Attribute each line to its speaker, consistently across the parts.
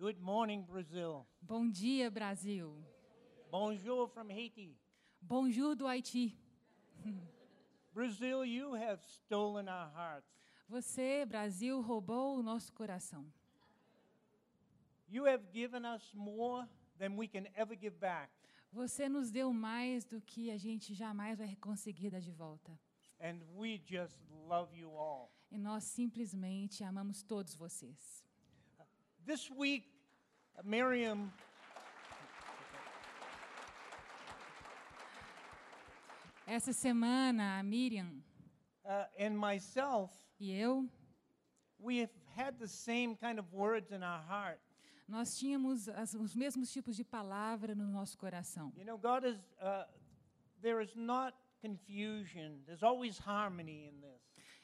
Speaker 1: Good morning, Brazil.
Speaker 2: Bom dia, Brasil.
Speaker 1: Bonjour from Haiti.
Speaker 2: Bonjour do Haiti.
Speaker 1: Brazil, you have stolen our hearts.
Speaker 2: Você, Brasil, roubou o nosso coração.
Speaker 1: You have given us more than we can ever give back.
Speaker 2: Você nos deu mais do que a gente jamais vai conseguir dar de volta.
Speaker 1: And we just love you all.
Speaker 2: E nós simplesmente amamos todos vocês.
Speaker 1: This week, Miriam,
Speaker 2: Essa semana, a Miriam
Speaker 1: uh, and myself,
Speaker 2: e eu,
Speaker 1: we have had the same kind of words in our heart.
Speaker 2: nós tínhamos as, os mesmos tipos de palavra no nosso coração.
Speaker 1: You know, God is, uh, there is not confusion, there's always harmony in this.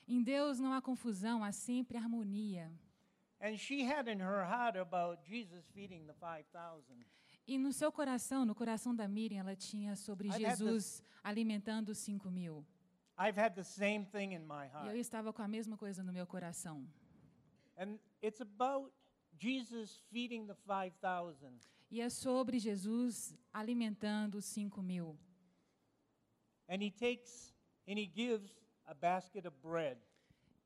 Speaker 2: Em Deus não há confusão, há sempre harmonia.
Speaker 1: And she had in her heart about Jesus feeding the 5,000.
Speaker 2: E no seu coração, no coração da Miriam, ela tinha sobre
Speaker 1: I've had
Speaker 2: Jesus alimentando os cinco mil.
Speaker 1: I've had the same thing in my
Speaker 2: E
Speaker 1: heart.
Speaker 2: eu estava com a mesma coisa no meu coração.
Speaker 1: And it's about Jesus feeding the 5,000.
Speaker 2: E é sobre Jesus alimentando os cinco mil.
Speaker 1: And he takes and he gives a basket of bread.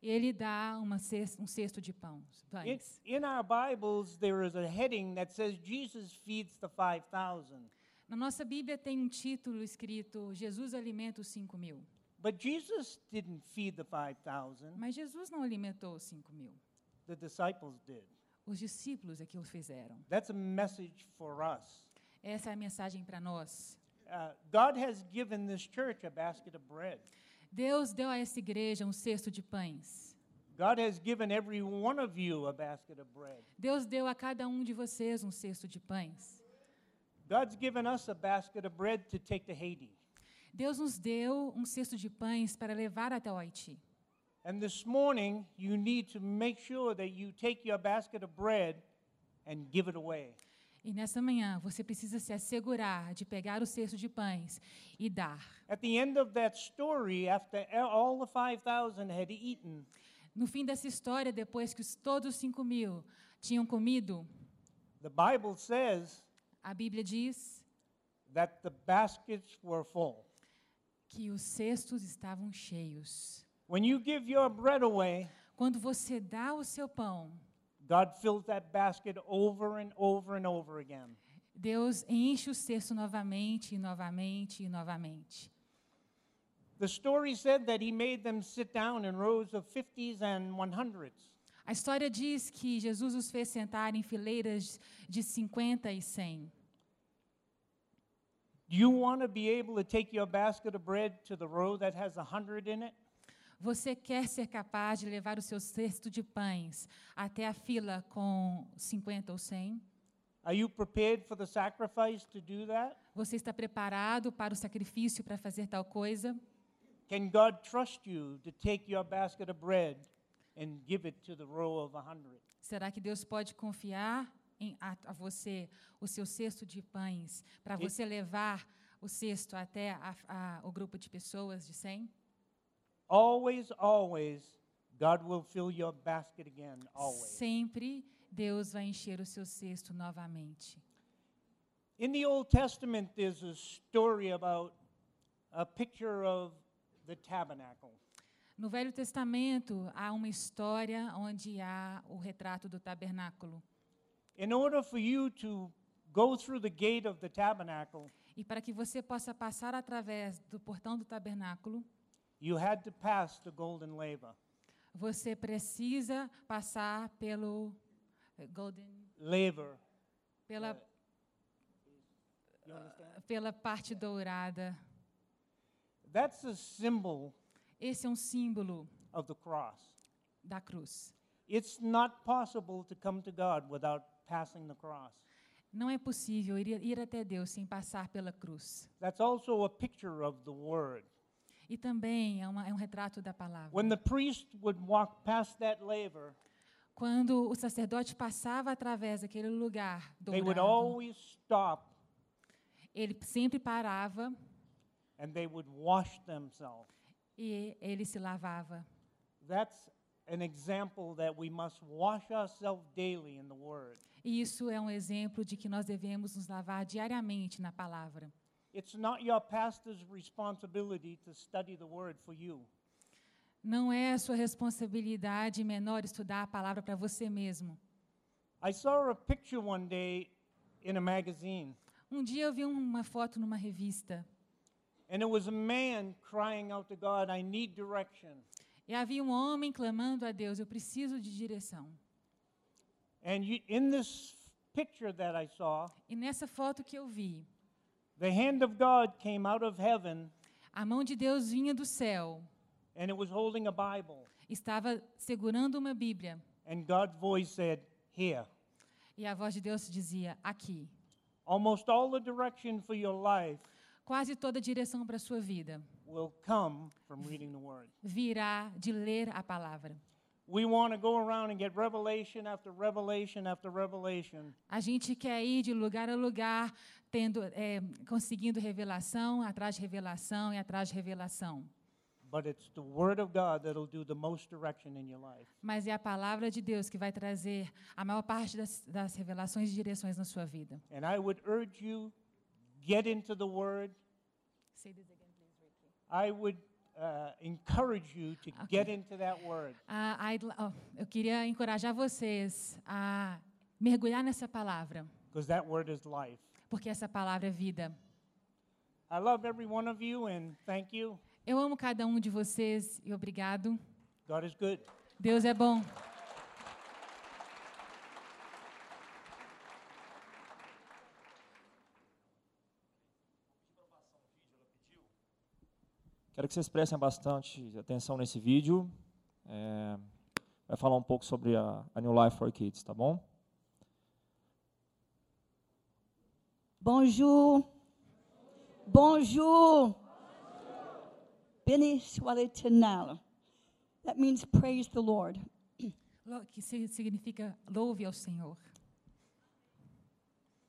Speaker 2: Ele dá uma cesta- um cesto de pão,
Speaker 1: In,
Speaker 2: pães.
Speaker 1: in our Bibles, there is a heading that says Jesus feeds the 5,000.
Speaker 2: Na nossa Bíblia tem um título escrito Jesus alimenta os cinco mil.
Speaker 1: But Jesus didn't feed the 5,000,
Speaker 2: Mas Jesus não alimentou os cinco mil.
Speaker 1: the disciples did.
Speaker 2: Os discípulos é que o fizeram.
Speaker 1: That's a message for us.
Speaker 2: Essa é a mensagem para nós.
Speaker 1: Uh, God has given this church a basket of bread.
Speaker 2: Deus deu a essa igreja um cesto de pães.
Speaker 1: God has given every one of you a basket of bread.
Speaker 2: Deus deu a cada um de vocês um cesto de pães.
Speaker 1: God's given us a basket of bread to take to Haiti.
Speaker 2: Deus nos deu um cesto de pães para levar até o Haiti.
Speaker 1: And this morning, you need to make sure that you take your basket of bread and give it away.
Speaker 2: E nessa manhã você precisa se assegurar de pegar o cesto de pães e dar.
Speaker 1: At the end of that story, after all the 5,000 had eaten,
Speaker 2: No fim dessa história, depois que os- todos os cinco mil tinham comido,
Speaker 1: the Bible says
Speaker 2: a Bíblia diz
Speaker 1: that the baskets were full.
Speaker 2: que os cestos estavam cheios.
Speaker 1: When you give your bread away,
Speaker 2: Quando você dá o seu pão,
Speaker 1: God fills that basket over and over and over again.
Speaker 2: Deus enche o cesto novamente, e novamente e novamente.
Speaker 1: The story said that he made them sit down in rows of 50s and 100s.
Speaker 2: A história diz que Jesus os fez sentar em fileiras de 50 e 100.
Speaker 1: Do you want to be able to take your basket of bread to the row that has 100 in it?
Speaker 2: Você quer ser capaz de levar o seu cesto de pães até a fila com 50 ou 100?
Speaker 1: Are you prepared for the sacrifice to do that?
Speaker 2: Você está preparado para o sacrifício para fazer tal coisa?
Speaker 1: Can God trust you to take your basket of bread and give it to the row of 100?
Speaker 2: Será que Deus pode confiar em, a, a você o seu cesto de pães para você levar o cesto até a- a- o grupo de pessoas de 100?
Speaker 1: Always, always, God will fill your basket again, always.
Speaker 2: Sempre Deus vai encher o seu cesto novamente.
Speaker 1: In the Old Testament, there's a story about a picture of the tabernacle.
Speaker 2: No Velho Testamento há uma história onde há o retrato do tabernáculo.
Speaker 1: In order for you to go through the gate of the tabernacle,
Speaker 2: E para que você possa passar através do portão do tabernáculo,
Speaker 1: you had to pass the golden laver.
Speaker 2: você precisa passar pelo eh, golden,
Speaker 1: Laver.
Speaker 2: pela
Speaker 1: É.
Speaker 2: eh,
Speaker 1: You understand?
Speaker 2: pela parte dourada.
Speaker 1: That's a symbol
Speaker 2: Esse é um símbolo
Speaker 1: of the cross.
Speaker 2: da cruz.
Speaker 1: It's not possible to come to God without passing the cross.
Speaker 2: Não é possível ir, ir até Deus sem passar pela cruz.
Speaker 1: That's also a picture of the Word.
Speaker 2: E também é, uma, é um retrato da palavra.
Speaker 1: When the priest would walk past that laver,
Speaker 2: Quando o sacerdote passava através daquele lugar
Speaker 1: they would
Speaker 2: dourado,
Speaker 1: always stop
Speaker 2: ele sempre parava
Speaker 1: and they would wash themselves.
Speaker 2: e ele se lavava.
Speaker 1: That's an example that we must wash ourselves daily in the Word.
Speaker 2: E isso é um exemplo de que nós devemos nos lavar diariamente na palavra.
Speaker 1: It's not your pastor's responsibility to study the Word for you.
Speaker 2: Não é sua responsabilidade menor estudar a palavra para você mesmo.
Speaker 1: I saw a picture one day in a magazine,
Speaker 2: Um dia eu vi uma foto numa revista
Speaker 1: and it was a man crying out to God, I need direction.
Speaker 2: e havia um homem clamando a Deus: Eu preciso de direção.
Speaker 1: And you, in this picture that I saw,
Speaker 2: E nessa foto que eu vi,
Speaker 1: the hand of God came out of heaven,
Speaker 2: a mão de Deus vinha do céu,
Speaker 1: and it was holding a Bible.
Speaker 2: estava segurando uma Bíblia
Speaker 1: And God's voice said, Here.
Speaker 2: e a voz de Deus dizia: Aqui.
Speaker 1: Almost all the direction for your life
Speaker 2: Quase toda a direção para a sua vida
Speaker 1: will come from reading the Word.
Speaker 2: virá de ler a palavra.
Speaker 1: We want to go around and get revelation after revelation after revelation.
Speaker 2: A gente quer ir de lugar a lugar, tendo, é, conseguindo revelação, atrás de revelação e atrás de revelação.
Speaker 1: But it's the Word of God that'll do the most direction in your life.
Speaker 2: Mas é a palavra de Deus que vai trazer a maior parte das, das revelações e direções na sua vida.
Speaker 1: And I would urge you, get into the Word. I would uh, encourage you to get into that Word.
Speaker 2: Ah, I'd li- oh, eu queria encorajar vocês a mergulhar nessa palavra,
Speaker 1: because that word is life.
Speaker 2: porque essa palavra é vida.
Speaker 1: I love every one of you and thank you.
Speaker 2: Eu amo cada um de vocês e obrigado.
Speaker 1: God is good.
Speaker 2: Deus é bom.
Speaker 3: Quero que vocês prestem bastante atenção nesse vídeo. É, vai falar um pouco sobre a, a New Life for Kids, tá bom?
Speaker 4: Bonjour. Bonjour. Beni soiree tenal. That means praise the Lord.
Speaker 2: Lo- Que si- significa louve ao Senhor.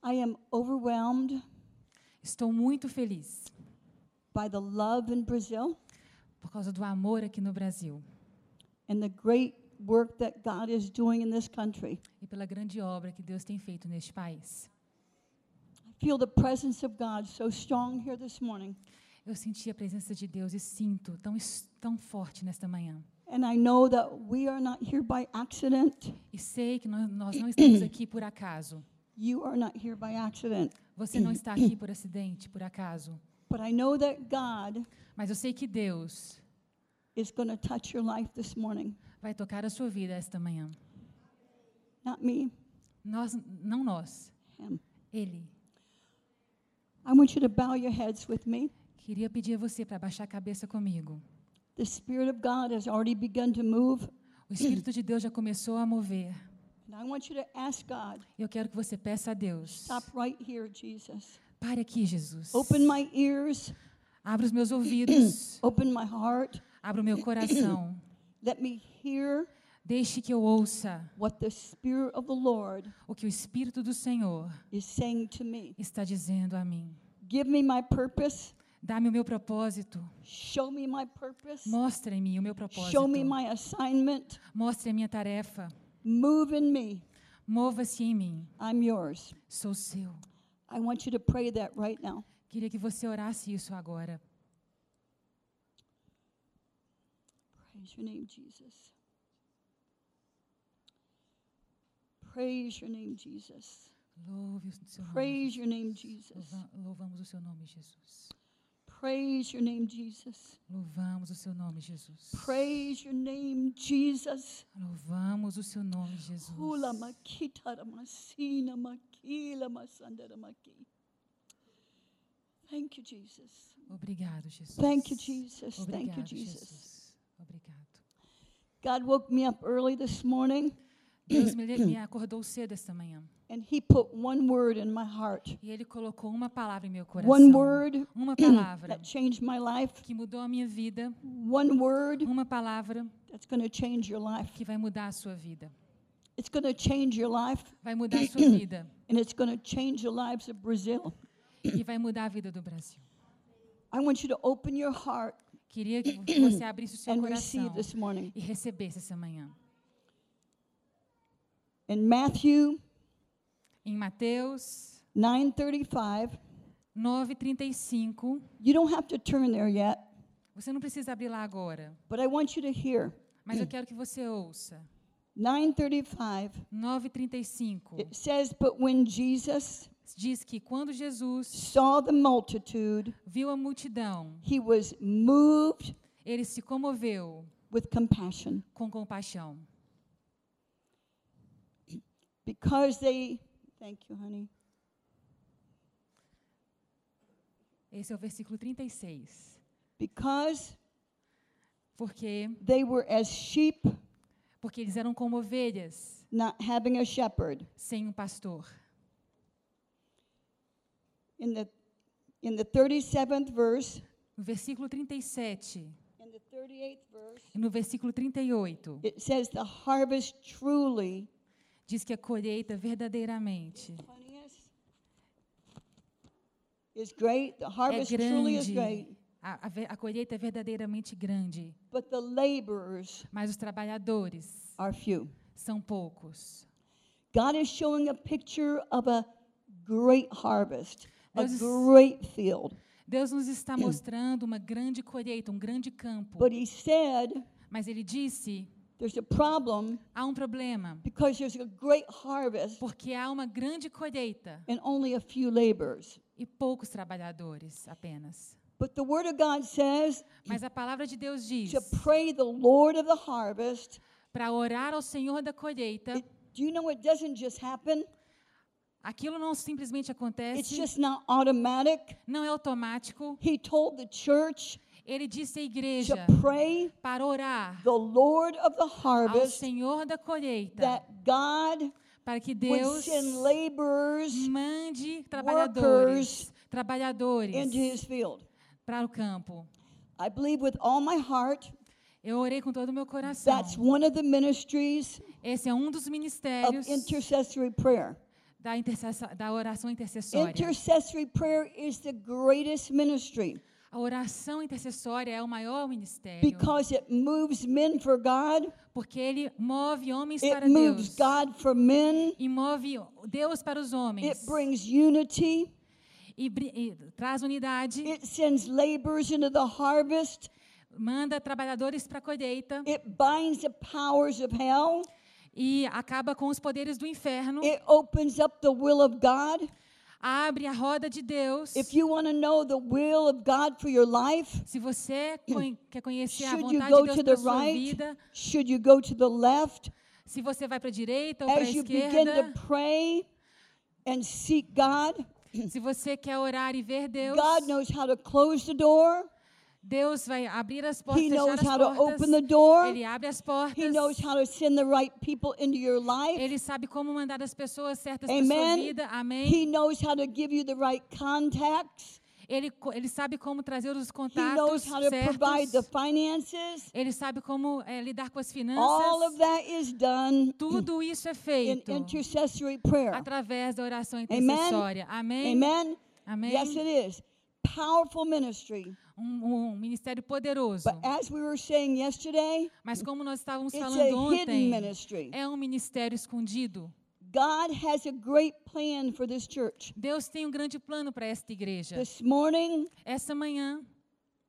Speaker 4: I am overwhelmed
Speaker 2: Estou muito feliz
Speaker 4: by the love in Brazil
Speaker 2: por causa do amor aqui no Brasil
Speaker 4: and the great work that God is doing in this country.
Speaker 2: e pela grande obra que Deus tem feito neste país.
Speaker 4: I feel the presence of God so strong here this morning.
Speaker 2: Eu senti a presença de Deus e sinto tão, es- tão forte nesta manhã.
Speaker 4: And I know that we are not here by accident.
Speaker 2: E sei que nó- nós não estamos aqui por acaso.
Speaker 4: You are not here by accident.
Speaker 2: Você não está aqui por acidente, por acaso.
Speaker 4: But I know that God
Speaker 2: Mas eu sei que Deus
Speaker 4: is going to touch your life this morning.
Speaker 2: vai tocar a sua vida esta manhã.
Speaker 4: Not me,
Speaker 2: Nós, não nós,
Speaker 4: Him.
Speaker 2: Ele.
Speaker 4: I want you to bow your heads with me.
Speaker 2: Queria pedir a você para baixar a cabeça comigo.
Speaker 4: The Spirit of God has already begun to move,
Speaker 2: O Espírito de Deus já começou a mover.
Speaker 4: and I want you to ask God,
Speaker 2: Eu quero que você peça a Deus.
Speaker 4: stop right here, Jesus.
Speaker 2: Pare aqui, Jesus.
Speaker 4: Open my ears,
Speaker 2: Abra os meus ouvidos.
Speaker 4: open my heart.
Speaker 2: Abra o meu coração.
Speaker 4: Let me hear
Speaker 2: Deixe que eu ouça
Speaker 4: what the Spirit of the Lord
Speaker 2: o que o Espírito do Senhor
Speaker 4: is saying to me.
Speaker 2: está dizendo a mim.
Speaker 4: Give me my purpose.
Speaker 2: Dá-me o meu propósito.
Speaker 4: Show me my purpose.
Speaker 2: Mostre-me o meu propósito.
Speaker 4: Show me my assignment.
Speaker 2: Mostre a minha tarefa.
Speaker 4: Move in me.
Speaker 2: Mova-se em mim.
Speaker 4: I'm yours.
Speaker 2: Sou seu.
Speaker 4: I want you to pray that right now.
Speaker 2: Queria que você orasse isso agora.
Speaker 4: Praise your name, Jesus. Praise your name, Jesus.
Speaker 2: Louve o seu nome.
Speaker 4: Praise your name, Jesus.
Speaker 2: Louva- Louvamos o seu nome, Jesus.
Speaker 4: Praise your name, Jesus.
Speaker 2: Louvamos o seu nome, Jesus.
Speaker 4: Praise your name, Jesus.
Speaker 2: Louvamos o seu nome, Jesus.
Speaker 4: Hula makita ramasina makila masanda ramaki. Thank you, Jesus.
Speaker 2: Obrigado, Jesus.
Speaker 4: Thank you, Jesus. Thank you,
Speaker 2: Obrigado,
Speaker 4: Jesus.
Speaker 2: Jesus. Obrigado.
Speaker 4: God woke me up early this morning
Speaker 2: Deus me, le- me acordou cedo esta manhã
Speaker 4: and He put one word in my heart.
Speaker 2: e Ele colocou uma palavra em meu coração.
Speaker 4: One word
Speaker 2: Uma palavra
Speaker 4: that changed my life.
Speaker 2: que mudou a minha vida.
Speaker 4: One word
Speaker 2: Uma palavra
Speaker 4: that's going to change your life.
Speaker 2: que vai mudar a sua vida.
Speaker 4: It's going to change your life
Speaker 2: Vai mudar a sua vida
Speaker 4: and it's going to change the lives of Brazil.
Speaker 2: e vai mudar a vida do Brasil.
Speaker 4: I want you to open your heart
Speaker 2: Queria que você abrisse o seu
Speaker 4: and
Speaker 2: coração
Speaker 4: receive this morning.
Speaker 2: e recebesse essa manhã.
Speaker 4: In Matthew
Speaker 2: Em Mateus
Speaker 4: 9:35,
Speaker 2: 9:35,
Speaker 4: you don't have to turn there yet,
Speaker 2: você não precisa abrir lá agora,
Speaker 4: but I want you to hear.
Speaker 2: mas eu quero que você ouça.
Speaker 4: 9:35 it
Speaker 2: 9:35
Speaker 4: says, "But when Jesus
Speaker 2: diz que quando Jesus
Speaker 4: saw the multitude,
Speaker 2: viu a multidão,
Speaker 4: he was moved
Speaker 2: ele se comoveu
Speaker 4: with compassion
Speaker 2: com compaixão,
Speaker 4: because they Thank you, honey.
Speaker 2: Esse é o versículo 36.
Speaker 4: Because
Speaker 2: Porque
Speaker 4: they were as sheep
Speaker 2: porque eles eram como ovelhas
Speaker 4: not having a shepherd."
Speaker 2: sem um pastor.
Speaker 4: In the in the 37th verse,
Speaker 2: No versículo 37
Speaker 4: in the 38th verse,
Speaker 2: e no versículo 38
Speaker 4: it says the harvest truly
Speaker 2: diz que a colheita verdadeiramente
Speaker 4: is great. The
Speaker 2: é
Speaker 4: harvest truly is
Speaker 2: grande.
Speaker 4: great,
Speaker 2: A, a ve- a colheita é verdadeiramente grande,
Speaker 4: but the laborers
Speaker 2: mas os trabalhadores
Speaker 4: are few.
Speaker 2: são poucos.
Speaker 4: God is showing a picture of a great harvest, a
Speaker 2: Deus-
Speaker 4: great field.
Speaker 2: Deus nos está mostrando uma grande colheita, um grande campo.
Speaker 4: But he said
Speaker 2: Mas ele disse:
Speaker 4: there's a problem
Speaker 2: há um problema,
Speaker 4: because there's a great harvest
Speaker 2: porque há uma grande colheita
Speaker 4: and only a few laborers.
Speaker 2: e poucos trabalhadores apenas.
Speaker 4: But the word of God says
Speaker 2: Mas a palavra de Deus diz
Speaker 4: to pray the Lord of the harvest.
Speaker 2: para orar ao Senhor da colheita.
Speaker 4: It- do you know it doesn't just happen?
Speaker 2: Aquilo não simplesmente
Speaker 4: It's
Speaker 2: acontece,
Speaker 4: just not automatic.
Speaker 2: não é automático.
Speaker 4: He told the church
Speaker 2: Ele disse à
Speaker 4: to
Speaker 2: igreja
Speaker 4: pray
Speaker 2: para orar
Speaker 4: the Lord of the
Speaker 2: ao
Speaker 4: harvest
Speaker 2: Senhor da colheita,
Speaker 4: that God
Speaker 2: para que
Speaker 4: would
Speaker 2: Deus
Speaker 4: send laborers
Speaker 2: mande trabalhadores, trabalhadores
Speaker 4: into his field.
Speaker 2: para o campo.
Speaker 4: I believe with all my heart
Speaker 2: Eu orei com todo o meu coração.
Speaker 4: that's one of the ministries
Speaker 2: Esse é um dos
Speaker 4: of
Speaker 2: ministérios
Speaker 4: intercessory prayer.
Speaker 2: da, intercessa- da oração intercessória.
Speaker 4: Intercessory prayer is the greatest ministry
Speaker 2: A oração intercessória é o maior ministério,
Speaker 4: because it moves men for God,
Speaker 2: porque ele move homens
Speaker 4: it
Speaker 2: para Deus
Speaker 4: moves God for men,
Speaker 2: e move Deus para os
Speaker 4: it
Speaker 2: homens
Speaker 4: brings unity,
Speaker 2: e, bri- e traz unidade,
Speaker 4: it sends laborers into the harvest,
Speaker 2: manda trabalhadores para a colheita
Speaker 4: it binds the powers of hell,
Speaker 2: e acaba com os poderes do inferno,
Speaker 4: it opens up the will of God.
Speaker 2: abre a roda de Deus.
Speaker 4: If you want to know the will of God for your life,
Speaker 2: Se você con- quer conhecer a
Speaker 4: should you
Speaker 2: vontade de
Speaker 4: go
Speaker 2: Deus para
Speaker 4: to the
Speaker 2: a sua
Speaker 4: right?
Speaker 2: vida,
Speaker 4: Should you go to the left?
Speaker 2: se você vai para a direita ou para a
Speaker 4: As you begin to
Speaker 2: esquerda,
Speaker 4: pray and seek God,
Speaker 2: se você quer orar e ver Deus,
Speaker 4: God knows how to close the door.
Speaker 2: Deus vai abrir as portas,
Speaker 4: He
Speaker 2: fechar
Speaker 4: knows
Speaker 2: as
Speaker 4: how to
Speaker 2: portas.
Speaker 4: open the door.
Speaker 2: Ele abre as
Speaker 4: He
Speaker 2: portas.
Speaker 4: knows how to send the right people into your life.
Speaker 2: Ele sabe como mandar as pessoas certas para sua
Speaker 4: Amen.
Speaker 2: vida. Amém.
Speaker 4: He knows how to give you the right contacts.
Speaker 2: ele, co- ele sabe como trazer os
Speaker 4: He
Speaker 2: contatos
Speaker 4: knows how to provide the
Speaker 2: certos.
Speaker 4: finances.
Speaker 2: Ele sabe como eh, lidar com as finanças.
Speaker 4: All of that is done
Speaker 2: Tudo isso é
Speaker 4: in
Speaker 2: feito
Speaker 4: intercessory prayer.
Speaker 2: através da oração intercessória. Amém.
Speaker 4: Amen?
Speaker 2: Amém.
Speaker 4: Yes, it is. Powerful ministry.
Speaker 2: Um, um ministério poderoso.
Speaker 4: But as we were saying yesterday,
Speaker 2: Mas como nós estávamos
Speaker 4: It's
Speaker 2: falando
Speaker 4: a hidden
Speaker 2: ontem,
Speaker 4: ministry.
Speaker 2: é um ministério escondido.
Speaker 4: God has a great plan for this church.
Speaker 2: Deus tem um grande plano para esta igreja.
Speaker 4: This morning,
Speaker 2: Essa manhã,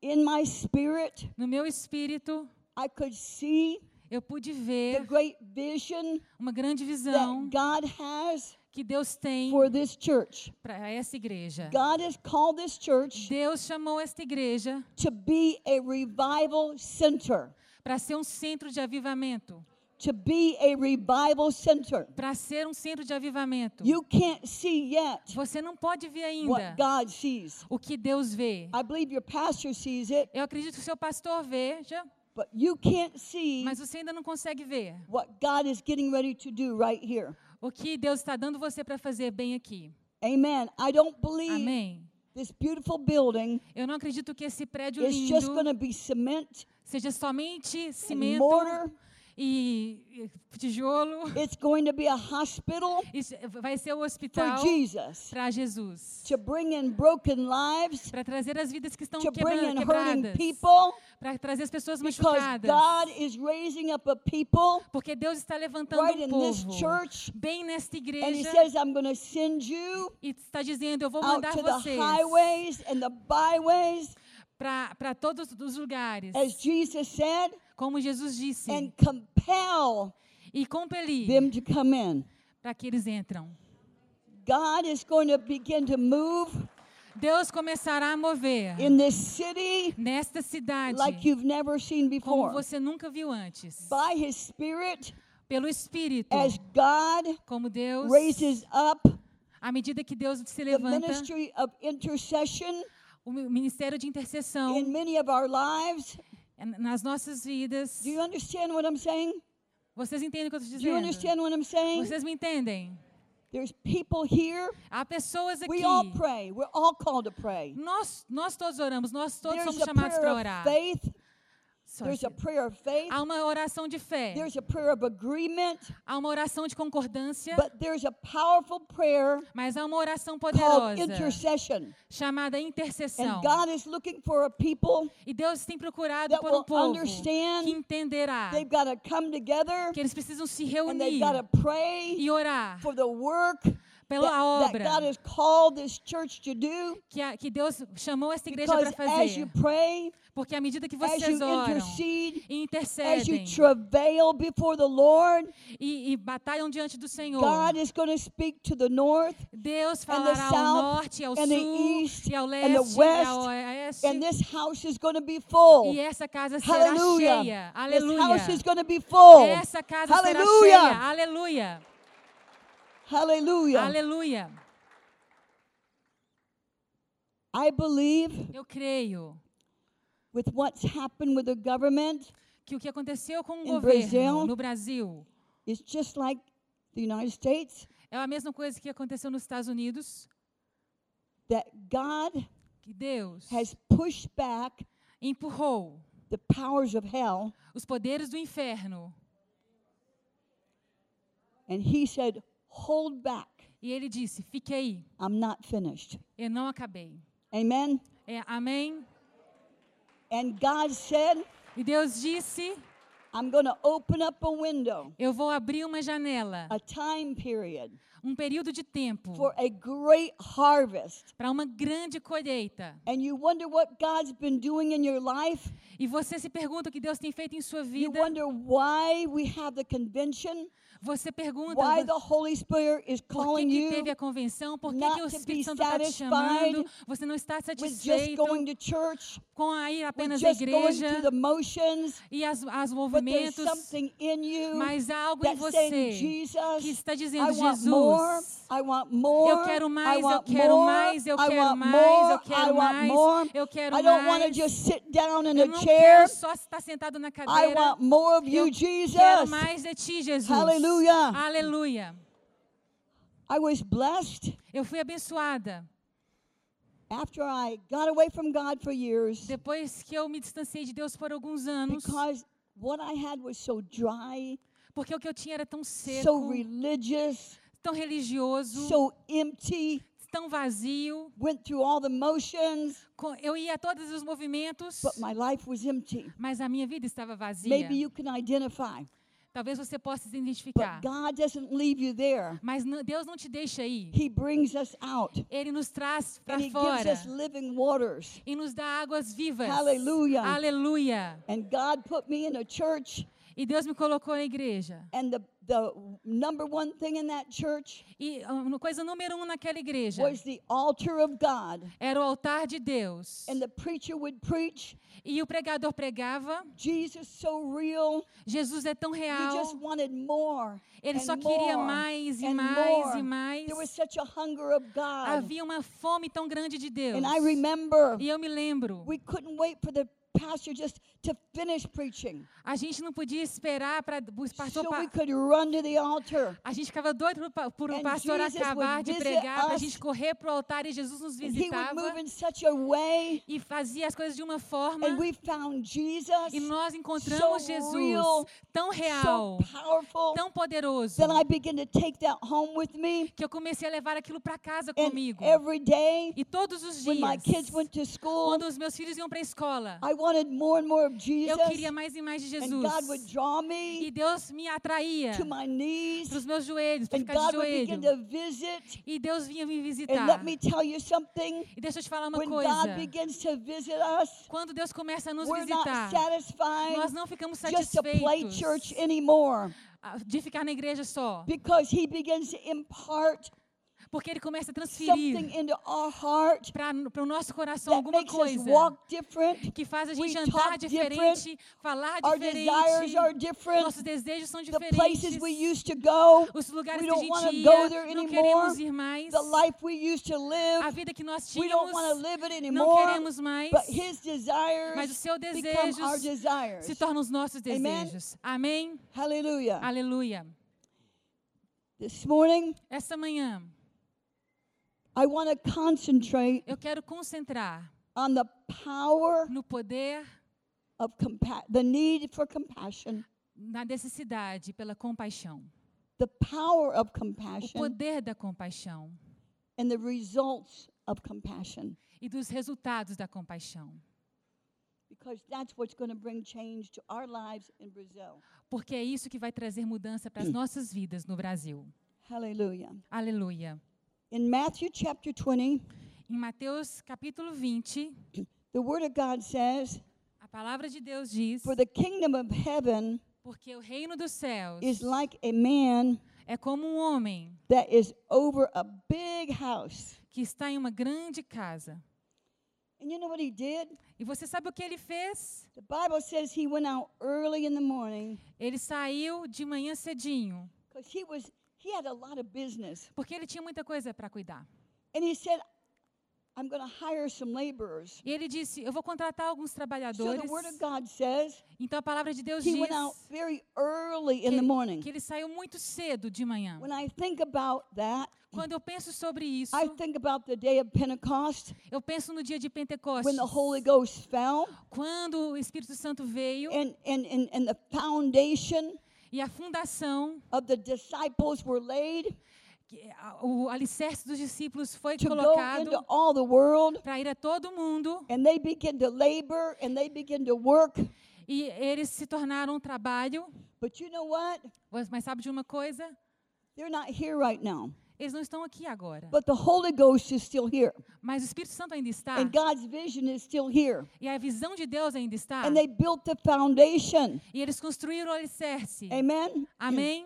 Speaker 4: in my spirit,
Speaker 2: no meu espírito,
Speaker 4: I could see
Speaker 2: eu pude
Speaker 4: the
Speaker 2: ver
Speaker 4: great vision
Speaker 2: uma grande visão
Speaker 4: that God has
Speaker 2: que Deus tem
Speaker 4: for this church.
Speaker 2: para essa igreja.
Speaker 4: God has called this church
Speaker 2: Deus chamou esta igreja
Speaker 4: to be a revival center,
Speaker 2: para ser um centro de avivamento,
Speaker 4: to be a revival center.
Speaker 2: para ser um centro de avivamento.
Speaker 4: You can't see yet
Speaker 2: Você não pode ver ainda
Speaker 4: what God sees.
Speaker 2: o que Deus vê.
Speaker 4: I believe your pastor sees it,
Speaker 2: Eu acredito que o seu pastor veja,
Speaker 4: but you can't see
Speaker 2: mas você ainda não consegue ver
Speaker 4: what God is getting ready to do right here.
Speaker 2: o que Deus está dando você para fazer bem aqui.
Speaker 4: Amen. I don't believe
Speaker 2: Amém.
Speaker 4: this beautiful building
Speaker 2: Eu não acredito que esse prédio
Speaker 4: is just going
Speaker 2: lindo
Speaker 4: to be cement
Speaker 2: seja somente
Speaker 4: and
Speaker 2: cimento
Speaker 4: mortar
Speaker 2: e e tijolo.
Speaker 4: It's going to be a hospital
Speaker 2: Isso vai ser o
Speaker 4: for
Speaker 2: hospital
Speaker 4: Jesus
Speaker 2: para Jesus.
Speaker 4: to bring in broken lives,
Speaker 2: Para trazer as vidas que estão
Speaker 4: to bring
Speaker 2: quebra-
Speaker 4: in hurting
Speaker 2: quebradas.
Speaker 4: people,
Speaker 2: Para trazer as pessoas
Speaker 4: because
Speaker 2: machucadas.
Speaker 4: God is raising up a people
Speaker 2: Porque Deus está levantando
Speaker 4: right
Speaker 2: um
Speaker 4: in this
Speaker 2: povo
Speaker 4: church.
Speaker 2: bem nesta
Speaker 4: And He
Speaker 2: igreja
Speaker 4: says, I'm going to send you
Speaker 2: e está dizendo, eu vou
Speaker 4: out
Speaker 2: mandar
Speaker 4: to the
Speaker 2: vocês
Speaker 4: highways and the byways,
Speaker 2: para todos os lugares,
Speaker 4: as Jesus said,
Speaker 2: como Jesus disse,
Speaker 4: and compel
Speaker 2: e compelir
Speaker 4: them to come in.
Speaker 2: para que eles entram.
Speaker 4: God is going to begin to move
Speaker 2: Deus começará a mover
Speaker 4: in this city
Speaker 2: nesta cidade
Speaker 4: like you've never seen
Speaker 2: como
Speaker 4: before.
Speaker 2: você nunca viu antes.
Speaker 4: By His Spirit,
Speaker 2: Pelo Espírito,
Speaker 4: as God
Speaker 2: como Deus,
Speaker 4: raises up
Speaker 2: à medida que Deus se
Speaker 4: the
Speaker 2: levanta,
Speaker 4: ministry of intercession
Speaker 2: o mi- ministério de intercessão
Speaker 4: in many of our lives.
Speaker 2: é n- nas nossas vidas.
Speaker 4: Do you understand what I'm saying?
Speaker 2: Vocês entendem o que eu estou
Speaker 4: Do you
Speaker 2: dizendo?
Speaker 4: understand what I'm saying?
Speaker 2: Vocês me entendem?
Speaker 4: There's people here.
Speaker 2: Há pessoas aqui.
Speaker 4: We all pray. We're all called to pray.
Speaker 2: Nós, nós todos oramos, nós todos
Speaker 4: There's
Speaker 2: somos
Speaker 4: a
Speaker 2: chamados para
Speaker 4: prayer of
Speaker 2: orar.
Speaker 4: faith.
Speaker 2: Só
Speaker 4: There's a
Speaker 2: que
Speaker 4: prayer of faith.
Speaker 2: Há uma oração de fé,
Speaker 4: There's a prayer of agreement.
Speaker 2: há uma oração de concordância,
Speaker 4: But there's a powerful prayer
Speaker 2: mas há uma oração
Speaker 4: called
Speaker 2: poderosa
Speaker 4: intercession.
Speaker 2: chamada
Speaker 4: And
Speaker 2: intercessão.
Speaker 4: God is looking for a people.
Speaker 2: E Deus tem procurado
Speaker 4: that
Speaker 2: por um
Speaker 4: will
Speaker 2: povo
Speaker 4: understand
Speaker 2: que entenderá
Speaker 4: They've got to come together
Speaker 2: que eles precisam se
Speaker 4: and
Speaker 2: reunir
Speaker 4: they've got to pray
Speaker 2: e orar
Speaker 4: for the work
Speaker 2: pela
Speaker 4: that, that
Speaker 2: obra
Speaker 4: God has called this church to do.
Speaker 2: que, a- que Deus chamou esta igreja para
Speaker 4: Because as you
Speaker 2: fazer.
Speaker 4: pray,
Speaker 2: Porque à medida que
Speaker 4: as you
Speaker 2: vocês oram
Speaker 4: intercede,
Speaker 2: e
Speaker 4: as you
Speaker 2: intercedem
Speaker 4: travail before the Lord,
Speaker 2: e, e batalham diante do Senhor,
Speaker 4: God is going to speak to the north
Speaker 2: Deus
Speaker 4: and the
Speaker 2: falará ao
Speaker 4: south
Speaker 2: norte, ao
Speaker 4: and the
Speaker 2: sul,
Speaker 4: east
Speaker 2: e ao
Speaker 4: and the
Speaker 2: leste, e ao
Speaker 4: west
Speaker 2: oeste.
Speaker 4: and this house is going to be full.
Speaker 2: E essa casa será cheia.
Speaker 4: Hallelujah. This
Speaker 2: Aleluia.
Speaker 4: house is going to be full.
Speaker 2: Essa casa
Speaker 4: Hallelujah.
Speaker 2: será cheia. Aleluia.
Speaker 4: Hallelujah.
Speaker 2: Aleluia.
Speaker 4: I believe
Speaker 2: Eu creio
Speaker 4: with what's happened with the government,
Speaker 2: que o que aconteceu com o
Speaker 4: In
Speaker 2: governo
Speaker 4: Brazil.
Speaker 2: no Brasil
Speaker 4: it's just like the United States,
Speaker 2: é a mesma coisa que aconteceu nos Estados Unidos,
Speaker 4: that God
Speaker 2: que Deus
Speaker 4: has pushed back
Speaker 2: empurrou
Speaker 4: the powers of hell,
Speaker 2: os poderes do inferno
Speaker 4: and He said, Hold back.
Speaker 2: e ele disse: "Fique aí,
Speaker 4: I'm not finished.
Speaker 2: eu não acabei."
Speaker 4: Amen.
Speaker 2: É, amém.
Speaker 4: And God said,
Speaker 2: E Deus disse:
Speaker 4: I'm going to open up a window,
Speaker 2: "Eu vou abrir uma janela,
Speaker 4: a time period
Speaker 2: um período de tempo
Speaker 4: for a great harvest.
Speaker 2: para uma grande colheita."
Speaker 4: And you wonder what God's been doing in your life.
Speaker 2: E você se pergunta o que Deus tem feito em sua
Speaker 4: You
Speaker 2: vida.
Speaker 4: wonder why we have the convention,
Speaker 2: Você pergunta
Speaker 4: why
Speaker 2: "Vo-
Speaker 4: the Holy Spirit is
Speaker 2: por que,
Speaker 4: calling
Speaker 2: que
Speaker 4: you
Speaker 2: teve a convenção, por que,
Speaker 4: not
Speaker 2: que o
Speaker 4: to be
Speaker 2: Espírito Santo está te
Speaker 4: satisfied
Speaker 2: chamando. Você não está
Speaker 4: with just
Speaker 2: satisfeito
Speaker 4: going to church,
Speaker 2: com a ir
Speaker 4: with
Speaker 2: apenas à
Speaker 4: just going
Speaker 2: igreja
Speaker 4: through the motions,
Speaker 2: e as, as
Speaker 4: but there's
Speaker 2: movimentos,
Speaker 4: something in you
Speaker 2: mas há algo em
Speaker 4: that's saying,
Speaker 2: você
Speaker 4: Jesus,
Speaker 2: que está
Speaker 4: I
Speaker 2: dizendo,
Speaker 4: want more,
Speaker 2: Jesus,
Speaker 4: I want more,
Speaker 2: eu quero
Speaker 4: I
Speaker 2: mais, eu
Speaker 4: want
Speaker 2: quero
Speaker 4: more,
Speaker 2: mais, eu
Speaker 4: I
Speaker 2: quero
Speaker 4: want
Speaker 2: mais,
Speaker 4: more,
Speaker 2: eu
Speaker 4: I
Speaker 2: quero
Speaker 4: want
Speaker 2: mais,
Speaker 4: more.
Speaker 2: eu quero
Speaker 4: I don't want to
Speaker 2: mais.
Speaker 4: just sit down in
Speaker 2: Eu
Speaker 4: a
Speaker 2: não
Speaker 4: chair.
Speaker 2: quero só estar sentado na
Speaker 4: I
Speaker 2: cadeira.
Speaker 4: want more of
Speaker 2: Eu
Speaker 4: you, Jesus.
Speaker 2: quero mais de ti, Jesus.
Speaker 4: Hallelujah.
Speaker 2: Aleluia.
Speaker 4: I was blessed
Speaker 2: Eu fui abençoada.
Speaker 4: after I got away from God for years
Speaker 2: Depois que eu me distanciei de Deus por alguns anos,
Speaker 4: because what I had was so dry,
Speaker 2: porque o que eu tinha era tão
Speaker 4: so
Speaker 2: seco,
Speaker 4: religious,
Speaker 2: tão religioso,
Speaker 4: so empty.
Speaker 2: tão vazio.
Speaker 4: Went through all the motions,
Speaker 2: Co- Eu ia a todos os movimentos,
Speaker 4: but my life was empty.
Speaker 2: mas a minha vida estava vazia.
Speaker 4: Maybe you can identify,
Speaker 2: Talvez você possa se identificar.
Speaker 4: but God doesn't leave you there.
Speaker 2: Mas não- Deus não te deixa aí.
Speaker 4: He brings us out.
Speaker 2: Ele nos traz para
Speaker 4: And he gives
Speaker 2: fora
Speaker 4: us living waters.
Speaker 2: e nos dá águas vivas.
Speaker 4: Hallelujah.
Speaker 2: Aleluia.
Speaker 4: And God put me in a church,
Speaker 2: E Deus me colocou na igreja.
Speaker 4: and the, the number one thing in that church
Speaker 2: E ah, uma coisa número um naquela igreja
Speaker 4: was the altar of God.
Speaker 2: era o altar de Deus.
Speaker 4: And the preacher would preach,
Speaker 2: E o pregador pregava.
Speaker 4: Jesus so real.
Speaker 2: Jesus é tão
Speaker 4: He
Speaker 2: real.
Speaker 4: just wanted more.
Speaker 2: Ele
Speaker 4: and
Speaker 2: só queria
Speaker 4: more
Speaker 2: mais e
Speaker 4: and
Speaker 2: mais
Speaker 4: more.
Speaker 2: e mais.
Speaker 4: There was such a hunger of God.
Speaker 2: Havia uma fome tão grande de Deus.
Speaker 4: And I remember
Speaker 2: E eu me lembro.
Speaker 4: we couldn't wait for the pastor just to finish preaching
Speaker 2: A gente não podia esperar para o pastor.
Speaker 4: so
Speaker 2: pa-
Speaker 4: we could run to the altar.
Speaker 2: A gente ficava doido pro pa- por o
Speaker 4: And
Speaker 2: pastor
Speaker 4: Jesus would
Speaker 2: acabar de
Speaker 4: visit
Speaker 2: pregar, para a
Speaker 4: us.
Speaker 2: gente correr para o altar e Jesus nos
Speaker 4: And he would
Speaker 2: visitava
Speaker 4: move in such a way,
Speaker 2: e fazia as coisas de uma forma.
Speaker 4: and we found Jesus
Speaker 2: E nós encontramos
Speaker 4: so
Speaker 2: Jesus
Speaker 4: real,
Speaker 2: tão
Speaker 4: so
Speaker 2: real,
Speaker 4: powerful
Speaker 2: tão poderoso,
Speaker 4: that I began to take that home with me.
Speaker 2: que eu comecei a levar aquilo para casa
Speaker 4: And
Speaker 2: comigo.
Speaker 4: every day,
Speaker 2: E todos os dias,
Speaker 4: when my kids went to school,
Speaker 2: quando os meus filhos iam para a escola,
Speaker 4: I wanted more and more of Jesus,
Speaker 2: eu queria mais e mais de
Speaker 4: and
Speaker 2: Jesus.
Speaker 4: God would draw
Speaker 2: E
Speaker 4: me
Speaker 2: Deus me atraía
Speaker 4: to my
Speaker 2: para
Speaker 4: knees,
Speaker 2: os meus joelhos, para
Speaker 4: and
Speaker 2: ficar de
Speaker 4: God would
Speaker 2: joelho.
Speaker 4: begin to visit.
Speaker 2: E Deus vinha me
Speaker 4: And
Speaker 2: visitar.
Speaker 4: let me tell you something.
Speaker 2: E deixa eu te falar uma
Speaker 4: When
Speaker 2: coisa.
Speaker 4: God begins to visit us,
Speaker 2: Quando Deus começa a nos
Speaker 4: we're not
Speaker 2: visitar,
Speaker 4: satisfied
Speaker 2: nós não ficamos
Speaker 4: just to play church
Speaker 2: satisfeitos
Speaker 4: anymore
Speaker 2: ah, de ficar na igreja só,
Speaker 4: because He begins to impart
Speaker 2: porque Ele começa a
Speaker 4: something
Speaker 2: transferir
Speaker 4: into our heart
Speaker 2: para o nosso coração
Speaker 4: that
Speaker 2: alguma
Speaker 4: makes us
Speaker 2: coisa
Speaker 4: walk different.
Speaker 2: que faz a
Speaker 4: we
Speaker 2: gente
Speaker 4: talk
Speaker 2: andar diferente,
Speaker 4: different,
Speaker 2: falar
Speaker 4: Our desires are
Speaker 2: diferente,
Speaker 4: different.
Speaker 2: nossos desejos são
Speaker 4: The places we
Speaker 2: diferentes,
Speaker 4: used to go,
Speaker 2: os lugares
Speaker 4: we
Speaker 2: que a
Speaker 4: don't want
Speaker 2: gente
Speaker 4: to go there
Speaker 2: ia, não
Speaker 4: anymore.
Speaker 2: queremos ir mais,
Speaker 4: The life we used to
Speaker 2: a
Speaker 4: live,
Speaker 2: vida que nós
Speaker 4: we don't
Speaker 2: tínhamos,
Speaker 4: want to live it
Speaker 2: não
Speaker 4: anymore.
Speaker 2: queremos mais,
Speaker 4: But His desires
Speaker 2: mas os seus
Speaker 4: become our
Speaker 2: desejos
Speaker 4: desires.
Speaker 2: se tornam os nossos
Speaker 4: Amen?
Speaker 2: desejos. Amém?
Speaker 4: Hallelujah.
Speaker 2: Aleluia.
Speaker 4: This morning,
Speaker 2: Essa manhã,
Speaker 4: I want to concentrate
Speaker 2: eu quero concentrar
Speaker 4: on the power
Speaker 2: no poder,
Speaker 4: of compa- the need for compassion,
Speaker 2: na necessidade pela compaixão.
Speaker 4: the power of
Speaker 2: O
Speaker 4: compassion,
Speaker 2: poder da compaixão
Speaker 4: and the results of compassion,
Speaker 2: e dos resultados da compaixão.
Speaker 4: because that's what's going to bring change to our lives in Brazil.
Speaker 2: Porque é isso que vai trazer mudança para as
Speaker 4: Hum.
Speaker 2: nossas vidas no Brasil.
Speaker 4: Hallelujah.
Speaker 2: Aleluia.
Speaker 4: In Matthew chapter 20,
Speaker 2: Em Mateus capítulo 20,
Speaker 4: the Word of God says,
Speaker 2: a palavra de Deus diz:
Speaker 4: For the kingdom of heaven
Speaker 2: Porque o reino dos céus
Speaker 4: is like a man
Speaker 2: é como um homem
Speaker 4: that is over a big house.
Speaker 2: que está em uma grande casa.
Speaker 4: And you know what he did?
Speaker 2: E você sabe o que ele fez?
Speaker 4: The Bible says he went out early in the morning
Speaker 2: Ele saiu de manhã cedinho,
Speaker 4: because he was he had a lot of business
Speaker 2: porque ele tinha muita coisa para cuidar.
Speaker 4: and he said i'm going to hire some laborers
Speaker 2: E ele disse: Eu vou contratar alguns
Speaker 4: so
Speaker 2: trabalhadores.
Speaker 4: the word of god says
Speaker 2: Então a palavra de Deus
Speaker 4: he
Speaker 2: diz
Speaker 4: went out very early
Speaker 2: que
Speaker 4: in the
Speaker 2: ele-
Speaker 4: morning
Speaker 2: que ele saiu muito cedo de manhã.
Speaker 4: when i think about that
Speaker 2: Quando eu penso sobre isso,
Speaker 4: i think about the day of pentecost
Speaker 2: eu penso no dia de Pentecostes,
Speaker 4: when the holy ghost fell
Speaker 2: quando o Espírito Santo veio
Speaker 4: and, and, and, and the foundation
Speaker 2: e a fundação,
Speaker 4: of the disciples were laid
Speaker 2: que- é, a- o alicerce dos discípulos foi
Speaker 4: to go
Speaker 2: colocado
Speaker 4: into all the world
Speaker 2: para ir a todo mundo
Speaker 4: and they begin to labor and they begin to work
Speaker 2: e eles se tornaram um trabalho.
Speaker 4: but you know what
Speaker 2: Mas- Mas sabe de uma coisa?
Speaker 4: they're not here right now
Speaker 2: Eles não estão aqui agora,
Speaker 4: But the Holy Ghost is still here.
Speaker 2: mas o Espírito Santo ainda está
Speaker 4: And God's vision is still here.
Speaker 2: e a visão de Deus ainda está.
Speaker 4: And they built the foundation.
Speaker 2: E eles construíram o alicerce.
Speaker 4: Amen.
Speaker 2: Amém?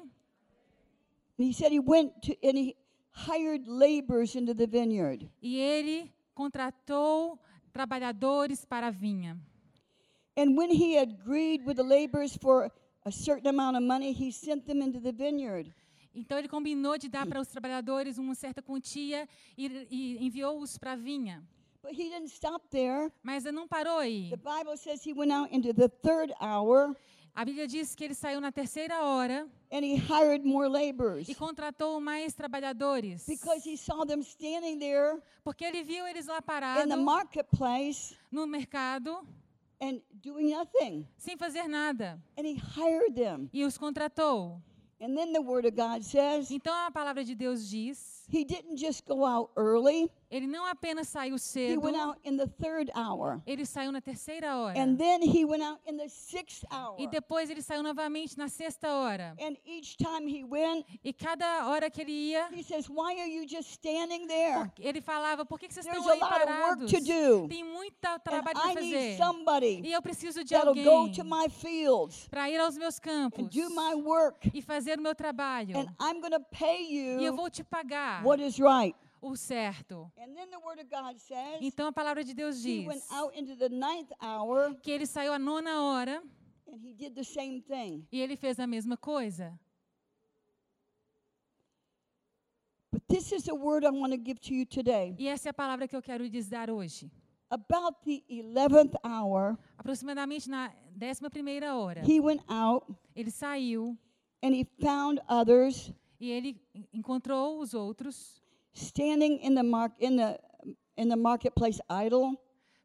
Speaker 4: And he said he went to and he hired laborers into the vineyard.
Speaker 2: E ele contratou trabalhadores para a vinha.
Speaker 4: And when he had agreed with the laborers for a certain amount of money, he sent them into the vineyard.
Speaker 2: Então ele combinou de dar para os trabalhadores uma certa quantia e, e enviou-os para a vinha.
Speaker 4: But he didn't stop there.
Speaker 2: Mas ele não parou aí.
Speaker 4: The Bible says he went out into the third hour
Speaker 2: A Bíblia diz que ele saiu na terceira hora
Speaker 4: and he hired more laborers
Speaker 2: e contratou mais trabalhadores.
Speaker 4: because he saw them standing there
Speaker 2: Porque ele viu eles lá
Speaker 4: in
Speaker 2: parados
Speaker 4: the marketplace
Speaker 2: no mercado,
Speaker 4: and doing nothing.
Speaker 2: sem fazer nada.
Speaker 4: And he hired them.
Speaker 2: E os contratou.
Speaker 4: And then the Word of God says
Speaker 2: Então a palavra de Deus diz:
Speaker 4: he didn't just go out early,
Speaker 2: ele não apenas saiu
Speaker 4: he
Speaker 2: cedo,
Speaker 4: went out in the third hour.
Speaker 2: ele saiu na terceira hora.
Speaker 4: And then he went out in the sixth hour.
Speaker 2: E depois ele saiu novamente na sexta hora.
Speaker 4: And each time he went,
Speaker 2: E cada hora que ele ia,
Speaker 4: he says, Why are you just standing there?
Speaker 2: ele falava: Por que, que vocês
Speaker 4: There's
Speaker 2: estão aí
Speaker 4: a lot of work
Speaker 2: parados?
Speaker 4: to do.
Speaker 2: Tem muito
Speaker 4: And
Speaker 2: trabalho
Speaker 4: I
Speaker 2: para
Speaker 4: need
Speaker 2: fazer. E
Speaker 4: somebody
Speaker 2: eu preciso de
Speaker 4: that'll go
Speaker 2: alguém
Speaker 4: to my fields
Speaker 2: para ir aos meus
Speaker 4: and
Speaker 2: campos
Speaker 4: do my work.
Speaker 2: e fazer o meu trabalho.
Speaker 4: And I'm going to pay
Speaker 2: E eu
Speaker 4: you
Speaker 2: vou te pagar
Speaker 4: what is right.
Speaker 2: o certo.
Speaker 4: And then the Word of God says
Speaker 2: Então a palavra de Deus
Speaker 4: he
Speaker 2: diz
Speaker 4: went out into the ninth hour
Speaker 2: que ele saiu à nona hora
Speaker 4: and he did the same thing.
Speaker 2: e ele fez a mesma coisa.
Speaker 4: But this is the word I want to give to you today.
Speaker 2: E essa é a palavra que eu quero lhes dar hoje.
Speaker 4: about the 11th hour,
Speaker 2: Aproximadamente na 11ª hora,
Speaker 4: he went out
Speaker 2: ele saiu
Speaker 4: and he found others
Speaker 2: e ele en- encontrou os outros
Speaker 4: standing in the mark in the in the marketplace idle,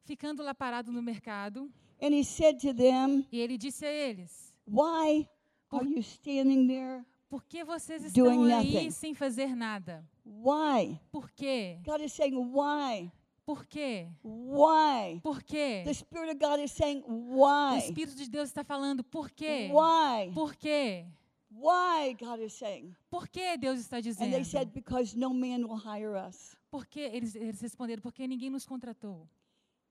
Speaker 2: ficando lá parado no mercado,
Speaker 4: and he said to them,
Speaker 2: e ele disse a eles:
Speaker 4: "Why are
Speaker 2: Por-
Speaker 4: you standing there?
Speaker 2: "Por que vocês
Speaker 4: Doing
Speaker 2: estão aí
Speaker 4: nothing.
Speaker 2: sem fazer nada?
Speaker 4: Why?"
Speaker 2: Por quê?
Speaker 4: God is saying, "Why?
Speaker 2: Por quê?
Speaker 4: Why?"
Speaker 2: Por quê?"
Speaker 4: The Spirit of God is saying,
Speaker 2: O
Speaker 4: "Why?
Speaker 2: Espírito de Deus está falando: "Por quê?
Speaker 4: Why?
Speaker 2: Por quê?
Speaker 4: Why?" God is saying,
Speaker 2: Por que Deus está
Speaker 4: and
Speaker 2: dizendo?
Speaker 4: they said, "Because no man will hire us."
Speaker 2: Porque eles, eles responderam, porque ninguém nos contratou.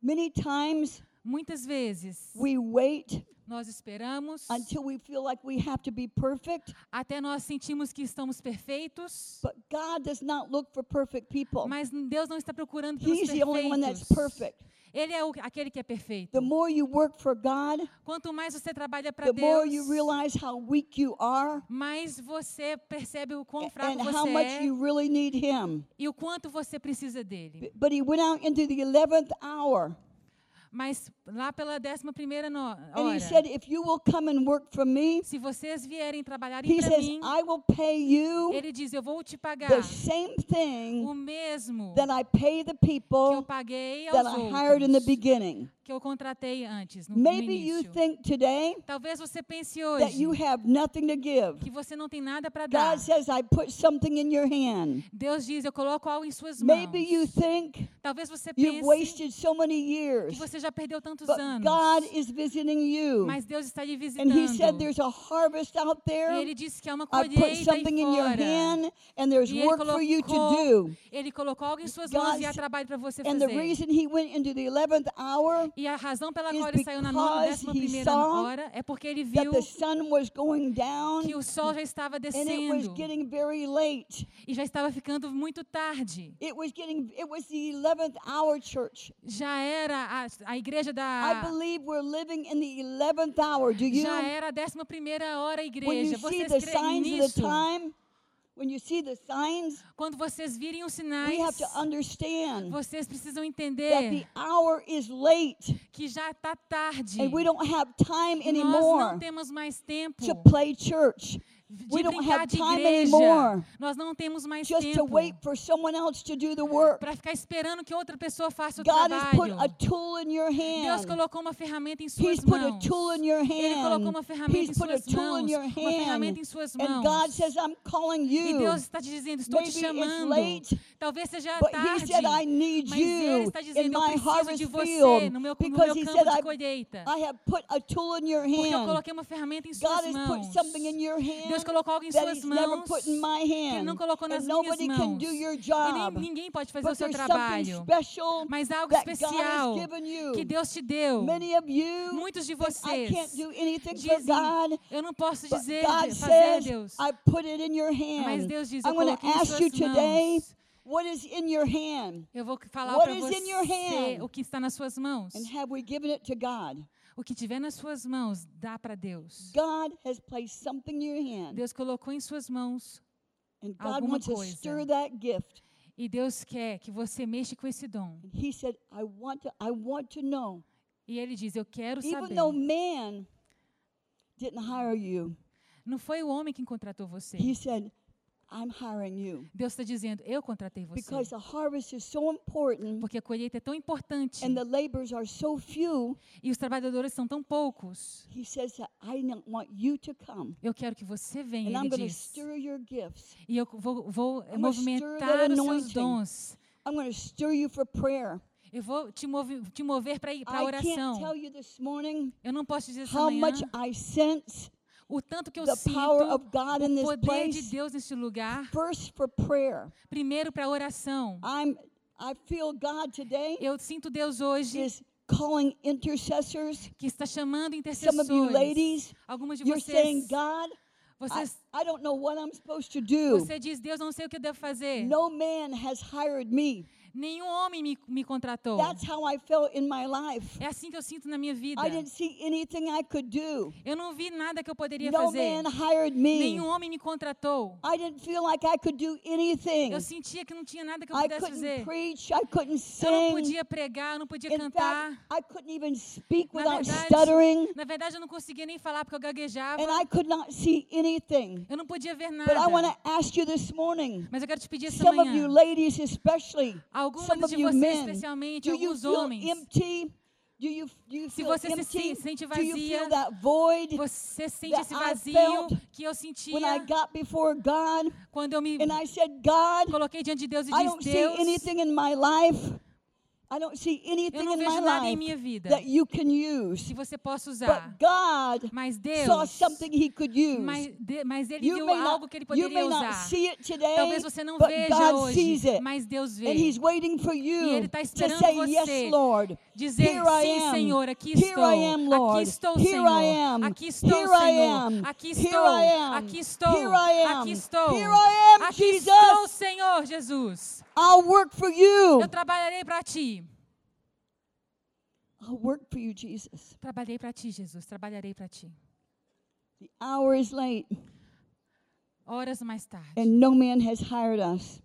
Speaker 4: Many times
Speaker 2: Muitas vezes
Speaker 4: we wait
Speaker 2: nós esperamos
Speaker 4: until we feel like we have to be perfect,
Speaker 2: até nós sentimos que estamos perfeitos,
Speaker 4: but God does not look for perfect people.
Speaker 2: mas Deus não está procurando pelos
Speaker 4: He's the only one that's
Speaker 2: perfeitos.
Speaker 4: perfect.
Speaker 2: Ele é o, aquele que é perfeito.
Speaker 4: The more you work for God,
Speaker 2: Quanto mais você trabalha para
Speaker 4: the more you
Speaker 2: Deus,
Speaker 4: realize how weak you are
Speaker 2: mais você percebe o quão fraco
Speaker 4: and how
Speaker 2: você
Speaker 4: much
Speaker 2: é
Speaker 4: you really need Him.
Speaker 2: e o quanto você precisa dele.
Speaker 4: B- But he went out into the 11th hour
Speaker 2: Mas lá pela 11 primeira no-
Speaker 4: and he
Speaker 2: hora,
Speaker 4: said, If you will come and work for me,
Speaker 2: se vocês vierem trabalhar
Speaker 4: he
Speaker 2: para
Speaker 4: says,
Speaker 2: mim,
Speaker 4: I will pay you
Speaker 2: ele diz, eu vou te pagar
Speaker 4: the same
Speaker 2: o
Speaker 4: thing
Speaker 2: mesmo
Speaker 4: that I pay the
Speaker 2: que eu
Speaker 4: people
Speaker 2: paguei aos
Speaker 4: that I hired in the
Speaker 2: outros,
Speaker 4: beginning.
Speaker 2: que eu contratei antes, no, no
Speaker 4: Maybe you
Speaker 2: início.
Speaker 4: think today
Speaker 2: Talvez você pense
Speaker 4: that you
Speaker 2: hoje
Speaker 4: have nothing to give.
Speaker 2: que você não tem nada para dar.
Speaker 4: God says, I put something in your hand.
Speaker 2: Deus diz, eu coloco algo em suas mãos.
Speaker 4: Maybe you think
Speaker 2: Talvez você
Speaker 4: you've
Speaker 2: pense
Speaker 4: wasted so many
Speaker 2: que
Speaker 4: years.
Speaker 2: você já perdeu tantos
Speaker 4: But
Speaker 2: anos,
Speaker 4: God is visiting you.
Speaker 2: mas Deus está lhe visitando.
Speaker 4: And He said,
Speaker 2: E
Speaker 4: There's a harvest out there.
Speaker 2: Ele disse que há uma
Speaker 4: I put
Speaker 2: colheita aí
Speaker 4: something in your
Speaker 2: fora.
Speaker 4: hand, and there's
Speaker 2: E ele
Speaker 4: work for you to
Speaker 2: colocou,
Speaker 4: do.
Speaker 2: ele colocou algo em suas mãos e há
Speaker 4: God's-
Speaker 2: trabalho para você
Speaker 4: And the
Speaker 2: fazer.
Speaker 4: reason He went into the 11th hour
Speaker 2: E a razão pela
Speaker 4: is
Speaker 2: qual ele saiu na
Speaker 4: because he
Speaker 2: 11
Speaker 4: saw
Speaker 2: hora é porque ele
Speaker 4: that
Speaker 2: viu
Speaker 4: the sun was going
Speaker 2: que
Speaker 4: down
Speaker 2: o sol já estava
Speaker 4: and it was
Speaker 2: descendo
Speaker 4: getting very late.
Speaker 2: e já estava ficando muito tarde.
Speaker 4: It was getting, it was the 11th hour church.
Speaker 2: Já era a, a igreja
Speaker 4: I
Speaker 2: da.
Speaker 4: believe we're living in the 11th hour. Do you?
Speaker 2: Ah. Já era a 11 hora
Speaker 4: When
Speaker 2: igreja.
Speaker 4: you see
Speaker 2: Vocês
Speaker 4: the
Speaker 2: creem
Speaker 4: signs of
Speaker 2: nisso?
Speaker 4: the time, when you see the signs,
Speaker 2: Quando vocês virem os
Speaker 4: we
Speaker 2: sinais,
Speaker 4: have to understand
Speaker 2: vocês precisam
Speaker 4: that the
Speaker 2: entender
Speaker 4: hour is late
Speaker 2: que já está tarde.
Speaker 4: and we don't have time
Speaker 2: E Nós não
Speaker 4: anymore
Speaker 2: temos mais tempo
Speaker 4: to play church,
Speaker 2: de
Speaker 4: we don't
Speaker 2: brincar
Speaker 4: have
Speaker 2: de
Speaker 4: time
Speaker 2: igreja.
Speaker 4: anymore
Speaker 2: Nós não temos mais
Speaker 4: just to
Speaker 2: tempo
Speaker 4: wait for someone else to do the work.
Speaker 2: para ficar esperando que outra pessoa faça o
Speaker 4: God has put
Speaker 2: trabalho.
Speaker 4: a tool in your
Speaker 2: Deus
Speaker 4: hand.
Speaker 2: colocou uma ferramenta em suas
Speaker 4: He's put a
Speaker 2: mãos.
Speaker 4: tool in your
Speaker 2: Ele colocou
Speaker 4: hand.
Speaker 2: uma ferramenta em
Speaker 4: He's put a
Speaker 2: suas
Speaker 4: tool in
Speaker 2: mãos.
Speaker 4: your
Speaker 2: Uma ferramenta em
Speaker 4: hand.
Speaker 2: suas
Speaker 4: And God
Speaker 2: mãos.
Speaker 4: says, I'm calling
Speaker 2: E Deus
Speaker 4: you.
Speaker 2: está dizendo, estou te
Speaker 4: Maybe it's
Speaker 2: chamando.
Speaker 4: late,
Speaker 2: Talvez seja
Speaker 4: But he
Speaker 2: tarde.
Speaker 4: said, I need
Speaker 2: mas Ele
Speaker 4: you
Speaker 2: está dizendo,
Speaker 4: in
Speaker 2: eu
Speaker 4: my
Speaker 2: preciso
Speaker 4: harvest
Speaker 2: de você
Speaker 4: field
Speaker 2: no meu, no meu
Speaker 4: because he said,
Speaker 2: campo de
Speaker 4: I,
Speaker 2: colheita.
Speaker 4: I have put a tool in your
Speaker 2: Porque eu
Speaker 4: hand.
Speaker 2: coloquei uma ferramenta em
Speaker 4: God
Speaker 2: suas
Speaker 4: has
Speaker 2: mãos.
Speaker 4: put something in your hand
Speaker 2: Deus colocou algo em
Speaker 4: that
Speaker 2: suas
Speaker 4: he's never
Speaker 2: mãos
Speaker 4: put in my
Speaker 2: que Ele
Speaker 4: hand.
Speaker 2: não colocou nas
Speaker 4: And
Speaker 2: minhas
Speaker 4: nobody can
Speaker 2: mãos.
Speaker 4: do your
Speaker 2: E nem,
Speaker 4: job.
Speaker 2: ninguém pode fazer o
Speaker 4: But
Speaker 2: seu
Speaker 4: there's something
Speaker 2: trabalho.
Speaker 4: special
Speaker 2: Mas algo
Speaker 4: that God
Speaker 2: especial
Speaker 4: has given
Speaker 2: que
Speaker 4: you.
Speaker 2: Deus te deu.
Speaker 4: Many of you,
Speaker 2: Muitos de
Speaker 4: I
Speaker 2: vocês
Speaker 4: can't do anything for
Speaker 2: dizem,
Speaker 4: God.
Speaker 2: eu não posso
Speaker 4: But
Speaker 2: dizer, fazer,
Speaker 4: God says,
Speaker 2: Deus.
Speaker 4: I put it in your
Speaker 2: Mas
Speaker 4: hand.
Speaker 2: Deus diz, eu
Speaker 4: I'm going to
Speaker 2: coloquei em
Speaker 4: ask
Speaker 2: suas
Speaker 4: you today,
Speaker 2: mãos.
Speaker 4: what is in your hand?
Speaker 2: Eu vou falar
Speaker 4: What
Speaker 2: para
Speaker 4: is in your
Speaker 2: você
Speaker 4: hand?
Speaker 2: o que está nas suas mãos.
Speaker 4: And have we given it to God?
Speaker 2: O que tiver nas suas mãos, dá para Deus.
Speaker 4: God has placed something in your hand,
Speaker 2: Deus colocou em suas mãos
Speaker 4: and God
Speaker 2: alguma
Speaker 4: wants to
Speaker 2: coisa.
Speaker 4: stir that gift.
Speaker 2: e Deus quer que você mexa com esse dom.
Speaker 4: And He said, "I want to. I want to know.
Speaker 2: E ele diz: Eu quero
Speaker 4: Even
Speaker 2: saber.
Speaker 4: though man didn't hire you,
Speaker 2: Não foi o homem que contratou você.
Speaker 4: He said, "I'm hiring you
Speaker 2: Deus está dizendo: Eu contratei você.
Speaker 4: because the harvest is so important,
Speaker 2: Porque a colheita é tão importante
Speaker 4: and the labors are so few."
Speaker 2: e os trabalhadores são tão poucos.
Speaker 4: He says that I don't want you to come,
Speaker 2: Eu quero que você venha,
Speaker 4: and I'm
Speaker 2: ele
Speaker 4: going to
Speaker 2: diz.
Speaker 4: stir your gifts.
Speaker 2: E eu vou, vou
Speaker 4: gonna stir
Speaker 2: movimentar
Speaker 4: that
Speaker 2: os seus
Speaker 4: anointing.
Speaker 2: dons.
Speaker 4: I'm going to stir you for prayer.
Speaker 2: Eu vou te, movi- te mover para a
Speaker 4: I can't
Speaker 2: oração.
Speaker 4: tell you this morning
Speaker 2: Eu não posso te dizer essa
Speaker 4: how
Speaker 2: manhã
Speaker 4: much I sense
Speaker 2: o tanto que eu
Speaker 4: the
Speaker 2: sinto
Speaker 4: power of God in
Speaker 2: o
Speaker 4: this
Speaker 2: poder de
Speaker 4: place.
Speaker 2: Deus neste lugar.
Speaker 4: first for prayer.
Speaker 2: Primeiro para a oração.
Speaker 4: I'm I feel God today
Speaker 2: Eu sinto Deus hoje
Speaker 4: is calling intercessors.
Speaker 2: que está chamando
Speaker 4: Some of you
Speaker 2: intercessores.
Speaker 4: ladies,
Speaker 2: Algumas de
Speaker 4: you're saying,
Speaker 2: vocês,
Speaker 4: God, I,
Speaker 2: vocês
Speaker 4: I don't know what I'm supposed to do.
Speaker 2: Você diz, Deus, eu não sei o que eu devo fazer.
Speaker 4: No man has hired me.
Speaker 2: Nenhum homem me, me contratou.
Speaker 4: That's how I felt in my life.
Speaker 2: É assim que eu sinto na minha vida.
Speaker 4: I didn't see anything I could do.
Speaker 2: Eu não vi nada que eu poderia
Speaker 4: No
Speaker 2: fazer.
Speaker 4: man hired me.
Speaker 2: Nenhum homem me contratou.
Speaker 4: I didn't feel like I could do anything.
Speaker 2: Eu sentia que não tinha nada que eu
Speaker 4: I
Speaker 2: pudesse
Speaker 4: couldn't
Speaker 2: fazer.
Speaker 4: preach. I couldn't
Speaker 2: Eu não
Speaker 4: sing.
Speaker 2: podia pregar, eu não podia
Speaker 4: In fact,
Speaker 2: cantar.
Speaker 4: I couldn't even speak
Speaker 2: Na
Speaker 4: without
Speaker 2: verdade,
Speaker 4: stuttering.
Speaker 2: na verdade, eu não conseguia nem falar porque eu gaguejava.
Speaker 4: And I could not see anything.
Speaker 2: Eu não podia ver nada.
Speaker 4: But I want to ask you this morning,
Speaker 2: Mas eu quero te pedir essa
Speaker 4: some of
Speaker 2: manhã.
Speaker 4: you ladies especially,
Speaker 2: Algumas
Speaker 4: some of
Speaker 2: de
Speaker 4: you
Speaker 2: vocês
Speaker 4: men,
Speaker 2: especialmente,
Speaker 4: do you
Speaker 2: alguns
Speaker 4: feel
Speaker 2: homens.
Speaker 4: empty? Do you, do you
Speaker 2: Se
Speaker 4: feel
Speaker 2: você se
Speaker 4: empty?
Speaker 2: sente
Speaker 4: do you feel
Speaker 2: vazia,
Speaker 4: that void
Speaker 2: Você sente
Speaker 4: that
Speaker 2: esse
Speaker 4: I
Speaker 2: vazio
Speaker 4: felt
Speaker 2: que eu
Speaker 4: when I
Speaker 2: sentia
Speaker 4: got before God
Speaker 2: quando eu me
Speaker 4: and I said, God,
Speaker 2: coloquei diante de Deus e
Speaker 4: I don't
Speaker 2: disse,
Speaker 4: see
Speaker 2: Deus,
Speaker 4: anything in my life. I don't see
Speaker 2: eu
Speaker 4: anything
Speaker 2: não
Speaker 4: in
Speaker 2: vejo
Speaker 4: my
Speaker 2: nada em
Speaker 4: life
Speaker 2: minha vida
Speaker 4: that you can
Speaker 2: que
Speaker 4: use.
Speaker 2: você possa usar.
Speaker 4: But God
Speaker 2: Mas
Speaker 4: saw
Speaker 2: Deus,
Speaker 4: something he could use.
Speaker 2: mas, de, mas ele
Speaker 4: You
Speaker 2: viu
Speaker 4: may
Speaker 2: algo
Speaker 4: not,
Speaker 2: que ele
Speaker 4: you may
Speaker 2: poderia
Speaker 4: not
Speaker 2: usar.
Speaker 4: see it today,
Speaker 2: Talvez você não
Speaker 4: but
Speaker 2: veja
Speaker 4: God
Speaker 2: hoje,
Speaker 4: sees it.
Speaker 2: mas Deus
Speaker 4: And he's
Speaker 2: vê.
Speaker 4: waiting for you
Speaker 2: e ele tá
Speaker 4: to
Speaker 2: esperando
Speaker 4: say,
Speaker 2: você
Speaker 4: yes, Lord.
Speaker 2: Dizer,
Speaker 4: Here I
Speaker 2: sim,
Speaker 4: am.
Speaker 2: Senhor, aqui
Speaker 4: Here
Speaker 2: estou.
Speaker 4: I am, Lord.
Speaker 2: Aqui estou,
Speaker 4: Here
Speaker 2: Senhor.
Speaker 4: I am.
Speaker 2: Aqui estou,
Speaker 4: Here I am.
Speaker 2: Senhor. Aqui
Speaker 4: Here
Speaker 2: estou.
Speaker 4: I am.
Speaker 2: Aqui estou.
Speaker 4: Here I am.
Speaker 2: Aqui estou.
Speaker 4: Here I am,
Speaker 2: Aqui
Speaker 4: Jesus.
Speaker 2: estou, Senhor Jesus.
Speaker 4: I'll work for you.
Speaker 2: Eu trabalharei para ti.
Speaker 4: I'll work for you, Jesus.
Speaker 2: Trabalhei para ti, Jesus. Trabalharei para ti.
Speaker 4: The hour is late,
Speaker 2: Horas mais tarde.
Speaker 4: and no man has hired us.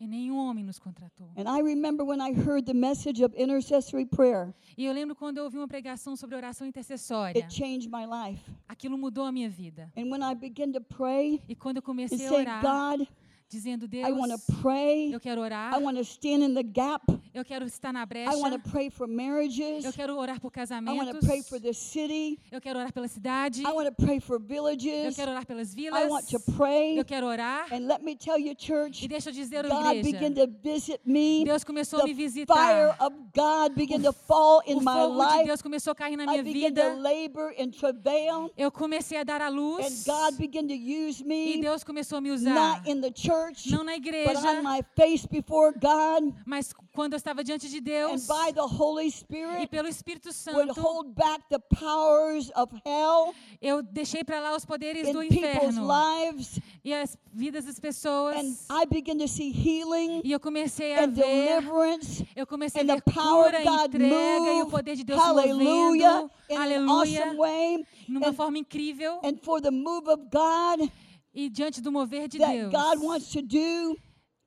Speaker 2: E nenhum homem nos contratou.
Speaker 4: And I remember when I heard the message of intercessory prayer,
Speaker 2: E eu lembro quando eu ouvi uma pregação sobre oração intercessória.
Speaker 4: it changed my life.
Speaker 2: Aquilo mudou a minha vida.
Speaker 4: And when I began to pray
Speaker 2: E quando eu
Speaker 4: and
Speaker 2: comecei a
Speaker 4: say,
Speaker 2: orar,
Speaker 4: God,
Speaker 2: dizendo,
Speaker 4: I want
Speaker 2: Deus,
Speaker 4: to pray,
Speaker 2: eu quero orar,
Speaker 4: I want to stand in the gap,
Speaker 2: eu quero estar na brecha,
Speaker 4: I want to pray for marriages,
Speaker 2: eu quero orar por
Speaker 4: I want
Speaker 2: casamentos,
Speaker 4: to pray for this city,
Speaker 2: eu quero orar pela cidade,
Speaker 4: I want to pray for
Speaker 2: eu
Speaker 4: villages,
Speaker 2: quero orar pelas
Speaker 4: I
Speaker 2: vilas,
Speaker 4: want to pray.
Speaker 2: eu quero orar.
Speaker 4: And let me tell you, church,
Speaker 2: E deixa eu dizer, ô
Speaker 4: God began
Speaker 2: igreja,
Speaker 4: to visit me.
Speaker 2: Deus começou a me
Speaker 4: The fire
Speaker 2: visitar.
Speaker 4: of God began to fall
Speaker 2: O
Speaker 4: in my
Speaker 2: fogo de
Speaker 4: life.
Speaker 2: Deus começou a cair na
Speaker 4: I
Speaker 2: minha
Speaker 4: began to
Speaker 2: vida.
Speaker 4: labor and travail.
Speaker 2: Eu comecei a dar à
Speaker 4: And
Speaker 2: luz.
Speaker 4: God began to use
Speaker 2: E
Speaker 4: me,
Speaker 2: Deus começou a me usar.
Speaker 4: not in the church,
Speaker 2: Não na
Speaker 4: but on
Speaker 2: igreja,
Speaker 4: my face before God
Speaker 2: mas quando eu estava diante de
Speaker 4: and
Speaker 2: Deus
Speaker 4: by the Holy
Speaker 2: e
Speaker 4: Spirit
Speaker 2: pelo Espírito
Speaker 4: would
Speaker 2: Santo,
Speaker 4: hold back the powers of hell
Speaker 2: eu deixei para lá os poderes e do
Speaker 4: in people's
Speaker 2: inferno
Speaker 4: lives.
Speaker 2: e as vidas das
Speaker 4: And
Speaker 2: pessoas.
Speaker 4: I began to see healing
Speaker 2: E eu comecei a
Speaker 4: and
Speaker 2: ver,
Speaker 4: deliverance
Speaker 2: eu comecei a
Speaker 4: and the
Speaker 2: ver
Speaker 4: power
Speaker 2: cura,
Speaker 4: of God
Speaker 2: entrega e o
Speaker 4: move.
Speaker 2: poder de Deus se
Speaker 4: Hallelujah.
Speaker 2: movendo.
Speaker 4: In an
Speaker 2: Aleluia.
Speaker 4: awesome way.
Speaker 2: Numa
Speaker 4: And-
Speaker 2: forma incrível
Speaker 4: And for the move of God
Speaker 2: e diante do mover de
Speaker 4: that
Speaker 2: Deus.
Speaker 4: God wants to do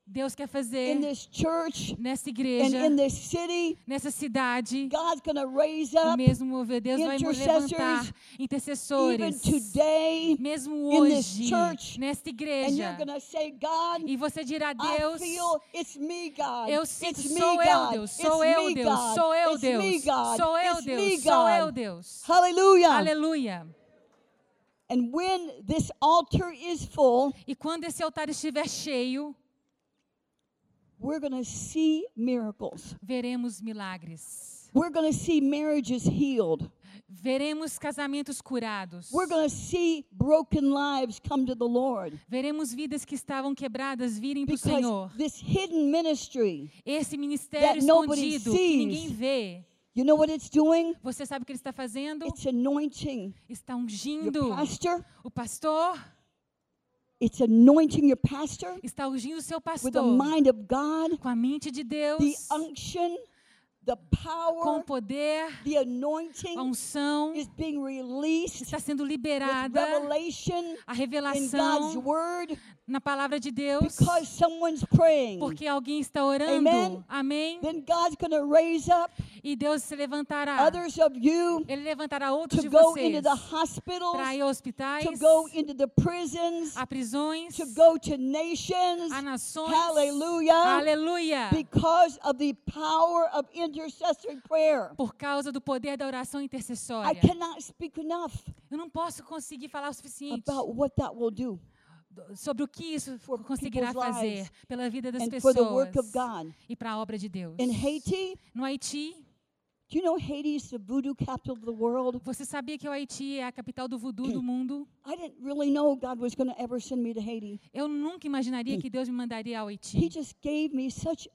Speaker 2: Deus quer fazer
Speaker 4: in this church
Speaker 2: nessa
Speaker 4: and
Speaker 2: igreja,
Speaker 4: in this city,
Speaker 2: nessa cidade.
Speaker 4: God's going to raise
Speaker 2: O
Speaker 4: up
Speaker 2: mesmo mover, Deus vai nos
Speaker 4: intercessors,
Speaker 2: levantar
Speaker 4: even
Speaker 2: intercessores.
Speaker 4: today.
Speaker 2: Mesmo
Speaker 4: in this
Speaker 2: hoje,
Speaker 4: church,
Speaker 2: nesta
Speaker 4: And you're
Speaker 2: igreja.
Speaker 4: going to say, God,
Speaker 2: E você dirá,
Speaker 4: I
Speaker 2: Deus,
Speaker 4: feel it's me, God.
Speaker 2: eu
Speaker 4: it's
Speaker 2: sinto,
Speaker 4: me,
Speaker 2: sou eu,
Speaker 4: God.
Speaker 2: Deus,
Speaker 4: It's
Speaker 2: sou eu,
Speaker 4: me,
Speaker 2: Deus,
Speaker 4: God.
Speaker 2: sou eu,
Speaker 4: it's me,
Speaker 2: Deus,
Speaker 4: God.
Speaker 2: sou eu,
Speaker 4: it's me,
Speaker 2: Deus, sou
Speaker 4: God.
Speaker 2: eu, Deus.
Speaker 4: Hallelujah.
Speaker 2: Aleluia.
Speaker 4: And when this altar is full,
Speaker 2: E quando esse altar estiver cheio,
Speaker 4: we're going to see miracles.
Speaker 2: veremos milagres.
Speaker 4: We're going to see marriages healed.
Speaker 2: Veremos casamentos curados.
Speaker 4: We're going to see broken lives come to the Lord.
Speaker 2: Veremos vidas que estavam quebradas virem para o
Speaker 4: Because
Speaker 2: Senhor.
Speaker 4: this hidden ministry,
Speaker 2: Esse ministério
Speaker 4: that nobody
Speaker 2: escondido
Speaker 4: sees.
Speaker 2: que ninguém vê.
Speaker 4: you know what it's doing?
Speaker 2: Você sabe o que ele está fazendo?
Speaker 4: It's anointing
Speaker 2: Está
Speaker 4: your
Speaker 2: ungindo
Speaker 4: pastor.
Speaker 2: o pastor,
Speaker 4: It's anointing your pastor
Speaker 2: está ungindo o seu
Speaker 4: with the
Speaker 2: pastor
Speaker 4: mind of God,
Speaker 2: com a mente de
Speaker 4: the
Speaker 2: Deus,
Speaker 4: unction, the
Speaker 2: com
Speaker 4: power,
Speaker 2: o poder,
Speaker 4: the anointing
Speaker 2: a unção
Speaker 4: is being released
Speaker 2: está sendo
Speaker 4: with
Speaker 2: liberada,
Speaker 4: revelation
Speaker 2: a
Speaker 4: in God's
Speaker 2: revelação
Speaker 4: word
Speaker 2: na palavra de Deus,
Speaker 4: because someone's praying.
Speaker 2: porque alguém está orando.
Speaker 4: Amen.
Speaker 2: Amém?
Speaker 4: Then God's going to raise up
Speaker 2: E Deus se levantará.
Speaker 4: others of you
Speaker 2: Ele levantará outros
Speaker 4: to
Speaker 2: de
Speaker 4: go into
Speaker 2: vocês
Speaker 4: the hospitals,
Speaker 2: para ir a hospitais,
Speaker 4: to go into the prisons,
Speaker 2: a prisões,
Speaker 4: to go to nations.
Speaker 2: a nações.
Speaker 4: Hallelujah.
Speaker 2: Aleluia.
Speaker 4: because of the power of intercessory prayer.
Speaker 2: Por causa do poder da oração
Speaker 4: I
Speaker 2: intercessória.
Speaker 4: cannot speak enough
Speaker 2: Eu não posso conseguir falar o suficiente
Speaker 4: about what that will do
Speaker 2: do- sobre o que isso
Speaker 4: for
Speaker 2: conseguirá
Speaker 4: people's
Speaker 2: fazer
Speaker 4: lives
Speaker 2: pela vida das
Speaker 4: and for
Speaker 2: pessoas
Speaker 4: the work of God.
Speaker 2: e para a obra de Deus.
Speaker 4: In Haiti,
Speaker 2: No Haiti,
Speaker 4: do you know Haiti is the voodoo capital of the world?
Speaker 2: você sabia que o Haiti é a capital do voodoo
Speaker 4: Mm.
Speaker 2: do mundo?
Speaker 4: I didn't really know God was going to ever send me to Haiti.
Speaker 2: Eu nunca imaginaria que Deus me mandaria ao
Speaker 4: Mm. He
Speaker 2: Haiti.
Speaker 4: just gave me such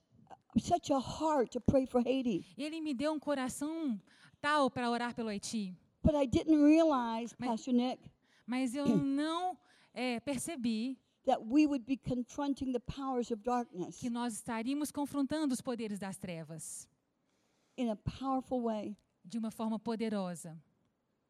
Speaker 4: such a heart to pray for Haiti,
Speaker 2: Ele me deu um coração tal para orar pelo Haiti,
Speaker 4: but I didn't realize,
Speaker 2: Mas-
Speaker 4: Pastor Nick,
Speaker 2: mas eu não eh, percebi
Speaker 4: that we would be confronting the powers of darkness
Speaker 2: que nós estaríamos confrontando os poderes das trevas
Speaker 4: in a powerful way.
Speaker 2: de uma forma poderosa.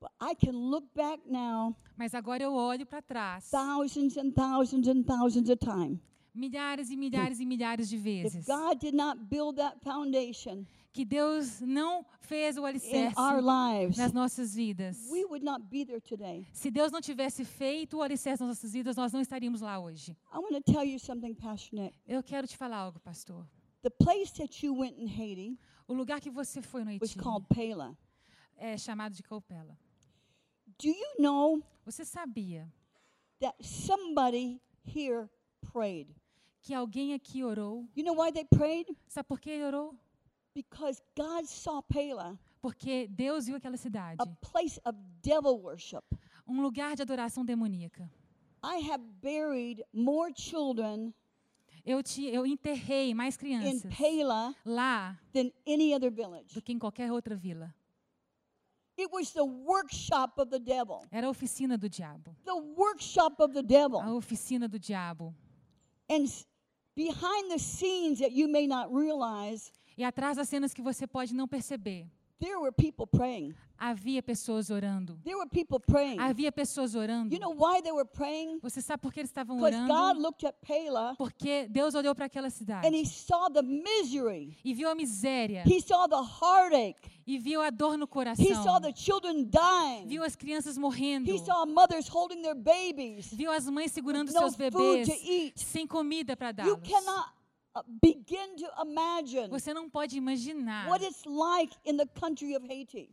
Speaker 4: But I can look back now
Speaker 2: Mas agora eu olho para trás,
Speaker 4: thousands and thousands and thousands of times.
Speaker 2: milhares e milhares e milhares de vezes,
Speaker 4: If God did not build that foundation
Speaker 2: que Deus não fez o
Speaker 4: in
Speaker 2: alicerce
Speaker 4: our lives,
Speaker 2: nas nossas vidas.
Speaker 4: we would not be there today.
Speaker 2: Se Deus não tivesse feito o alicerce nas nossas vidas, nós não estaríamos lá hoje.
Speaker 4: I want to tell you something passionate.
Speaker 2: Eu quero te falar algo, pastor.
Speaker 4: The place that you went in Haiti
Speaker 2: O lugar que você foi no
Speaker 4: was
Speaker 2: Haiti
Speaker 4: called Pela.
Speaker 2: é chamado de Coupela.
Speaker 4: Do you know
Speaker 2: Você sabia
Speaker 4: that somebody here prayed?
Speaker 2: que alguém aqui orou?
Speaker 4: You know why they prayed?
Speaker 2: Sabe por que ele orou?
Speaker 4: Because God saw Pela,
Speaker 2: Porque Deus viu aquela cidade,
Speaker 4: a place of devil worship.
Speaker 2: um lugar de adoração demoníaca.
Speaker 4: I have buried more children
Speaker 2: Eu te, eu enterrei mais
Speaker 4: in
Speaker 2: crianças
Speaker 4: Pela
Speaker 2: lá
Speaker 4: than any other village.
Speaker 2: do que em qualquer outra vila.
Speaker 4: It was the workshop of the devil.
Speaker 2: Era a oficina do diabo.
Speaker 4: The workshop of the
Speaker 2: A
Speaker 4: devil.
Speaker 2: oficina do diabo.
Speaker 4: And s- behind the scenes that you may not realize,
Speaker 2: E atrás das cenas que você pode não perceber,
Speaker 4: there were people praying.
Speaker 2: havia pessoas orando.
Speaker 4: There were people praying.
Speaker 2: Havia pessoas orando.
Speaker 4: You know why they were praying?
Speaker 2: Você sabe por que eles estavam
Speaker 4: Because God
Speaker 2: orando?
Speaker 4: looked at Pela
Speaker 2: Porque Deus olhou para aquela cidade
Speaker 4: and he saw the misery.
Speaker 2: e viu a miséria,
Speaker 4: He saw the heartache.
Speaker 2: e viu a dor no
Speaker 4: He saw
Speaker 2: coração,
Speaker 4: the children dying.
Speaker 2: viu as crianças morrendo,
Speaker 4: He saw mothers holding their babies.
Speaker 2: viu as mães segurando
Speaker 4: with no
Speaker 2: seus
Speaker 4: food
Speaker 2: bebês
Speaker 4: to eat.
Speaker 2: sem comida para
Speaker 4: You
Speaker 2: dá-los.
Speaker 4: cannot uh, begin to imagine
Speaker 2: Você não pode imaginar
Speaker 4: what it's like in the country of Haiti.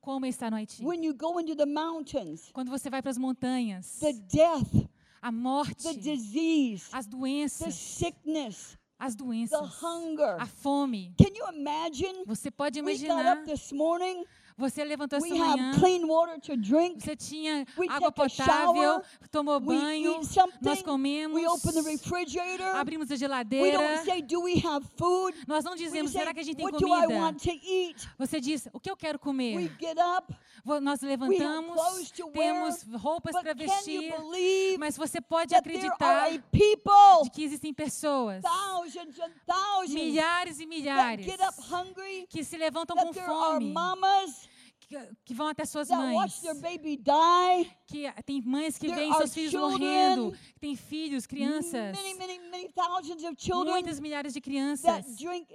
Speaker 2: como está no Haiti.
Speaker 4: When you go into the mountains,
Speaker 2: Quando você vai para as montanhas,
Speaker 4: the death,
Speaker 2: a morte,
Speaker 4: the disease,
Speaker 2: as
Speaker 4: the
Speaker 2: doenças,
Speaker 4: sickness,
Speaker 2: as
Speaker 4: the
Speaker 2: doenças,
Speaker 4: hunger.
Speaker 2: a fome.
Speaker 4: Can you imagine?
Speaker 2: Você pode
Speaker 4: We got up
Speaker 2: imaginar,
Speaker 4: this morning.
Speaker 2: você levantou essa
Speaker 4: We have
Speaker 2: manhã,
Speaker 4: clean water to drink.
Speaker 2: Você tinha
Speaker 4: We
Speaker 2: água
Speaker 4: take a
Speaker 2: potável,
Speaker 4: shower,
Speaker 2: tomou
Speaker 4: We
Speaker 2: banho,
Speaker 4: eat something.
Speaker 2: nós comemos,
Speaker 4: We open the refrigerator.
Speaker 2: abrimos a
Speaker 4: We
Speaker 2: geladeira.
Speaker 4: don't say, "Do we have food?"
Speaker 2: Nós não
Speaker 4: We
Speaker 2: dizemos,
Speaker 4: say,
Speaker 2: será que a gente tem
Speaker 4: "What do I
Speaker 2: comida?
Speaker 4: want to eat?"
Speaker 2: Você diz, o que eu quero
Speaker 4: We
Speaker 2: comer?
Speaker 4: get up.
Speaker 2: Vo- Nós
Speaker 4: clothes
Speaker 2: levantamos,
Speaker 4: to wear,
Speaker 2: temos roupas
Speaker 4: But
Speaker 2: para
Speaker 4: can you
Speaker 2: vestir,
Speaker 4: believe
Speaker 2: mas você pode
Speaker 4: that there are
Speaker 2: acreditar
Speaker 4: a
Speaker 2: de
Speaker 4: people,
Speaker 2: que existem pessoas,
Speaker 4: thousands and thousands,
Speaker 2: milhares e
Speaker 4: that
Speaker 2: milhares,
Speaker 4: get up hungry?
Speaker 2: que se levantam com
Speaker 4: That there are
Speaker 2: fome,
Speaker 4: mamas
Speaker 2: que, que vão até suas
Speaker 4: that
Speaker 2: mães,
Speaker 4: watch their baby die.
Speaker 2: que tem mães que
Speaker 4: There
Speaker 2: veem
Speaker 4: are
Speaker 2: seus filhos
Speaker 4: children,
Speaker 2: morrendo, que tem filhos, crianças.
Speaker 4: Many, many, many thousands of children
Speaker 2: muitas milhares de
Speaker 4: that
Speaker 2: crianças
Speaker 4: drink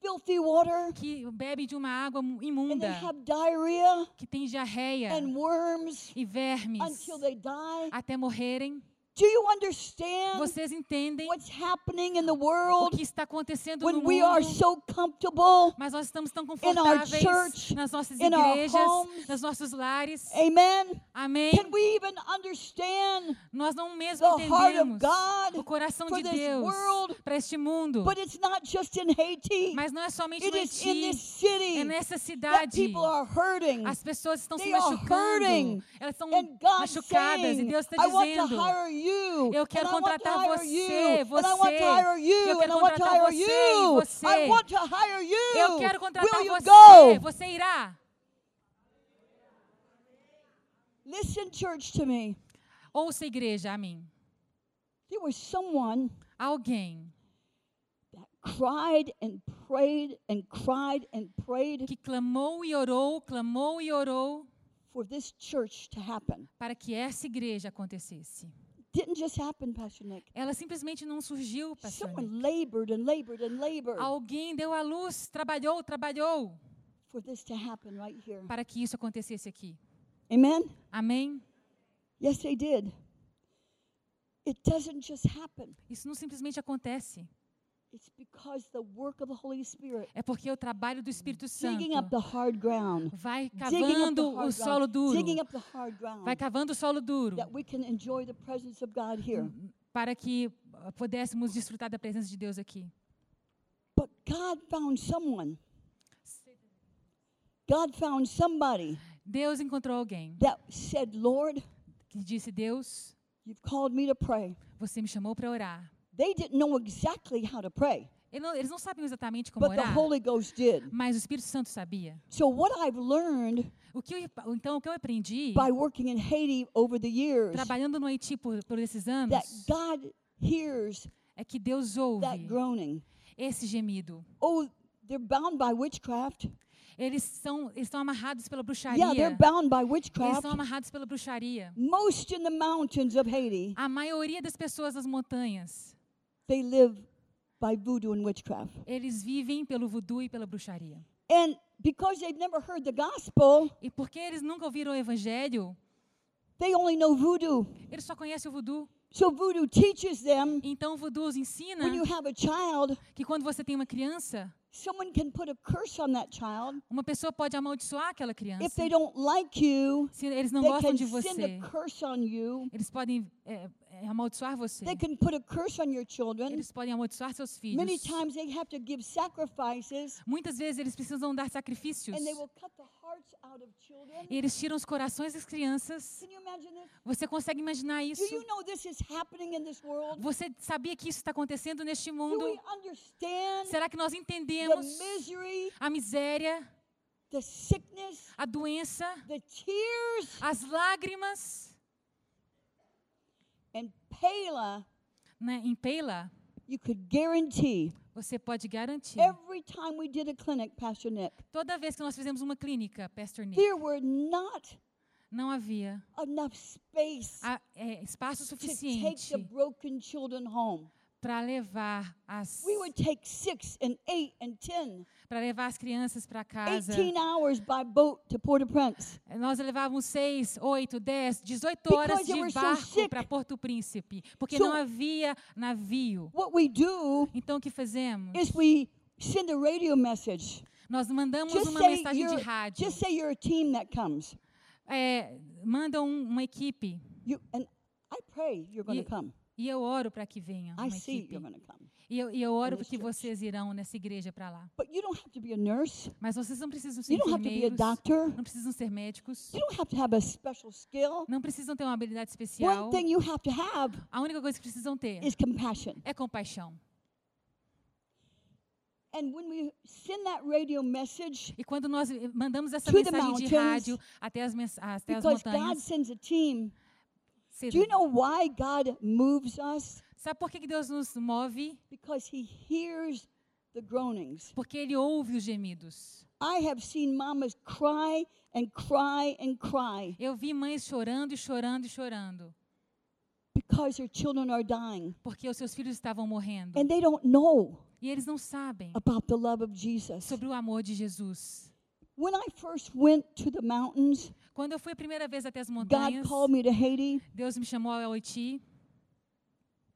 Speaker 4: filthy water
Speaker 2: que bebem de uma água mu-
Speaker 4: and they
Speaker 2: imunda,
Speaker 4: have diarrhea
Speaker 2: que tem diarreia
Speaker 4: and worms
Speaker 2: e vermes
Speaker 4: until they die.
Speaker 2: até morrerem.
Speaker 4: Do you understand
Speaker 2: Vocês entendem
Speaker 4: what's happening in the
Speaker 2: o
Speaker 4: world
Speaker 2: que está acontecendo no
Speaker 4: when we are
Speaker 2: mundo?
Speaker 4: so comfortable?
Speaker 2: Mas nós estamos tão
Speaker 4: our
Speaker 2: confortáveis
Speaker 4: church,
Speaker 2: nas nossas
Speaker 4: in our
Speaker 2: igrejas,
Speaker 4: homes.
Speaker 2: nos nossos lares.
Speaker 4: Amen.
Speaker 2: Amém.
Speaker 4: Can we even understand?
Speaker 2: Nós não mesmo
Speaker 4: the heart of
Speaker 2: entendemos
Speaker 4: God
Speaker 2: o coração
Speaker 4: for
Speaker 2: de
Speaker 4: this
Speaker 2: Deus
Speaker 4: world,
Speaker 2: para este mundo.
Speaker 4: But it's not just in Haiti.
Speaker 2: Mas não é somente
Speaker 4: It
Speaker 2: no
Speaker 4: is in
Speaker 2: Haiti,
Speaker 4: this city
Speaker 2: é nessa
Speaker 4: that
Speaker 2: cidade.
Speaker 4: people are hurting.
Speaker 2: As pessoas estão se
Speaker 4: They are hurting.
Speaker 2: machucando. Elas estão
Speaker 4: And God's
Speaker 2: machucadas. E
Speaker 4: saying,
Speaker 2: Deus está
Speaker 4: I want to
Speaker 2: dizendo:
Speaker 4: hire you.
Speaker 2: Eu quero
Speaker 4: and I want to
Speaker 2: contratar
Speaker 4: hire
Speaker 2: você,
Speaker 4: you. And I want to
Speaker 2: você.
Speaker 4: hire you.
Speaker 2: Eu
Speaker 4: and I
Speaker 2: quero
Speaker 4: want to
Speaker 2: contratar você
Speaker 4: hire
Speaker 2: e
Speaker 4: you. I
Speaker 2: você.
Speaker 4: want to hire you.
Speaker 2: Eu quero contratar
Speaker 4: Will you
Speaker 2: você.
Speaker 4: go?
Speaker 2: Você irá.
Speaker 4: Listen, church, to me.
Speaker 2: Ouça, igreja, a mim.
Speaker 4: There was someone
Speaker 2: Alguém
Speaker 4: cried and prayed and cried and prayed
Speaker 2: que clamou e orou, clamou e orou
Speaker 4: for this church to happen.
Speaker 2: para que essa igreja acontecesse.
Speaker 4: Didn't just happen, Pastor Nick.
Speaker 2: Ela simplesmente não surgiu, pastor. Nick.
Speaker 4: Someone labored and labored and labored
Speaker 2: Alguém deu à luz, trabalhou, trabalhou
Speaker 4: for this to happen right here.
Speaker 2: para que isso acontecesse aqui.
Speaker 4: Amen?
Speaker 2: Amém?
Speaker 4: Yes, they did. It doesn't just happen,
Speaker 2: Isso não simplesmente acontece.
Speaker 4: it's because the work of the Holy Spirit
Speaker 2: É porque o trabalho do Espírito
Speaker 4: digging up
Speaker 2: Santo
Speaker 4: the hard ground,
Speaker 2: vai
Speaker 4: digging up the
Speaker 2: cavando o
Speaker 4: hard
Speaker 2: solo
Speaker 4: ground,
Speaker 2: duro.
Speaker 4: digging up the hard ground
Speaker 2: Vai cavando o solo duro
Speaker 4: that we can enjoy the presence of God here.
Speaker 2: para que ah, pudéssemos desfrutar da presença de Deus aqui.
Speaker 4: But God found someone. God found somebody
Speaker 2: Deus encontrou alguém
Speaker 4: that said, Lord,
Speaker 2: que disse: Deus,
Speaker 4: you've called me to pray.
Speaker 2: você me chamou para orar.
Speaker 4: They didn't know exactly how to pray.
Speaker 2: Ele não- Eles não sabiam exatamente como
Speaker 4: but the
Speaker 2: orar,
Speaker 4: Holy Ghost did.
Speaker 2: mas o Espírito Santo sabia.
Speaker 4: So, what I've learned
Speaker 2: O que eu, então, o que eu aprendi
Speaker 4: by working in Haiti over the years
Speaker 2: trabalhando no Haiti por, por esses
Speaker 4: that
Speaker 2: anos
Speaker 4: God hears
Speaker 2: é que Deus
Speaker 4: that
Speaker 2: ouve
Speaker 4: groaning.
Speaker 2: esse gemido.
Speaker 4: Oh, they're bound by witchcraft.
Speaker 2: Eles são, eles estão amarrados pela
Speaker 4: Yeah,
Speaker 2: bruxaria.
Speaker 4: they're bound by
Speaker 2: Eles
Speaker 4: witchcraft.
Speaker 2: estão amarrados pela bruxaria.
Speaker 4: Most in the mountains of Haiti,
Speaker 2: A maioria das pessoas das montanhas,
Speaker 4: they live by voodoo and witchcraft.
Speaker 2: eles vivem pelo voodoo e pela bruxaria.
Speaker 4: And because they've never heard the gospel,
Speaker 2: E porque eles nunca ouviram o evangelho,
Speaker 4: they only know voodoo.
Speaker 2: eles só conhecem o voodoo.
Speaker 4: So voodoo teaches them
Speaker 2: Então o voodoo os ensina
Speaker 4: when you have a child,
Speaker 2: que quando você tem uma criança,
Speaker 4: someone can put a curse on that child.
Speaker 2: uma pessoa pode amaldiçoar aquela
Speaker 4: If
Speaker 2: criança.
Speaker 4: they don't like you,
Speaker 2: Se eles não
Speaker 4: they
Speaker 2: gostam
Speaker 4: can
Speaker 2: de
Speaker 4: send
Speaker 2: você,
Speaker 4: a curse on you.
Speaker 2: eles podem é, é, amaldiçoar você.
Speaker 4: They can put a curse on your children.
Speaker 2: Eles podem amaldiçoar seus
Speaker 4: Many
Speaker 2: filhos.
Speaker 4: times they have to give sacrifices
Speaker 2: Muitas vezes eles precisam dar sacrifícios.
Speaker 4: and they will cut the hearts out of children.
Speaker 2: E eles tiram os corações das crianças.
Speaker 4: Can you imagine this?
Speaker 2: Você consegue imaginar isso?
Speaker 4: Do you know this is happening in this world?
Speaker 2: Você sabia que isso está acontecendo neste
Speaker 4: Do
Speaker 2: mundo?
Speaker 4: we understand
Speaker 2: Será que nós
Speaker 4: the
Speaker 2: entendemos
Speaker 4: misery,
Speaker 2: a miséria,
Speaker 4: the sickness,
Speaker 2: a doença,
Speaker 4: the tears?
Speaker 2: as lágrimas?
Speaker 4: And Pela,
Speaker 2: Né? Em Pela,
Speaker 4: you could guarantee
Speaker 2: você pode garantir.
Speaker 4: every time we did a clinic, Pastor Nick,
Speaker 2: Toda vez que nós fizemos uma clínica, Pastor Nick,
Speaker 4: there were not
Speaker 2: não havia
Speaker 4: enough space
Speaker 2: a- é, espaço
Speaker 4: to take
Speaker 2: suficiente
Speaker 4: the broken children home.
Speaker 2: para levar as
Speaker 4: We would take six and eight and ten,
Speaker 2: para levar as crianças para casa.
Speaker 4: 18 hours by boat to Port au Prince.
Speaker 2: Nós levávamos 6, 8, 10, 18
Speaker 4: Because
Speaker 2: horas
Speaker 4: they were
Speaker 2: de
Speaker 4: so
Speaker 2: barco
Speaker 4: sick.
Speaker 2: para Porto Príncipe, porque
Speaker 4: So-
Speaker 2: não havia navio.
Speaker 4: What we do
Speaker 2: Então o que fazemos?
Speaker 4: is we send a radio message.
Speaker 2: Nós mandamos
Speaker 4: Just
Speaker 2: uma
Speaker 4: say,
Speaker 2: mensagem de
Speaker 4: you're,
Speaker 2: rádio.
Speaker 4: just say you're a team that comes.
Speaker 2: É, manda um- uma equipe
Speaker 4: You and I pray you're going
Speaker 2: Ye-
Speaker 4: to come.
Speaker 2: e eu oro para que venha
Speaker 4: I
Speaker 2: uma
Speaker 4: see
Speaker 2: equipe.
Speaker 4: you're going to come.
Speaker 2: E eu, e eu oro
Speaker 4: in this
Speaker 2: que
Speaker 4: church.
Speaker 2: vocês irão nessa igreja para lá.
Speaker 4: But you don't have to be a nurse.
Speaker 2: Mas vocês não precisam ser
Speaker 4: You don't have to be a
Speaker 2: enfermeiros,
Speaker 4: doctor.
Speaker 2: não precisam ser médicos,
Speaker 4: You don't have to have a special skill.
Speaker 2: não precisam ter uma habilidade
Speaker 4: One
Speaker 2: especial.
Speaker 4: thing you have to have
Speaker 2: A única coisa que precisam ter
Speaker 4: is compassion.
Speaker 2: é compaixão.
Speaker 4: And when we send that radio message,
Speaker 2: E quando nós eh, mandamos essa
Speaker 4: To the
Speaker 2: mensagem de
Speaker 4: mountains,
Speaker 2: rádio até as, mens- até as
Speaker 4: because God
Speaker 2: montanhas,
Speaker 4: sends a team,
Speaker 2: cedo.
Speaker 4: do you know why God moves us?
Speaker 2: sabe por que que Deus nos move?
Speaker 4: Because He hears the groanings.
Speaker 2: Porque Ele ouve os gemidos.
Speaker 4: I have seen mamas cry and cry and cry
Speaker 2: Eu vi mães chorando e chorando e chorando,
Speaker 4: because their children are dying
Speaker 2: porque os seus filhos estavam morrendo.
Speaker 4: and they don't know
Speaker 2: E eles não sabem
Speaker 4: about the love of Jesus.
Speaker 2: sobre o amor de Jesus.
Speaker 4: When I first went to the mountains,
Speaker 2: Quando eu fui a primeira vez até as
Speaker 4: God
Speaker 2: montanhas,
Speaker 4: called me to Haiti.
Speaker 2: Deus me chamou ao Haiti.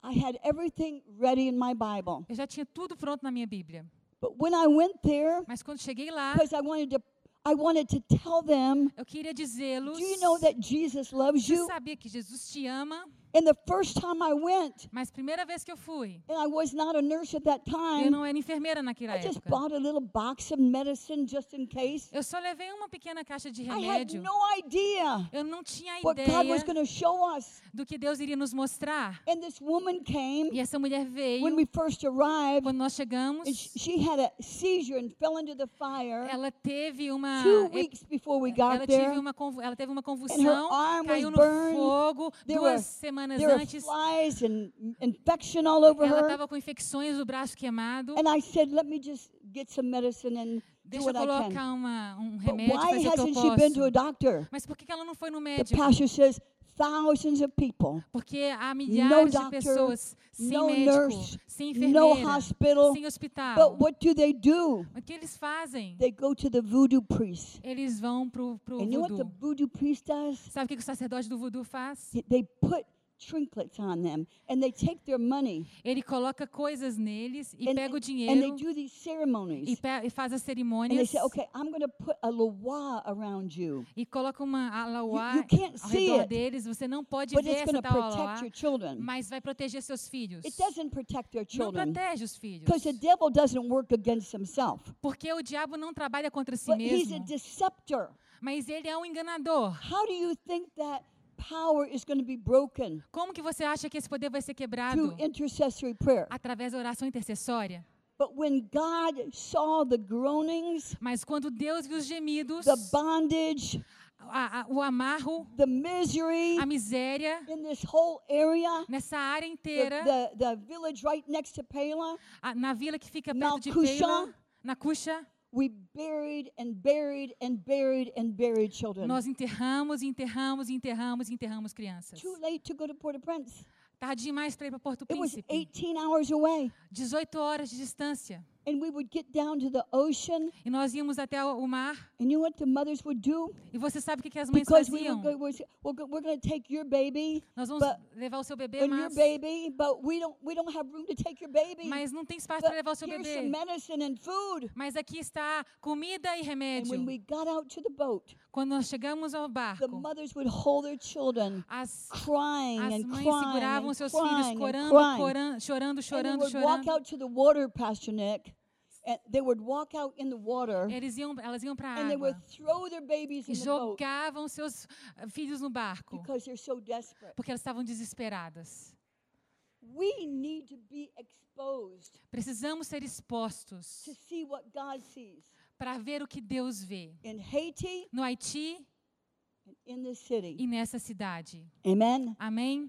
Speaker 4: I had everything ready in my Bible.
Speaker 2: Eu já tinha tudo pronto na minha Bíblia.
Speaker 4: But when I went there,
Speaker 2: Mas quando cheguei lá,
Speaker 4: because I wanted to I wanted to tell them,
Speaker 2: eu queria dizê-los.
Speaker 4: do you know that Jesus loves
Speaker 2: Você
Speaker 4: you?
Speaker 2: sabia que Jesus te ama,
Speaker 4: And the first time I went,
Speaker 2: mas primeira vez que eu fui,
Speaker 4: and I was not a nurse at that
Speaker 2: eu
Speaker 4: time,
Speaker 2: não era enfermeira naquela
Speaker 4: I just
Speaker 2: época.
Speaker 4: bought a little box of medicine just in case.
Speaker 2: Eu só levei uma pequena caixa de
Speaker 4: I had
Speaker 2: remédio.
Speaker 4: no idea
Speaker 2: Eu não tinha
Speaker 4: what God was
Speaker 2: ideia
Speaker 4: going to show us.
Speaker 2: do que Deus iria nos mostrar.
Speaker 4: And this woman came
Speaker 2: E essa mulher
Speaker 4: when
Speaker 2: veio
Speaker 4: we first arrived,
Speaker 2: quando nós
Speaker 4: and sh-
Speaker 2: chegamos.
Speaker 4: she had a seizure and fell into the fire
Speaker 2: Ela teve uma
Speaker 4: two weeks before we
Speaker 2: ela
Speaker 4: got
Speaker 2: teve
Speaker 4: there.
Speaker 2: uma convu- ela teve uma
Speaker 4: And her
Speaker 2: convulsão,
Speaker 4: arm was
Speaker 2: caiu no
Speaker 4: burned.
Speaker 2: fogo
Speaker 4: There
Speaker 2: duas
Speaker 4: were-
Speaker 2: semanas
Speaker 4: There were
Speaker 2: antes.
Speaker 4: flies and infection all over
Speaker 2: Ela
Speaker 4: her.
Speaker 2: estava com infecções, o braço queimado.
Speaker 4: And I said, let me just get some medicine and do
Speaker 2: Deixa eu
Speaker 4: what I can.
Speaker 2: colocar uma, um
Speaker 4: But
Speaker 2: remédio,
Speaker 4: why
Speaker 2: fazer o que eu
Speaker 4: hasn't she been to
Speaker 2: posso.
Speaker 4: a doctor?
Speaker 2: Mas por que que ela não foi no
Speaker 4: The
Speaker 2: médico?
Speaker 4: pastor says thousands of people.
Speaker 2: Porque há milhares de
Speaker 4: doctor,
Speaker 2: pessoas sem
Speaker 4: no
Speaker 2: médico,
Speaker 4: nurse,
Speaker 2: sem
Speaker 4: no
Speaker 2: enfermeira,
Speaker 4: hospital.
Speaker 2: sem hospital.
Speaker 4: But what do they do?
Speaker 2: O que eles fazem?
Speaker 4: They go to the voodoo priest.
Speaker 2: Eles vão pro, pro
Speaker 4: And you know what the
Speaker 2: voodoo.
Speaker 4: voodoo priest does?
Speaker 2: Sabe o que que o sacerdote do voodoo faz?
Speaker 4: He- They put trinkets on them and they take their money
Speaker 2: Ele coloca coisas neles e
Speaker 4: and,
Speaker 2: pega o
Speaker 4: and they
Speaker 2: dinheiro
Speaker 4: do these
Speaker 2: e,
Speaker 4: ceremonies.
Speaker 2: pe- e faz as
Speaker 4: And they
Speaker 2: cerimônias
Speaker 4: say, okay, I'm going to put a lawa around you,
Speaker 2: e coloca uma alauá
Speaker 4: You- you can't
Speaker 2: ao
Speaker 4: see
Speaker 2: redor
Speaker 4: it,
Speaker 2: deles. Você não pode
Speaker 4: but
Speaker 2: ver
Speaker 4: it's
Speaker 2: essa
Speaker 4: going to
Speaker 2: tal alauá,
Speaker 4: protect your children.
Speaker 2: mas vai proteger seus filhos.
Speaker 4: It doesn't protect their
Speaker 2: Não
Speaker 4: children.
Speaker 2: protege os filhos.
Speaker 4: Because the devil doesn't work against himself.
Speaker 2: Porque o diabo não trabalha contra si
Speaker 4: But he's a
Speaker 2: mesmo,
Speaker 4: deceptor.
Speaker 2: mas ele é um enganador.
Speaker 4: How do you think that power is going to be broken
Speaker 2: Como que você acha que esse poder vai ser quebrado?
Speaker 4: through intercessory prayer?
Speaker 2: Através da oração intercessória.
Speaker 4: But when God saw the groanings,
Speaker 2: Mas quando Deus viu os gemidos,
Speaker 4: the bondage,
Speaker 2: a- a- o amarro,
Speaker 4: the misery
Speaker 2: a miséria
Speaker 4: in this whole area,
Speaker 2: nessa área inteira,
Speaker 4: the, the, the village right next to Pela,
Speaker 2: a- na vila que fica
Speaker 4: Na
Speaker 2: perto de
Speaker 4: Cuxa.
Speaker 2: Peila, na Cuxa,
Speaker 4: we buried and buried and buried and buried children.
Speaker 2: nós enterramos, enterramos, enterramos, enterramos crianças.
Speaker 4: Too late to go to Port-au-Prince.
Speaker 2: Tarde demais para ir para Porto
Speaker 4: It was
Speaker 2: Príncipe,
Speaker 4: 18 hours away.
Speaker 2: 18 horas de distância.
Speaker 4: And we would get down to the ocean,
Speaker 2: E nós íamos até o o mar,
Speaker 4: and you know what the mothers would do?
Speaker 2: e você sabe o que, que as mães
Speaker 4: Because we
Speaker 2: faziam?
Speaker 4: would go, we're, we're going to take your baby
Speaker 2: Nós vamos
Speaker 4: but-
Speaker 2: levar o seu bebê,
Speaker 4: and your
Speaker 2: mas,
Speaker 4: baby, but we don't we don't have room to take your baby.
Speaker 2: mas não tem espaço
Speaker 4: But
Speaker 2: para levar o seu
Speaker 4: here's
Speaker 2: bebê.
Speaker 4: some medicine and food.
Speaker 2: Mas aqui está comida e
Speaker 4: And
Speaker 2: remédio.
Speaker 4: when we got out to the boat,
Speaker 2: Quando nós chegamos ao
Speaker 4: the
Speaker 2: barco,
Speaker 4: mothers would hold their children,
Speaker 2: as,
Speaker 4: crying
Speaker 2: as
Speaker 4: and
Speaker 2: mães
Speaker 4: crying
Speaker 2: seguravam
Speaker 4: and
Speaker 2: seus filhos,
Speaker 4: crying and
Speaker 2: corando,
Speaker 4: crying.
Speaker 2: coran- chorando,
Speaker 4: And they
Speaker 2: chorando,
Speaker 4: would walk
Speaker 2: chorando.
Speaker 4: out to the water, Pastor Nick. And they would walk out in the water,
Speaker 2: Eles iam, elas iam para a
Speaker 4: and they would
Speaker 2: água
Speaker 4: throw their babies
Speaker 2: e
Speaker 4: in the boat
Speaker 2: jogavam seus eh, filhos no barco,
Speaker 4: because they're so desperate.
Speaker 2: porque elas estavam desesperadas.
Speaker 4: We need to be exposed
Speaker 2: Precisamos ser expostos
Speaker 4: to see what God sees
Speaker 2: para ver o que Deus vê
Speaker 4: in Haiti
Speaker 2: no Haiti
Speaker 4: and in this city.
Speaker 2: e nessa cidade.
Speaker 4: Amen.
Speaker 2: Amém?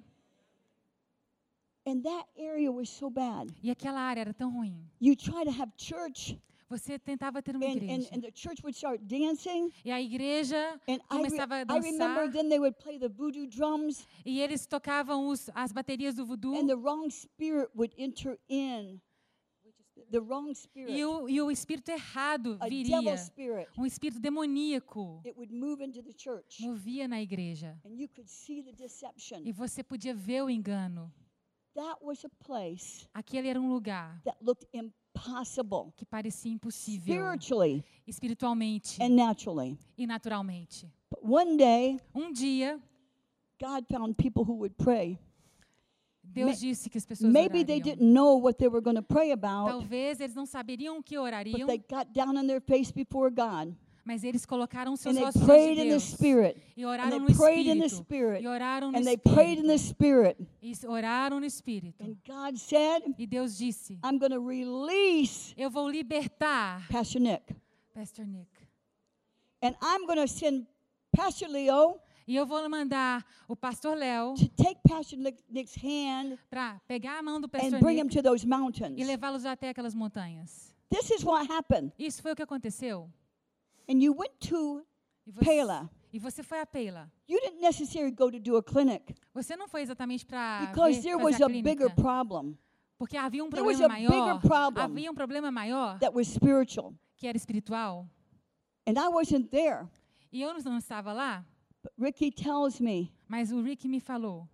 Speaker 4: And that area was so bad.
Speaker 2: E aquela área era tão ruim.
Speaker 4: You try to have church,
Speaker 2: Você tentava ter uma
Speaker 4: and, and,
Speaker 2: igreja.
Speaker 4: and the church would start dancing.
Speaker 2: E a igreja
Speaker 4: And I, re-
Speaker 2: começava a
Speaker 4: I remember
Speaker 2: dançar
Speaker 4: then they would play the voodoo drums,
Speaker 2: e eles tocavam os, as baterias do voodoo
Speaker 4: and the wrong spirit would enter in. The wrong spirit,
Speaker 2: e o, e o espírito errado
Speaker 4: a
Speaker 2: viria.
Speaker 4: devil spirit,
Speaker 2: Um espírito demoníaco
Speaker 4: it would move into the church.
Speaker 2: movia na igreja.
Speaker 4: And you could see the
Speaker 2: E
Speaker 4: deception.
Speaker 2: você podia ver o engano.
Speaker 4: That was a place
Speaker 2: Aquele era um lugar
Speaker 4: that looked impossible
Speaker 2: que parecia impossível
Speaker 4: spiritually
Speaker 2: espiritualmente
Speaker 4: and naturally.
Speaker 2: e naturalmente.
Speaker 4: But one day,
Speaker 2: Um dia,
Speaker 4: God found people who would pray.
Speaker 2: Deus disse que as pessoas
Speaker 4: Maybe they
Speaker 2: orariam.
Speaker 4: didn't know what they were going to pray about,
Speaker 2: Talvez eles não saberiam o que
Speaker 4: but
Speaker 2: orariam,
Speaker 4: they got down on their face before God
Speaker 2: mas eles colocaram seus
Speaker 4: and
Speaker 2: olhos
Speaker 4: they
Speaker 2: diante
Speaker 4: prayed
Speaker 2: de
Speaker 4: in the
Speaker 2: Deus.
Speaker 4: Spirit.
Speaker 2: E oraram
Speaker 4: they
Speaker 2: no
Speaker 4: prayed in the
Speaker 2: Espírito.
Speaker 4: Spirit,
Speaker 2: E oraram no
Speaker 4: And they prayed in the
Speaker 2: Espírito.
Speaker 4: Spirit.
Speaker 2: E s- oraram no Espírito.
Speaker 4: And God said,
Speaker 2: E Deus disse:
Speaker 4: I'm going to release
Speaker 2: Eu vou libertar
Speaker 4: Pastor Nick,
Speaker 2: Pastor Nick.
Speaker 4: and I'm going to send Pastor Leo
Speaker 2: E eu vou mandar o pastor Léo
Speaker 4: to take Pastor Nick- Nick's hand
Speaker 2: para pegar a mão do pastor
Speaker 4: and bring him
Speaker 2: Nick
Speaker 4: to those
Speaker 2: e
Speaker 4: mountains.
Speaker 2: levá-los até aquelas montanhas.
Speaker 4: This is what happened.
Speaker 2: Isso foi o que aconteceu.
Speaker 4: And you went to,
Speaker 2: E você,
Speaker 4: Pela.
Speaker 2: E você foi a Pela.
Speaker 4: you didn't necessarily go to do a clinic
Speaker 2: Você não foi exatamente para
Speaker 4: because there was
Speaker 2: fazer Ah, a
Speaker 4: a bigger
Speaker 2: clínica,
Speaker 4: problem
Speaker 2: porque havia um
Speaker 4: there was
Speaker 2: problema
Speaker 4: a bigger
Speaker 2: maior.
Speaker 4: problem
Speaker 2: Havia um problema maior
Speaker 4: that was spiritual.
Speaker 2: que era espiritual.
Speaker 4: And I wasn't there.
Speaker 2: E eu não estava lá,
Speaker 4: But Ricky tells me
Speaker 2: mas o Rick me falou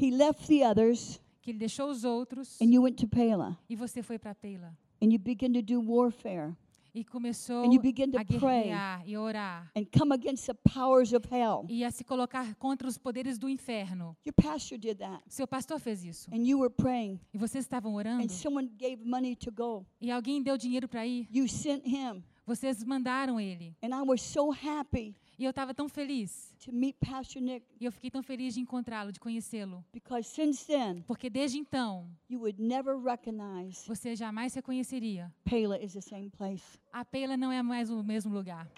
Speaker 4: he left the others
Speaker 2: que ele deixou os outros
Speaker 4: and you went to Pela
Speaker 2: e você foi para Pela
Speaker 4: and you begin to do warfare
Speaker 2: e começou
Speaker 4: And you begin to
Speaker 2: a
Speaker 4: pray.
Speaker 2: guerrear e orar
Speaker 4: and come against the powers of hell.
Speaker 2: e a se colocar contra os poderes do inferno.
Speaker 4: Your pastor did that.
Speaker 2: Seu pastor fez isso.
Speaker 4: And you were praying
Speaker 2: E vocês estavam
Speaker 4: and
Speaker 2: orando
Speaker 4: someone gave money to go.
Speaker 2: e alguém deu dinheiro para ir.
Speaker 4: You sent him.
Speaker 2: Vocês mandaram ele.
Speaker 4: And I was so happy
Speaker 2: E eu estava tão feliz.
Speaker 4: to meet Pastor Nick
Speaker 2: E eu fiquei tão feliz de encontrá-lo, de conhecê-lo.
Speaker 4: because since then
Speaker 2: Porque desde então,
Speaker 4: you would never recognize
Speaker 2: você jamais reconheceria.
Speaker 4: Pela is the same place.
Speaker 2: A Pela não é mais o mesmo lugar.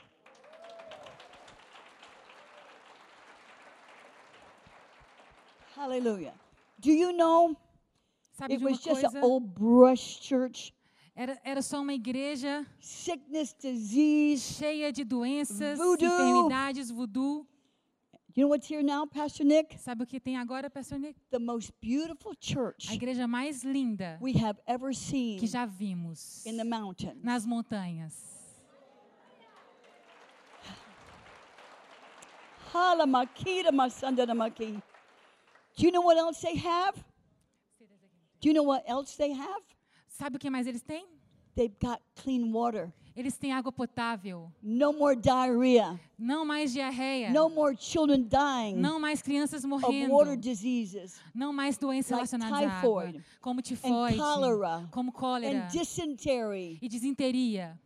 Speaker 4: Hallelujah. Do you know
Speaker 2: Sabe
Speaker 4: it
Speaker 2: de uma
Speaker 4: was just
Speaker 2: coisa?
Speaker 4: an old brush church?
Speaker 2: Era, era só uma igreja
Speaker 4: Sickness, disease.
Speaker 2: cheia de doenças,
Speaker 4: Voodoo.
Speaker 2: enfermidades, voodoo.
Speaker 4: You know what's here now, Pastor Nick?
Speaker 2: Sabe o que tem agora, pastor Nick?
Speaker 4: The most beautiful church
Speaker 2: A igreja mais linda
Speaker 4: we have ever seen
Speaker 2: que já vimos
Speaker 4: in the mountain.
Speaker 2: nas montanhas.
Speaker 4: Halamakita masandanamaki. Do you know what else they have? Do you know what else they have?
Speaker 2: Sabe o que mais eles têm?
Speaker 4: They've got clean water.
Speaker 2: Eles têm água potável,
Speaker 4: No more diarrhea.
Speaker 2: não mais diarreia,
Speaker 4: No more children dying
Speaker 2: não mais crianças
Speaker 4: of
Speaker 2: morrendo,
Speaker 4: water diseases
Speaker 2: não mais doenças
Speaker 4: like
Speaker 2: relacionadas à água,
Speaker 4: typhoid
Speaker 2: como tifoide,
Speaker 4: cholera
Speaker 2: como cólera
Speaker 4: and dysentery
Speaker 2: e desinteria.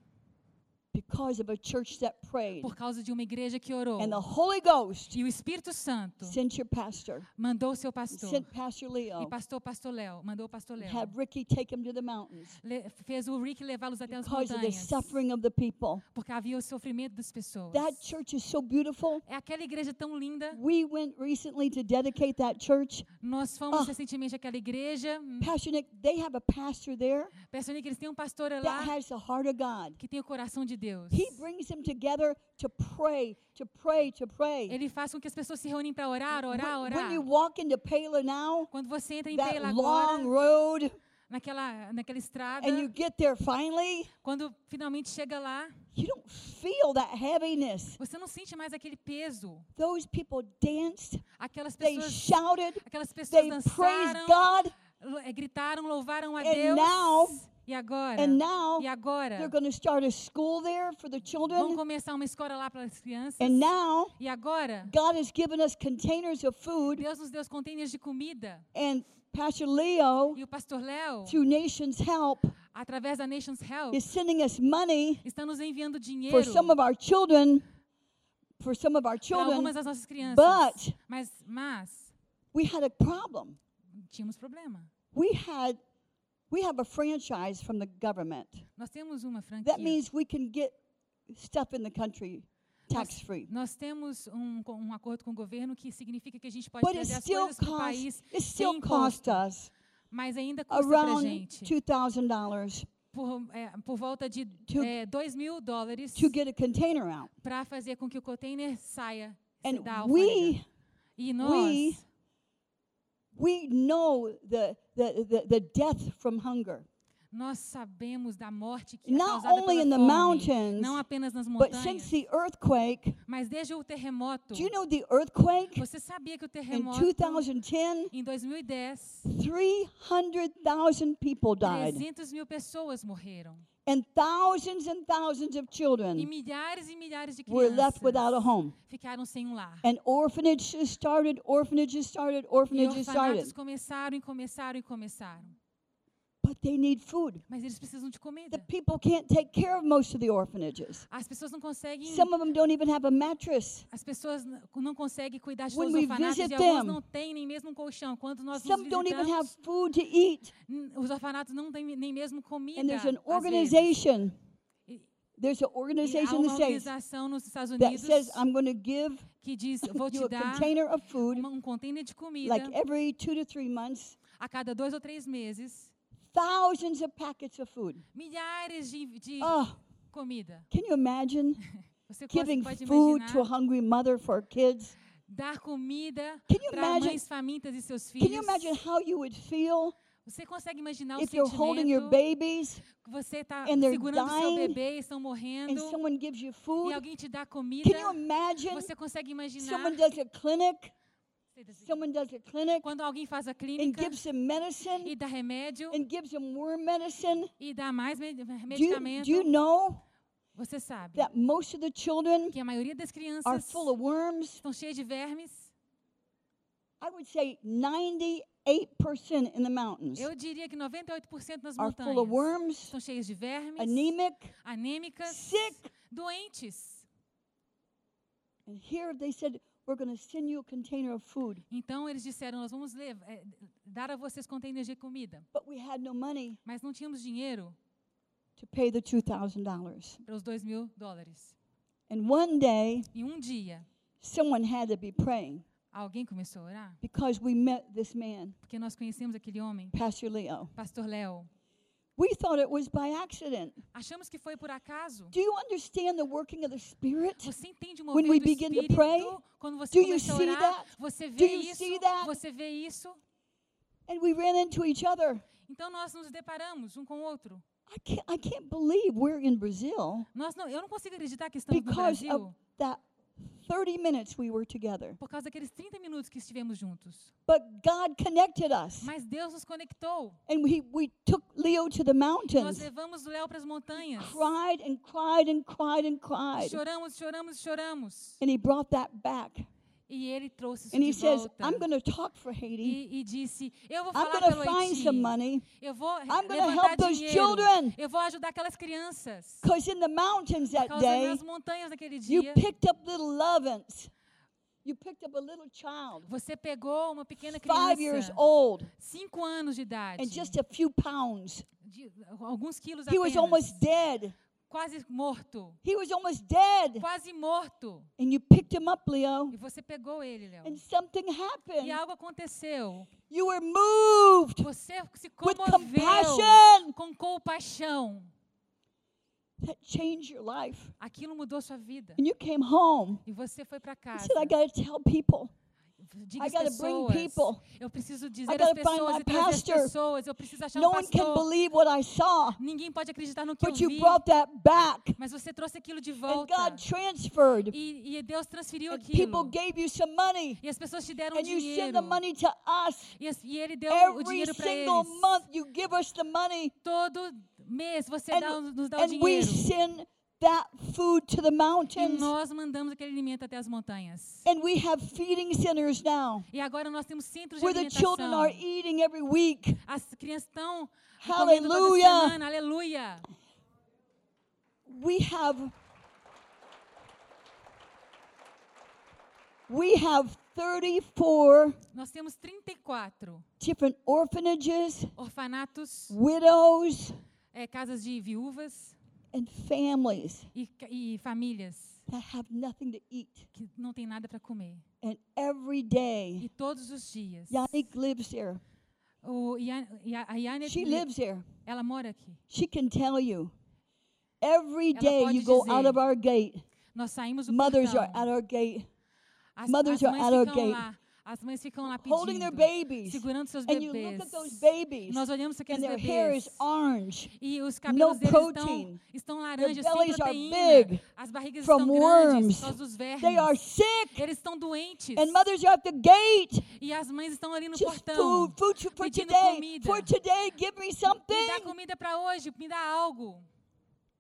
Speaker 4: because of a church that prayed.
Speaker 2: por causa de uma igreja que orou.
Speaker 4: And the Holy Ghost
Speaker 2: E o Espírito Santo
Speaker 4: sent your pastor,
Speaker 2: mandou o seu pastor.
Speaker 4: sent Pastor
Speaker 2: E
Speaker 4: Leo,
Speaker 2: pastor Pastor Léo, mandou o pastor Léo.
Speaker 4: had Ricky take him to the mountains
Speaker 2: Le- fez o Rick levá-los até as
Speaker 4: because of the
Speaker 2: montanhas.
Speaker 4: suffering of the people.
Speaker 2: Porque havia o sofrimento das pessoas.
Speaker 4: That church is so beautiful.
Speaker 2: É aquela igreja tão linda.
Speaker 4: We went recently to dedicate that church.
Speaker 2: Nós fomos
Speaker 4: Ah.
Speaker 2: recentemente àquela igreja. Hum,
Speaker 4: Pastor Nick, they have a pastor there
Speaker 2: Percebendo que eles têm um pastor
Speaker 4: that
Speaker 2: lá
Speaker 4: has the heart of God.
Speaker 2: que tem o coração de Deus.
Speaker 4: He brings them together to pray, to pray, to pray.
Speaker 2: Ele faz com que as pessoas se reúnem para orar, orar,
Speaker 4: When, when
Speaker 2: orar.
Speaker 4: you walk into Pala now,
Speaker 2: Quando você entra em Pela
Speaker 4: that
Speaker 2: agora,
Speaker 4: long road,
Speaker 2: naquela, naquela estrada,
Speaker 4: and you get there finally,
Speaker 2: quando finalmente chega lá,
Speaker 4: you don't feel that heaviness.
Speaker 2: você não sente mais aquele peso.
Speaker 4: Those people danced,
Speaker 2: Aquelas
Speaker 4: they
Speaker 2: pessoas,
Speaker 4: shouted,
Speaker 2: aquelas pessoas
Speaker 4: they praised
Speaker 2: dançaram,
Speaker 4: God,
Speaker 2: lo- eh, gritaram, louvaram a
Speaker 4: And
Speaker 2: Deus.
Speaker 4: now-
Speaker 2: e agora?
Speaker 4: and now
Speaker 2: e agora?
Speaker 4: they're going to start a school there for the
Speaker 2: Vão
Speaker 4: children.
Speaker 2: começar uma escola lá para as crianças.
Speaker 4: And now
Speaker 2: e agora?
Speaker 4: God has given us containers of food,
Speaker 2: Deus nos deu os containers de comida.
Speaker 4: and Pastor Leo,
Speaker 2: E o pastor Léo,
Speaker 4: through Nations Help,
Speaker 2: através da Nations Help,
Speaker 4: is sending us money
Speaker 2: está nos enviando dinheiro
Speaker 4: for some of our children, for some of our
Speaker 2: para algumas
Speaker 4: children.
Speaker 2: das nossas crianças.
Speaker 4: but-
Speaker 2: mas, mas
Speaker 4: We had a problem.
Speaker 2: tínhamos problema.
Speaker 4: We had, we have a franchise from the government.
Speaker 2: Nós temos uma franquia.
Speaker 4: That means we can get stuff in the country tax free.
Speaker 2: Nós temos um, co- um acordo com o governo que significa que a gente pode
Speaker 4: But it
Speaker 2: trazer as
Speaker 4: still
Speaker 2: coisas para o
Speaker 4: costs,
Speaker 2: país
Speaker 4: it still
Speaker 2: sem
Speaker 4: cost
Speaker 2: imposto,
Speaker 4: us
Speaker 2: mas ainda custa para a
Speaker 4: around
Speaker 2: gente
Speaker 4: two thousand dollars
Speaker 2: por, é, por volta de
Speaker 4: to-
Speaker 2: 2 mil dólares
Speaker 4: to get a container out.
Speaker 2: para fazer com que o container saia se-
Speaker 4: And
Speaker 2: da alfândega.
Speaker 4: we
Speaker 2: E nós,
Speaker 4: we know the, the, the, the death from hunger.
Speaker 2: nós sabemos da morte que é
Speaker 4: Not
Speaker 2: causada
Speaker 4: only in the
Speaker 2: pela fome,
Speaker 4: mountains,
Speaker 2: não apenas nas
Speaker 4: but since
Speaker 2: montanhas,
Speaker 4: the earthquake,
Speaker 2: mas desde o terremoto.
Speaker 4: do you know the earthquake
Speaker 2: Você sabia que o
Speaker 4: in
Speaker 2: terremoto
Speaker 4: 2010?
Speaker 2: em 2010,
Speaker 4: 300,000 people died,
Speaker 2: 300 mil pessoas morreram.
Speaker 4: and thousands and thousands of
Speaker 2: E
Speaker 4: children
Speaker 2: milhares e milhares de
Speaker 4: were
Speaker 2: crianças
Speaker 4: left without a home.
Speaker 2: ficaram sem um lar.
Speaker 4: And orphanages started, orphanages started,
Speaker 2: E
Speaker 4: orphanages started.
Speaker 2: orfanatos começaram e começaram e começaram.
Speaker 4: But they need food.
Speaker 2: Mas eles precisam de
Speaker 4: The
Speaker 2: comida.
Speaker 4: people can't take care of most of the orphanages.
Speaker 2: As pessoas não conseguem
Speaker 4: Some of them don't even have a mattress.
Speaker 2: As pessoas n- não conseguem cuidar de
Speaker 4: When
Speaker 2: todos os
Speaker 4: we
Speaker 2: orfanatos e
Speaker 4: visit
Speaker 2: alguns
Speaker 4: them,
Speaker 2: não têm nem mesmo um colchão. Quando nós nos
Speaker 4: Some don't even have
Speaker 2: visitamos,
Speaker 4: food to eat.
Speaker 2: n- os orfanatos não têm nem mesmo comida.
Speaker 4: And there's an
Speaker 2: às vezes.
Speaker 4: organization.
Speaker 2: E-
Speaker 4: There's an
Speaker 2: E há
Speaker 4: organization in the
Speaker 2: uma
Speaker 4: States
Speaker 2: organização nos Estados
Speaker 4: that
Speaker 2: Unidos
Speaker 4: says, I'm going to give
Speaker 2: que diz, vou
Speaker 4: you
Speaker 2: te
Speaker 4: a
Speaker 2: dar
Speaker 4: container of food
Speaker 2: uma- um container de comida
Speaker 4: like every two to three months,
Speaker 2: a cada dois ou três meses.
Speaker 4: thousands of packets of food.
Speaker 2: Milhares de, de
Speaker 4: Oh,
Speaker 2: comida.
Speaker 4: can you imagine
Speaker 2: Você cons-
Speaker 4: giving
Speaker 2: pode
Speaker 4: food to a
Speaker 2: imaginar
Speaker 4: hungry mother for her kids?
Speaker 2: dar comida
Speaker 4: Can you
Speaker 2: para
Speaker 4: imagine-
Speaker 2: mães famintas e seus filhos.
Speaker 4: Can you imagine how you would feel
Speaker 2: Você consegue imaginar o
Speaker 4: if you're holding your
Speaker 2: sentimento
Speaker 4: babies
Speaker 2: que você está
Speaker 4: and they're
Speaker 2: segurando seu
Speaker 4: dying
Speaker 2: bebê e estão
Speaker 4: and
Speaker 2: morrendo?
Speaker 4: someone gives you
Speaker 2: e
Speaker 4: food?
Speaker 2: alguém te dá comida,
Speaker 4: Can you imagine
Speaker 2: você consegue imaginar
Speaker 4: someone does a clinic?
Speaker 2: Sei desse-
Speaker 4: Someone does a clinic
Speaker 2: quando alguém faz a
Speaker 4: and
Speaker 2: clínica
Speaker 4: gives them medicine
Speaker 2: e dá remédio
Speaker 4: and gives them worm medicine.
Speaker 2: e dá mais med-
Speaker 4: Do you,
Speaker 2: medicamento,
Speaker 4: do you know
Speaker 2: você sabe
Speaker 4: that most of the children
Speaker 2: que a maioria das
Speaker 4: are
Speaker 2: crianças
Speaker 4: full of worms?
Speaker 2: estão cheias de vermes?
Speaker 4: I would say 98% in the mountains
Speaker 2: Eu diria que 98% nas
Speaker 4: are full
Speaker 2: montanhas
Speaker 4: of worms,
Speaker 2: estão cheias de vermes,
Speaker 4: anemic,
Speaker 2: anêmicas,
Speaker 4: sick.
Speaker 2: doentes.
Speaker 4: And here they said, We're going to send you a container of food.
Speaker 2: Então eles disseram: Nós vamos lev- eh, dar a vocês containers de comida,
Speaker 4: But we had no money
Speaker 2: mas não tínhamos dinheiro
Speaker 4: to pay the $2,000.
Speaker 2: para os dois mil dólares.
Speaker 4: And one day,
Speaker 2: E um dia,
Speaker 4: someone had to be praying
Speaker 2: alguém começou a orar,
Speaker 4: because we met this man,
Speaker 2: porque nós conhecemos aquele homem
Speaker 4: Pastor Leo.
Speaker 2: Pastor Léo,
Speaker 4: We thought it was by accident.
Speaker 2: achamos que foi por acaso?
Speaker 4: Do you understand the working of the Spirit?
Speaker 2: Você entende o
Speaker 4: When
Speaker 2: movimento
Speaker 4: we
Speaker 2: do
Speaker 4: begin to
Speaker 2: Espírito?
Speaker 4: pray,
Speaker 2: quando
Speaker 4: do
Speaker 2: você
Speaker 4: you
Speaker 2: começa a
Speaker 4: see
Speaker 2: orar,
Speaker 4: that?
Speaker 2: você
Speaker 4: Do
Speaker 2: vê
Speaker 4: you
Speaker 2: isso,
Speaker 4: see that?
Speaker 2: você vê isso.
Speaker 4: And we ran into each other.
Speaker 2: Então nós nos deparamos um com o outro.
Speaker 4: I can't, I can't believe we're in Brazil
Speaker 2: Nós não, eu não consigo acreditar que estamos no
Speaker 4: because of
Speaker 2: Brasil
Speaker 4: that 30 minutes we were together.
Speaker 2: por causa daqueles 30 minutos que estivemos juntos.
Speaker 4: But God connected us.
Speaker 2: Mas Deus nos conectou.
Speaker 4: And we, we took Leo to the
Speaker 2: Nós
Speaker 4: mountains,
Speaker 2: levamos o Léo para as montanhas.
Speaker 4: cried and cried and cried and cried.
Speaker 2: Choramos, choramos, choramos.
Speaker 4: And he brought that back.
Speaker 2: E E ele trouxe isso
Speaker 4: And he
Speaker 2: de
Speaker 4: says,
Speaker 2: volta.
Speaker 4: I'm going to talk for Haiti.
Speaker 2: e, e disse, eu vou
Speaker 4: I'm
Speaker 2: falar
Speaker 4: gonna
Speaker 2: pelo
Speaker 4: find
Speaker 2: Haiti.
Speaker 4: some money.
Speaker 2: Eu vou re-
Speaker 4: I'm gonna
Speaker 2: levantar
Speaker 4: help those
Speaker 2: dinheiro.
Speaker 4: children."
Speaker 2: Eu vou ajudar aquelas crianças.
Speaker 4: Because in the mountains that
Speaker 2: Causando
Speaker 4: day,
Speaker 2: nas montanhas naquele
Speaker 4: you
Speaker 2: dia.
Speaker 4: picked up little lovins. You picked up a little child,
Speaker 2: Você pegou uma pequena
Speaker 4: five years
Speaker 2: criança,
Speaker 4: old,
Speaker 2: cinco anos de idade,
Speaker 4: and just a few pounds.
Speaker 2: de- alguns quilos
Speaker 4: He was
Speaker 2: apenas,
Speaker 4: almost dead.
Speaker 2: quase morto,
Speaker 4: He was almost dead.
Speaker 2: quase morto.
Speaker 4: And you picked him up, Leo,
Speaker 2: E você pegou ele, Léo.
Speaker 4: and something
Speaker 2: E
Speaker 4: happened.
Speaker 2: algo aconteceu.
Speaker 4: You were moved.
Speaker 2: Você se
Speaker 4: With
Speaker 2: comoveu
Speaker 4: compassion.
Speaker 2: com compaixão.
Speaker 4: That changed your life.
Speaker 2: Aquilo mudou sua vida.
Speaker 4: And you came home.
Speaker 2: E você foi para
Speaker 4: You
Speaker 2: casa.
Speaker 4: said, I got to tell people.
Speaker 2: Diga
Speaker 4: I
Speaker 2: às
Speaker 4: gotta bring
Speaker 2: pessoas.
Speaker 4: people.
Speaker 2: Eu preciso dizer às
Speaker 4: gotta find
Speaker 2: pessoas
Speaker 4: my
Speaker 2: e trazer as
Speaker 4: pastor.
Speaker 2: pessoas. Eu preciso achar
Speaker 4: No
Speaker 2: um
Speaker 4: one can
Speaker 2: pastor.
Speaker 4: believe what I saw,
Speaker 2: Ninguém pode acreditar no que eu
Speaker 4: but you
Speaker 2: vi.
Speaker 4: brought that back.
Speaker 2: Mas você trouxe aquilo de
Speaker 4: And
Speaker 2: volta.
Speaker 4: God transferred.
Speaker 2: E, e Deus transferiu
Speaker 4: And people
Speaker 2: aquilo.
Speaker 4: gave you some money.
Speaker 2: E as pessoas te deram
Speaker 4: And you send
Speaker 2: dinheiro.
Speaker 4: the money to us.
Speaker 2: E, as- e ele deu o
Speaker 4: Every
Speaker 2: dinheiro para
Speaker 4: single
Speaker 2: eles.
Speaker 4: month, you give us the money.
Speaker 2: Todo mês você dá, o-
Speaker 4: And,
Speaker 2: nos dá o
Speaker 4: and we
Speaker 2: dinheiro.
Speaker 4: send that food to the
Speaker 2: E
Speaker 4: mountains.
Speaker 2: nós mandamos aquele alimento até as montanhas.
Speaker 4: And we have feeding centers now
Speaker 2: E agora nós temos centros de
Speaker 4: where the children are
Speaker 2: alimentação.
Speaker 4: eating every week.
Speaker 2: As crianças estão comendo toda
Speaker 4: Hallelujah.
Speaker 2: semana. Aleluia.
Speaker 4: We have we have 34
Speaker 2: Nós temos 34
Speaker 4: different orphanages,
Speaker 2: orfanatos,
Speaker 4: widows,
Speaker 2: eh, casas de viúvas
Speaker 4: and families
Speaker 2: e, ca- e famílias
Speaker 4: that have nothing to eat.
Speaker 2: que não tem nada para comer.
Speaker 4: And every day,
Speaker 2: E todos os dias.
Speaker 4: Yannick lives there.
Speaker 2: O Ian- Ia- a Yane,
Speaker 4: She lives there.
Speaker 2: ela mora aqui.
Speaker 4: She can tell you. Every
Speaker 2: Ela
Speaker 4: day
Speaker 2: pode
Speaker 4: you go out
Speaker 2: dizer.
Speaker 4: of our gate.
Speaker 2: Nós saímos do
Speaker 4: Mothers
Speaker 2: portão.
Speaker 4: are at our gate,
Speaker 2: as, as
Speaker 4: mothers are
Speaker 2: mães
Speaker 4: at our
Speaker 2: ficam
Speaker 4: gate,
Speaker 2: lá. As mães ficam lá pedindo,
Speaker 4: holding their babies.
Speaker 2: segurando seus
Speaker 4: And
Speaker 2: bebês.
Speaker 4: you look at those babies,
Speaker 2: Nós olhamos
Speaker 4: and
Speaker 2: aqueles
Speaker 4: their hair is
Speaker 2: bebês.
Speaker 4: orange.
Speaker 2: E os cabelos deles estão,
Speaker 4: protein.
Speaker 2: estão laranjas, sem
Speaker 4: bellies are
Speaker 2: proteína.
Speaker 4: big
Speaker 2: As barrigas
Speaker 4: from
Speaker 2: estão grandes
Speaker 4: worms.
Speaker 2: por causa dos vermes.
Speaker 4: They are sick.
Speaker 2: Eles estão doentes.
Speaker 4: And mothers are at the gate.
Speaker 2: E as mães estão ali no
Speaker 4: Just
Speaker 2: portão.
Speaker 4: food, food for
Speaker 2: pedindo
Speaker 4: today.
Speaker 2: comida.
Speaker 4: For today, give me
Speaker 2: Me dá
Speaker 4: something.
Speaker 2: comida para hoje, me dá algo.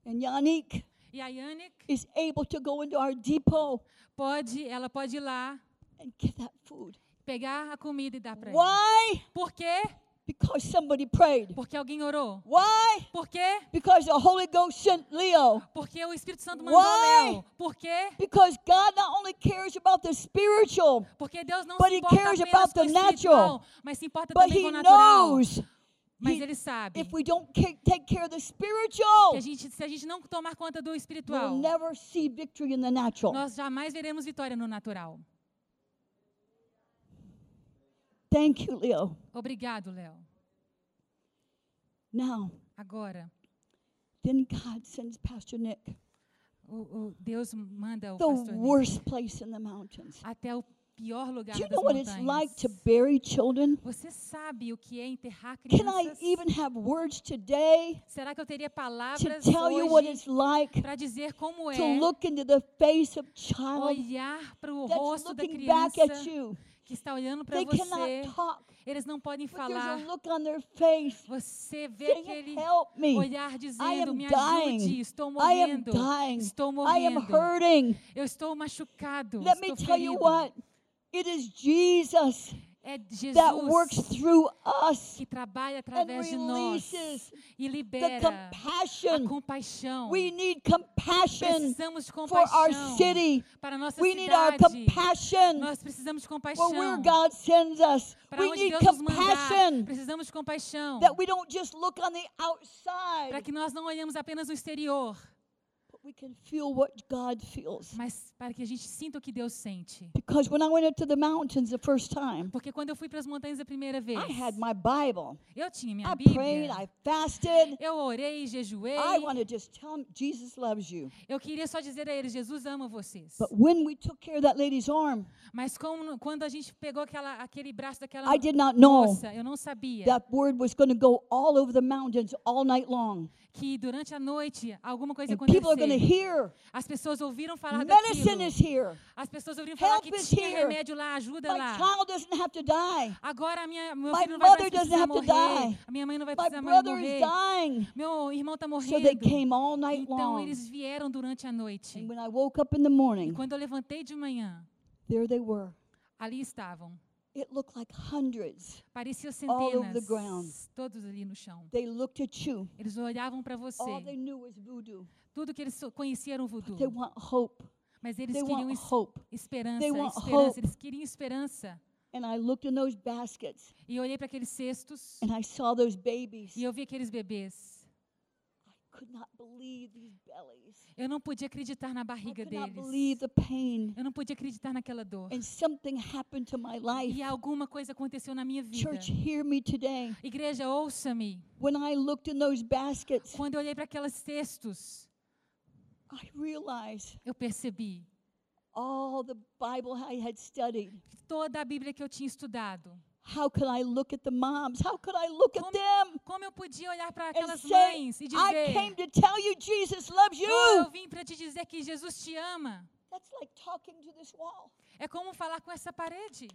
Speaker 4: And Yannick
Speaker 2: E a Yannick
Speaker 4: is able to go into our depot
Speaker 2: pode, ela pode ir lá,
Speaker 4: and get that food.
Speaker 2: pegar a comida e dar para ela.
Speaker 4: Why?
Speaker 2: Por quê?
Speaker 4: Because somebody prayed.
Speaker 2: Porque alguém orou.
Speaker 4: Why?
Speaker 2: Por quê?
Speaker 4: Because the Holy Ghost sent Leo.
Speaker 2: Porque o Espírito Santo mandou
Speaker 4: Why?
Speaker 2: Léo. Por quê?
Speaker 4: Because God not only cares about the spiritual,
Speaker 2: Porque Deus não
Speaker 4: But
Speaker 2: se
Speaker 4: he
Speaker 2: importa
Speaker 4: cares
Speaker 2: apenas
Speaker 4: about
Speaker 2: com o
Speaker 4: the natural.
Speaker 2: espiritual, mas se importa
Speaker 4: but
Speaker 2: também
Speaker 4: He
Speaker 2: com o natural.
Speaker 4: knows
Speaker 2: mas
Speaker 4: he-
Speaker 2: ele sabe
Speaker 4: if we don't ca- take care of
Speaker 2: que
Speaker 4: the
Speaker 2: a
Speaker 4: spiritual,
Speaker 2: gente, se a gente não tomar conta do
Speaker 4: we'll
Speaker 2: espiritual,
Speaker 4: never see victory in the natural.
Speaker 2: nós jamais veremos vitória no natural.
Speaker 4: Thank you, Leo.
Speaker 2: Obrigado, Léo.
Speaker 4: Now,
Speaker 2: Agora,
Speaker 4: then God sends Pastor Nick
Speaker 2: o, o Deus manda o
Speaker 4: the
Speaker 2: Oh, pastor Nick Ah,
Speaker 4: worst place in the mountains.
Speaker 2: até o pior lugar
Speaker 4: Do you
Speaker 2: das
Speaker 4: know what it's
Speaker 2: montanhas.
Speaker 4: like to bury children?
Speaker 2: Você sabe o que é enterrar
Speaker 4: Can I
Speaker 2: crianças?
Speaker 4: even have words today
Speaker 2: Será que eu teria
Speaker 4: to
Speaker 2: palavras
Speaker 4: tell you what it's
Speaker 2: hoje
Speaker 4: like
Speaker 2: para dizer como é
Speaker 4: to look into the face of child
Speaker 2: olhar para o
Speaker 4: that's
Speaker 2: rosto da
Speaker 4: looking
Speaker 2: criança
Speaker 4: back at you?
Speaker 2: que está olhando para
Speaker 4: They
Speaker 2: você?
Speaker 4: cannot talk,
Speaker 2: Eles não podem
Speaker 4: but
Speaker 2: falar.
Speaker 4: there's a look on their face
Speaker 2: Você vê
Speaker 4: saying,
Speaker 2: aquele
Speaker 4: "Help me!
Speaker 2: olhar
Speaker 4: é I
Speaker 2: dizendo:
Speaker 4: am
Speaker 2: Me ajude,
Speaker 4: dying.
Speaker 2: estou
Speaker 4: I am
Speaker 2: morrendo,
Speaker 4: dying.
Speaker 2: estou
Speaker 4: I am
Speaker 2: morrendo,
Speaker 4: hurting."
Speaker 2: eu estou machucado.
Speaker 4: Let me
Speaker 2: estou
Speaker 4: tell you
Speaker 2: ferido."
Speaker 4: what. It is Jesus
Speaker 2: É
Speaker 4: that works
Speaker 2: Jesus
Speaker 4: through us
Speaker 2: que trabalha através de nós
Speaker 4: releases
Speaker 2: e
Speaker 4: the
Speaker 2: libera a
Speaker 4: compassion.
Speaker 2: compaixão.
Speaker 4: We need compassion
Speaker 2: Precisamos de
Speaker 4: for our
Speaker 2: compaixão
Speaker 4: city.
Speaker 2: para a nossa
Speaker 4: We need our
Speaker 2: cidade.
Speaker 4: compassion
Speaker 2: Nós precisamos de
Speaker 4: for where
Speaker 2: compaixão.
Speaker 4: God sends us.
Speaker 2: Para
Speaker 4: We
Speaker 2: onde
Speaker 4: need
Speaker 2: Deus nos mandar,
Speaker 4: compassion
Speaker 2: precisamos de compaixão.
Speaker 4: that we don't just look on the
Speaker 2: Para
Speaker 4: outside,
Speaker 2: que nós não olhemos apenas no exterior,
Speaker 4: but we can feel what God feels.
Speaker 2: mas para que a gente sinta o que Deus sente.
Speaker 4: Because when I went up to the mountains the first time,
Speaker 2: Porque quando eu fui para as montanhas a primeira vez,
Speaker 4: I had my Bible.
Speaker 2: eu tinha minha
Speaker 4: I prayed,
Speaker 2: Bíblia.
Speaker 4: I fasted.
Speaker 2: Eu orei, jejuei.
Speaker 4: I want to just tell them Jesus loves you.
Speaker 2: Eu queria só dizer a eles: Jesus ama vocês.
Speaker 4: But when we took care of that lady's arm,
Speaker 2: Mas como- quando a gente pegou aquela, aquele braço daquela
Speaker 4: I did not know
Speaker 2: moça, eu não sabia
Speaker 4: that word was going to go all over the mountains all night long.
Speaker 2: que durante a noite alguma coisa
Speaker 4: And people are going to
Speaker 2: aconteceu.
Speaker 4: hear
Speaker 2: As pessoas ouviram falar
Speaker 4: medicine
Speaker 2: daquilo.
Speaker 4: is here.
Speaker 2: As pessoas ouviram falar
Speaker 4: Help
Speaker 2: que
Speaker 4: is
Speaker 2: tinha
Speaker 4: here.
Speaker 2: remédio lá, ajuda
Speaker 4: My
Speaker 2: lá.
Speaker 4: child doesn't have to die.
Speaker 2: Agora a minha, meu
Speaker 4: My
Speaker 2: filho não vai mais
Speaker 4: mother doesn't
Speaker 2: precisar
Speaker 4: have to
Speaker 2: morrer.
Speaker 4: die.
Speaker 2: A minha mãe não vai
Speaker 4: My
Speaker 2: precisar mais
Speaker 4: brother is
Speaker 2: morrer.
Speaker 4: dying.
Speaker 2: Meu irmão está
Speaker 4: So
Speaker 2: morrendo.
Speaker 4: they came all night
Speaker 2: Então
Speaker 4: long.
Speaker 2: eles vieram durante a noite.
Speaker 4: É And when I woke up in the
Speaker 2: E
Speaker 4: morning,
Speaker 2: quando eu levantei de manhã,
Speaker 4: there they were.
Speaker 2: Ali estavam.
Speaker 4: It looked like hundreds.
Speaker 2: Pareciam
Speaker 4: All over the ground.
Speaker 2: centenas, todos ali no chão.
Speaker 4: They looked at you.
Speaker 2: Eles olhavam para
Speaker 4: All they
Speaker 2: você.
Speaker 4: knew was voodoo.
Speaker 2: Tudo que eles so- conheciam era o voodoo.
Speaker 4: They want hope.
Speaker 2: Mas eles
Speaker 4: They
Speaker 2: queriam
Speaker 4: want
Speaker 2: es-
Speaker 4: hope.
Speaker 2: esperança,
Speaker 4: They want
Speaker 2: esperança.
Speaker 4: hope.
Speaker 2: Eles queriam esperança.
Speaker 4: And I looked in those baskets
Speaker 2: E eu olhei para aqueles cestos
Speaker 4: and I saw those babies.
Speaker 2: e eu vi aqueles bebês.
Speaker 4: I could not believe these bellies.
Speaker 2: Eu não podia acreditar na
Speaker 4: I
Speaker 2: barriga
Speaker 4: could not believe
Speaker 2: deles.
Speaker 4: the pain.
Speaker 2: Eu não podia acreditar naquela dor.
Speaker 4: And something happened to my life.
Speaker 2: E alguma coisa aconteceu na minha vida.
Speaker 4: Church, hear me today.
Speaker 2: Igreja, ouça-me.
Speaker 4: When I looked in those baskets,
Speaker 2: Quando eu olhei para aqueles cestos,
Speaker 4: I realized
Speaker 2: eu percebi
Speaker 4: all the Bible I had studied.
Speaker 2: que toda a Bíblia que eu tinha estudado.
Speaker 4: How could I look at the moms? How could I look at
Speaker 2: Como-
Speaker 4: them
Speaker 2: Como eu podia olhar para
Speaker 4: and
Speaker 2: aquelas
Speaker 4: say,
Speaker 2: mães e
Speaker 4: I came
Speaker 2: dizer:
Speaker 4: to tell you Jesus loves
Speaker 2: "Oh, Eu
Speaker 4: you?
Speaker 2: vim para te dizer que Jesus te ama?
Speaker 4: That's like talking to this wall
Speaker 2: É como falar com essa parede,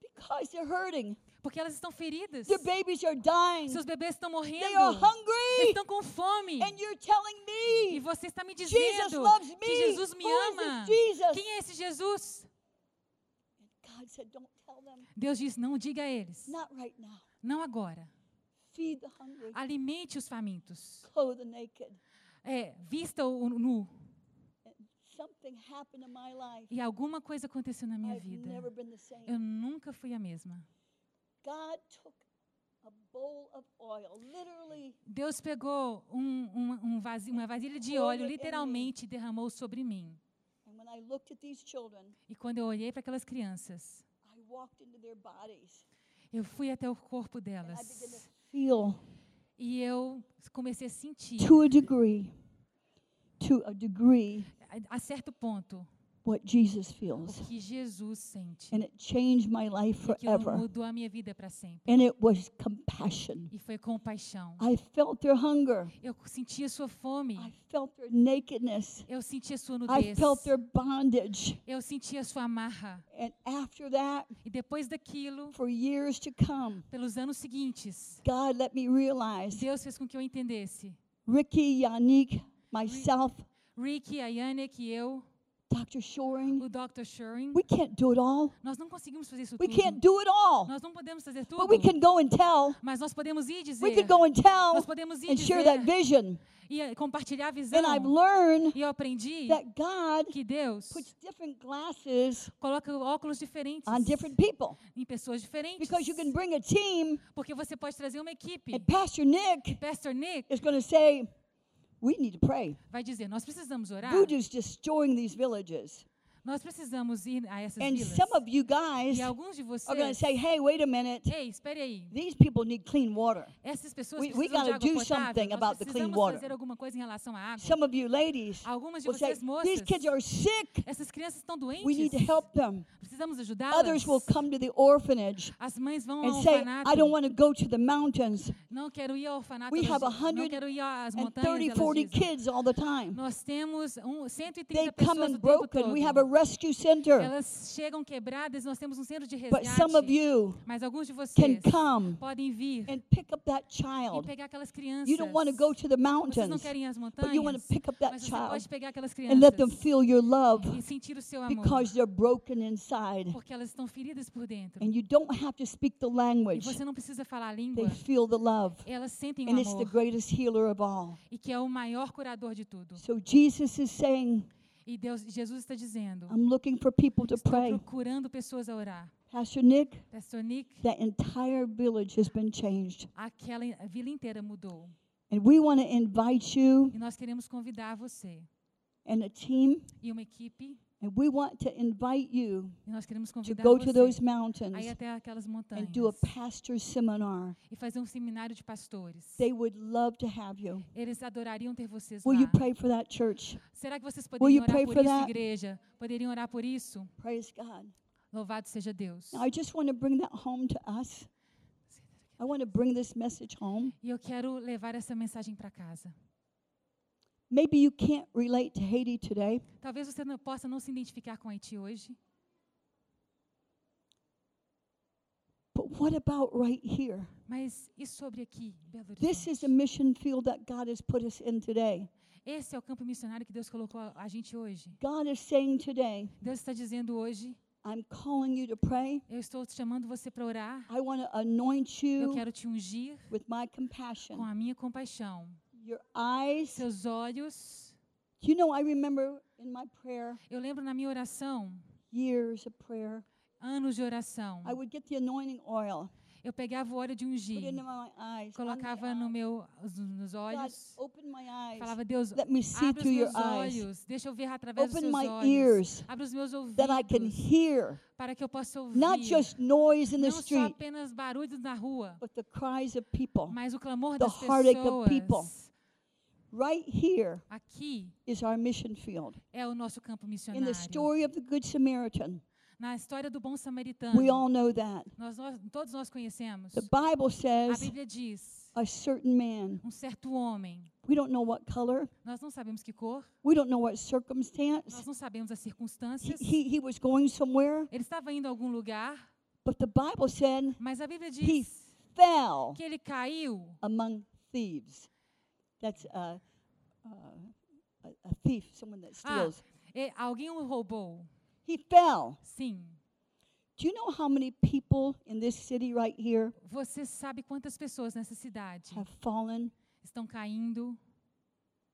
Speaker 4: because they're hurting.
Speaker 2: porque elas estão feridas.
Speaker 4: Their babies are dying.
Speaker 2: Seus bebês estão morrendo.
Speaker 4: They are
Speaker 2: Eles
Speaker 4: hungry.
Speaker 2: estão com fome.
Speaker 4: And you're telling
Speaker 2: E
Speaker 4: me
Speaker 2: você está me
Speaker 4: Jesus
Speaker 2: dizendo
Speaker 4: loves me.
Speaker 2: que Jesus me
Speaker 4: Who is
Speaker 2: ama.
Speaker 4: this Jesus?
Speaker 2: Quem é esse Jesus?
Speaker 4: God said, Don't tell them.
Speaker 2: Deus diz: não diga a eles.
Speaker 4: Not right now.
Speaker 2: Não agora.
Speaker 4: Feed the hungry.
Speaker 2: Alimente os famintos.
Speaker 4: Clothe the naked.
Speaker 2: É, vista o nu.
Speaker 4: Something happened in my life.
Speaker 2: E alguma coisa aconteceu na minha
Speaker 4: I've
Speaker 2: vida.
Speaker 4: never been the same.
Speaker 2: Eu nunca fui a mesma.
Speaker 4: God took a bowl of oil, literally,
Speaker 2: Deus pegou um, um, um vasi- uma vasilha de
Speaker 4: Olha
Speaker 2: óleo,
Speaker 4: em mim.
Speaker 2: literalmente e derramou sobre mim.
Speaker 4: and when I looked at these children,
Speaker 2: E quando eu olhei para aquelas crianças,
Speaker 4: I walked into their bodies.
Speaker 2: eu fui até o corpo
Speaker 4: And I began to
Speaker 2: delas.
Speaker 4: feel,
Speaker 2: E eu comecei a sentir,
Speaker 4: to a degree, to a degree,
Speaker 2: a, a certo ponto,
Speaker 4: what Jesus
Speaker 2: o
Speaker 4: feels.
Speaker 2: que Jesus sente.
Speaker 4: And it changed my life
Speaker 2: E aquilo
Speaker 4: forever.
Speaker 2: mudou a minha vida para sempre.
Speaker 4: And it was compassion.
Speaker 2: E foi compaixão.
Speaker 4: I felt their hunger.
Speaker 2: Eu sentia sua fome.
Speaker 4: I felt their nakedness.
Speaker 2: Eu sentia sua
Speaker 4: I
Speaker 2: nudez.
Speaker 4: felt their bondage.
Speaker 2: Eu sentia sua amarra.
Speaker 4: And after that,
Speaker 2: E depois daquilo,
Speaker 4: for years to come,
Speaker 2: pelos anos seguintes,
Speaker 4: God let me realize
Speaker 2: Deus fez com que eu entendesse.
Speaker 4: Ricky, Yannick, myself,
Speaker 2: Ricky, a Yannick e eu,
Speaker 4: Dr. Shoring,
Speaker 2: o Dr. Shuring,
Speaker 4: we can't do it all.
Speaker 2: nós não conseguimos fazer isso
Speaker 4: We can't
Speaker 2: tudo.
Speaker 4: do it all.
Speaker 2: Nós não podemos fazer tudo.
Speaker 4: But we can go and tell.
Speaker 2: Mas nós podemos ir dizer.
Speaker 4: We could go and tell
Speaker 2: Nós podemos ir
Speaker 4: and share that
Speaker 2: dizer
Speaker 4: vision.
Speaker 2: e eh, compartilhar a visão.
Speaker 4: And I've learned
Speaker 2: E eu aprendi
Speaker 4: that God
Speaker 2: que Deus
Speaker 4: puts different glasses
Speaker 2: coloca óculos diferentes
Speaker 4: on different people
Speaker 2: em pessoas diferentes.
Speaker 4: because you can bring a team,
Speaker 2: Porque você pode trazer uma equipe.
Speaker 4: and Pastor Nick
Speaker 2: Pastor Nick
Speaker 4: is going to say, We need to pray.
Speaker 2: vai dizer, nós precisamos orar.
Speaker 4: Voodoo's destroying these villages.
Speaker 2: Nós precisamos ir a essas
Speaker 4: And
Speaker 2: vilas.
Speaker 4: some of you guys
Speaker 2: E alguns de
Speaker 4: are going to
Speaker 2: vocês...
Speaker 4: say, Hey, wait a minute.
Speaker 2: Ei, espere aí.
Speaker 4: These people need clean water.
Speaker 2: Essas pessoas
Speaker 4: We- we
Speaker 2: precisam de
Speaker 4: gotta do
Speaker 2: água potável.
Speaker 4: something
Speaker 2: Nós
Speaker 4: about the clean
Speaker 2: precisamos
Speaker 4: water.
Speaker 2: fazer alguma coisa em relação à água.
Speaker 4: Some of you ladies
Speaker 2: Algumas de
Speaker 4: will say,
Speaker 2: vocês moças,
Speaker 4: These kids are sick.
Speaker 2: essas crianças estão
Speaker 4: We need to
Speaker 2: doentes.
Speaker 4: help them.
Speaker 2: Precisamos ajudá-las.
Speaker 4: Others will come to the orphanage
Speaker 2: As mães vão ao
Speaker 4: and say,
Speaker 2: orfanato.
Speaker 4: I don't want to go to the mountains
Speaker 2: Não quero ir ao orfanato.
Speaker 4: We
Speaker 2: elas
Speaker 4: have
Speaker 2: dizem. não
Speaker 4: 100
Speaker 2: quero ir às
Speaker 4: and
Speaker 2: montanhas.
Speaker 4: 30,
Speaker 2: elas
Speaker 4: 40
Speaker 2: dizem.
Speaker 4: kids all the time.
Speaker 2: Nós temos um,
Speaker 4: They
Speaker 2: 130
Speaker 4: come
Speaker 2: pessoas
Speaker 4: in
Speaker 2: do tempo
Speaker 4: broken.
Speaker 2: todo.
Speaker 4: We have a rescue center.
Speaker 2: Elas chegam quebradas. Nós temos um centro de resgate.
Speaker 4: But some of you
Speaker 2: Mas alguns de
Speaker 4: can
Speaker 2: vocês
Speaker 4: come
Speaker 2: podem vir
Speaker 4: and pick up that
Speaker 2: e
Speaker 4: child.
Speaker 2: pegar aquelas crianças.
Speaker 4: You don't want to go to the
Speaker 2: Vocês não
Speaker 4: mountains,
Speaker 2: querem ir às
Speaker 4: but
Speaker 2: montanhas,
Speaker 4: you want to pick up that
Speaker 2: mas você pode
Speaker 4: child
Speaker 2: pegar aquelas
Speaker 4: and let them
Speaker 2: crianças
Speaker 4: feel your love
Speaker 2: e sentir o seu amor,
Speaker 4: because they're broken inside.
Speaker 2: porque elas estão feridas por dentro.
Speaker 4: And you don't have to speak the
Speaker 2: E
Speaker 4: language,
Speaker 2: você não precisa falar a
Speaker 4: they
Speaker 2: língua,
Speaker 4: feel the love.
Speaker 2: elas sentem o
Speaker 4: And it's the
Speaker 2: amor
Speaker 4: greatest healer of all.
Speaker 2: e que é o maior curador de tudo.
Speaker 4: So Jesus is saying,
Speaker 2: E Deus, Jesus está dizendo,
Speaker 4: I'm looking for people to
Speaker 2: estou
Speaker 4: pray.
Speaker 2: procurando pessoas a orar.
Speaker 4: Pastor Nick,
Speaker 2: Pastor Nick,
Speaker 4: that entire village has been changed.
Speaker 2: aquela in- vila inteira mudou.
Speaker 4: And we want to invite you
Speaker 2: E nós queremos convidar você
Speaker 4: and a team,
Speaker 2: e uma equipe,
Speaker 4: and we want to invite you
Speaker 2: e nós queremos
Speaker 4: to
Speaker 2: convidar
Speaker 4: go to those
Speaker 2: você a ir
Speaker 4: mountains
Speaker 2: até aquelas montanhas
Speaker 4: and do a pastor seminar.
Speaker 2: e fazer um seminário de pastores.
Speaker 4: They would love to have you.
Speaker 2: Eles adorariam ter vocês
Speaker 4: Will you
Speaker 2: lá.
Speaker 4: pray for that church?
Speaker 2: Será que vocês
Speaker 4: you
Speaker 2: poderiam orar
Speaker 4: pray
Speaker 2: por
Speaker 4: for
Speaker 2: isso,
Speaker 4: that?
Speaker 2: igreja? Poderiam orar por isso?
Speaker 4: Praise God.
Speaker 2: Louvado seja Deus.
Speaker 4: Now, I just want to bring that home to us. I want to bring this message home.
Speaker 2: E eu quero levar essa mensagem para casa.
Speaker 4: Maybe you can't relate to Haiti today.
Speaker 2: Talvez você não possa não se identificar com Haiti hoje,
Speaker 4: But what about right here?
Speaker 2: mas e sobre aqui, Belo
Speaker 4: This is
Speaker 2: Horizonte?
Speaker 4: the mission field that God has put us in today.
Speaker 2: Esse é o campo missionário que Deus colocou a a gente hoje.
Speaker 4: God is saying today,
Speaker 2: Deus está dizendo hoje,
Speaker 4: I'm calling you to pray.
Speaker 2: Eu estou te chamando você para orar.
Speaker 4: I want to anoint
Speaker 2: Eu
Speaker 4: you
Speaker 2: quero te ungir
Speaker 4: with my
Speaker 2: com
Speaker 4: compassion.
Speaker 2: a minha compaixão.
Speaker 4: Your eyes.
Speaker 2: Seus olhos.
Speaker 4: Do you know, I remember in my prayer,
Speaker 2: Eu lembro na minha oração,
Speaker 4: years of prayer,
Speaker 2: anos de oração,
Speaker 4: I would get the anointing oil,
Speaker 2: eu pegava o óleo de
Speaker 4: put
Speaker 2: ungir,
Speaker 4: it in my eyes. on my
Speaker 2: colocava no meu, nos
Speaker 4: eyes. God,
Speaker 2: olhos,
Speaker 4: open my eyes
Speaker 2: falava, Deus,
Speaker 4: Let me see
Speaker 2: abre os
Speaker 4: through your
Speaker 2: meus
Speaker 4: eyes.
Speaker 2: olhos, deixa eu ver através dos
Speaker 4: Open
Speaker 2: seus
Speaker 4: my
Speaker 2: olhos,
Speaker 4: ears
Speaker 2: abre os meus
Speaker 4: that I can
Speaker 2: ouvidos,
Speaker 4: hear
Speaker 2: para que eu possa ouvir,
Speaker 4: not just noise in the
Speaker 2: não só
Speaker 4: street,
Speaker 2: apenas barulhos na rua,
Speaker 4: but the cries of people.
Speaker 2: mas o clamor
Speaker 4: the
Speaker 2: das
Speaker 4: heartache of people.
Speaker 2: pessoas.
Speaker 4: Right here
Speaker 2: Aqui
Speaker 4: is our mission field.
Speaker 2: é o nosso campo
Speaker 4: In
Speaker 2: missionário.
Speaker 4: the story of the Good Samaritan,
Speaker 2: Na história do bom samaritano,
Speaker 4: we all know that.
Speaker 2: nós, nós, todos nós conhecemos.
Speaker 4: The Bible
Speaker 2: A
Speaker 4: says
Speaker 2: Bíblia diz,
Speaker 4: a certain man,
Speaker 2: um certo homem,
Speaker 4: we don't know what color,
Speaker 2: nós não sabemos que cor,
Speaker 4: we don't know what circumstance,
Speaker 2: nós não sabemos as
Speaker 4: he,
Speaker 2: circunstâncias.
Speaker 4: he, he was going somewhere,
Speaker 2: Ele estava indo a algum lugar,
Speaker 4: but the Bible said
Speaker 2: mas a Bíblia
Speaker 4: he
Speaker 2: diz
Speaker 4: fell
Speaker 2: que ele caiu
Speaker 4: among thieves. That's a, a, a thief, someone that
Speaker 2: Ah,
Speaker 4: steals.
Speaker 2: e- alguém o roubou.
Speaker 4: He fell.
Speaker 2: Sim.
Speaker 4: Do you know how many people in this city right here
Speaker 2: Você sabe quantas pessoas nessa cidade
Speaker 4: have fallen
Speaker 2: estão caindo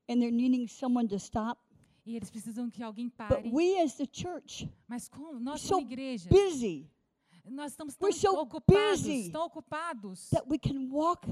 Speaker 4: and they're needing someone to stop?
Speaker 2: e eles precisam que alguém
Speaker 4: But
Speaker 2: pare.
Speaker 4: we as the church,
Speaker 2: Mas como nós,
Speaker 4: so
Speaker 2: como igreja,
Speaker 4: busy
Speaker 2: nós estamos tão
Speaker 4: we're so
Speaker 2: ocupados,
Speaker 4: busy
Speaker 2: tão ocupados,
Speaker 4: that we can walk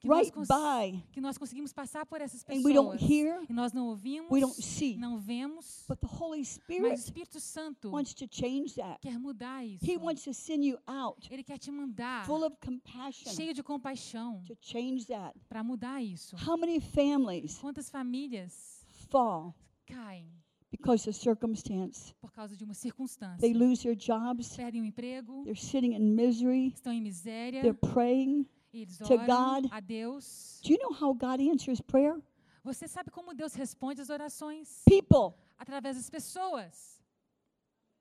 Speaker 2: que nós,
Speaker 4: right
Speaker 2: cons-
Speaker 4: by.
Speaker 2: que nós conseguimos passar por essas
Speaker 4: And we don't
Speaker 2: pessoas.
Speaker 4: hear,
Speaker 2: e nós não ouvimos,
Speaker 4: we don't see.
Speaker 2: não vemos,
Speaker 4: But the Holy
Speaker 2: mas
Speaker 4: Spirit
Speaker 2: o Espírito Santo
Speaker 4: wants to change that.
Speaker 2: quer mudar isso.
Speaker 4: He wants to send you out
Speaker 2: Ele quer te mandar
Speaker 4: full of compassion
Speaker 2: cheio de compaixão
Speaker 4: to change that.
Speaker 2: para mudar isso.
Speaker 4: How many families
Speaker 2: Quantas famílias
Speaker 4: fall
Speaker 2: caem
Speaker 4: because of circumstance?
Speaker 2: por causa de uma
Speaker 4: They
Speaker 2: circunstância?
Speaker 4: lose their jobs,
Speaker 2: Perdem o emprego,
Speaker 4: they're sitting in misery,
Speaker 2: estão em miséria,
Speaker 4: they're praying.
Speaker 2: e eles
Speaker 4: to
Speaker 2: oram
Speaker 4: God.
Speaker 2: a Deus.
Speaker 4: Do you know how God answers prayer?
Speaker 2: Você sabe como Deus responde as orações?
Speaker 4: People,
Speaker 2: Através das pessoas.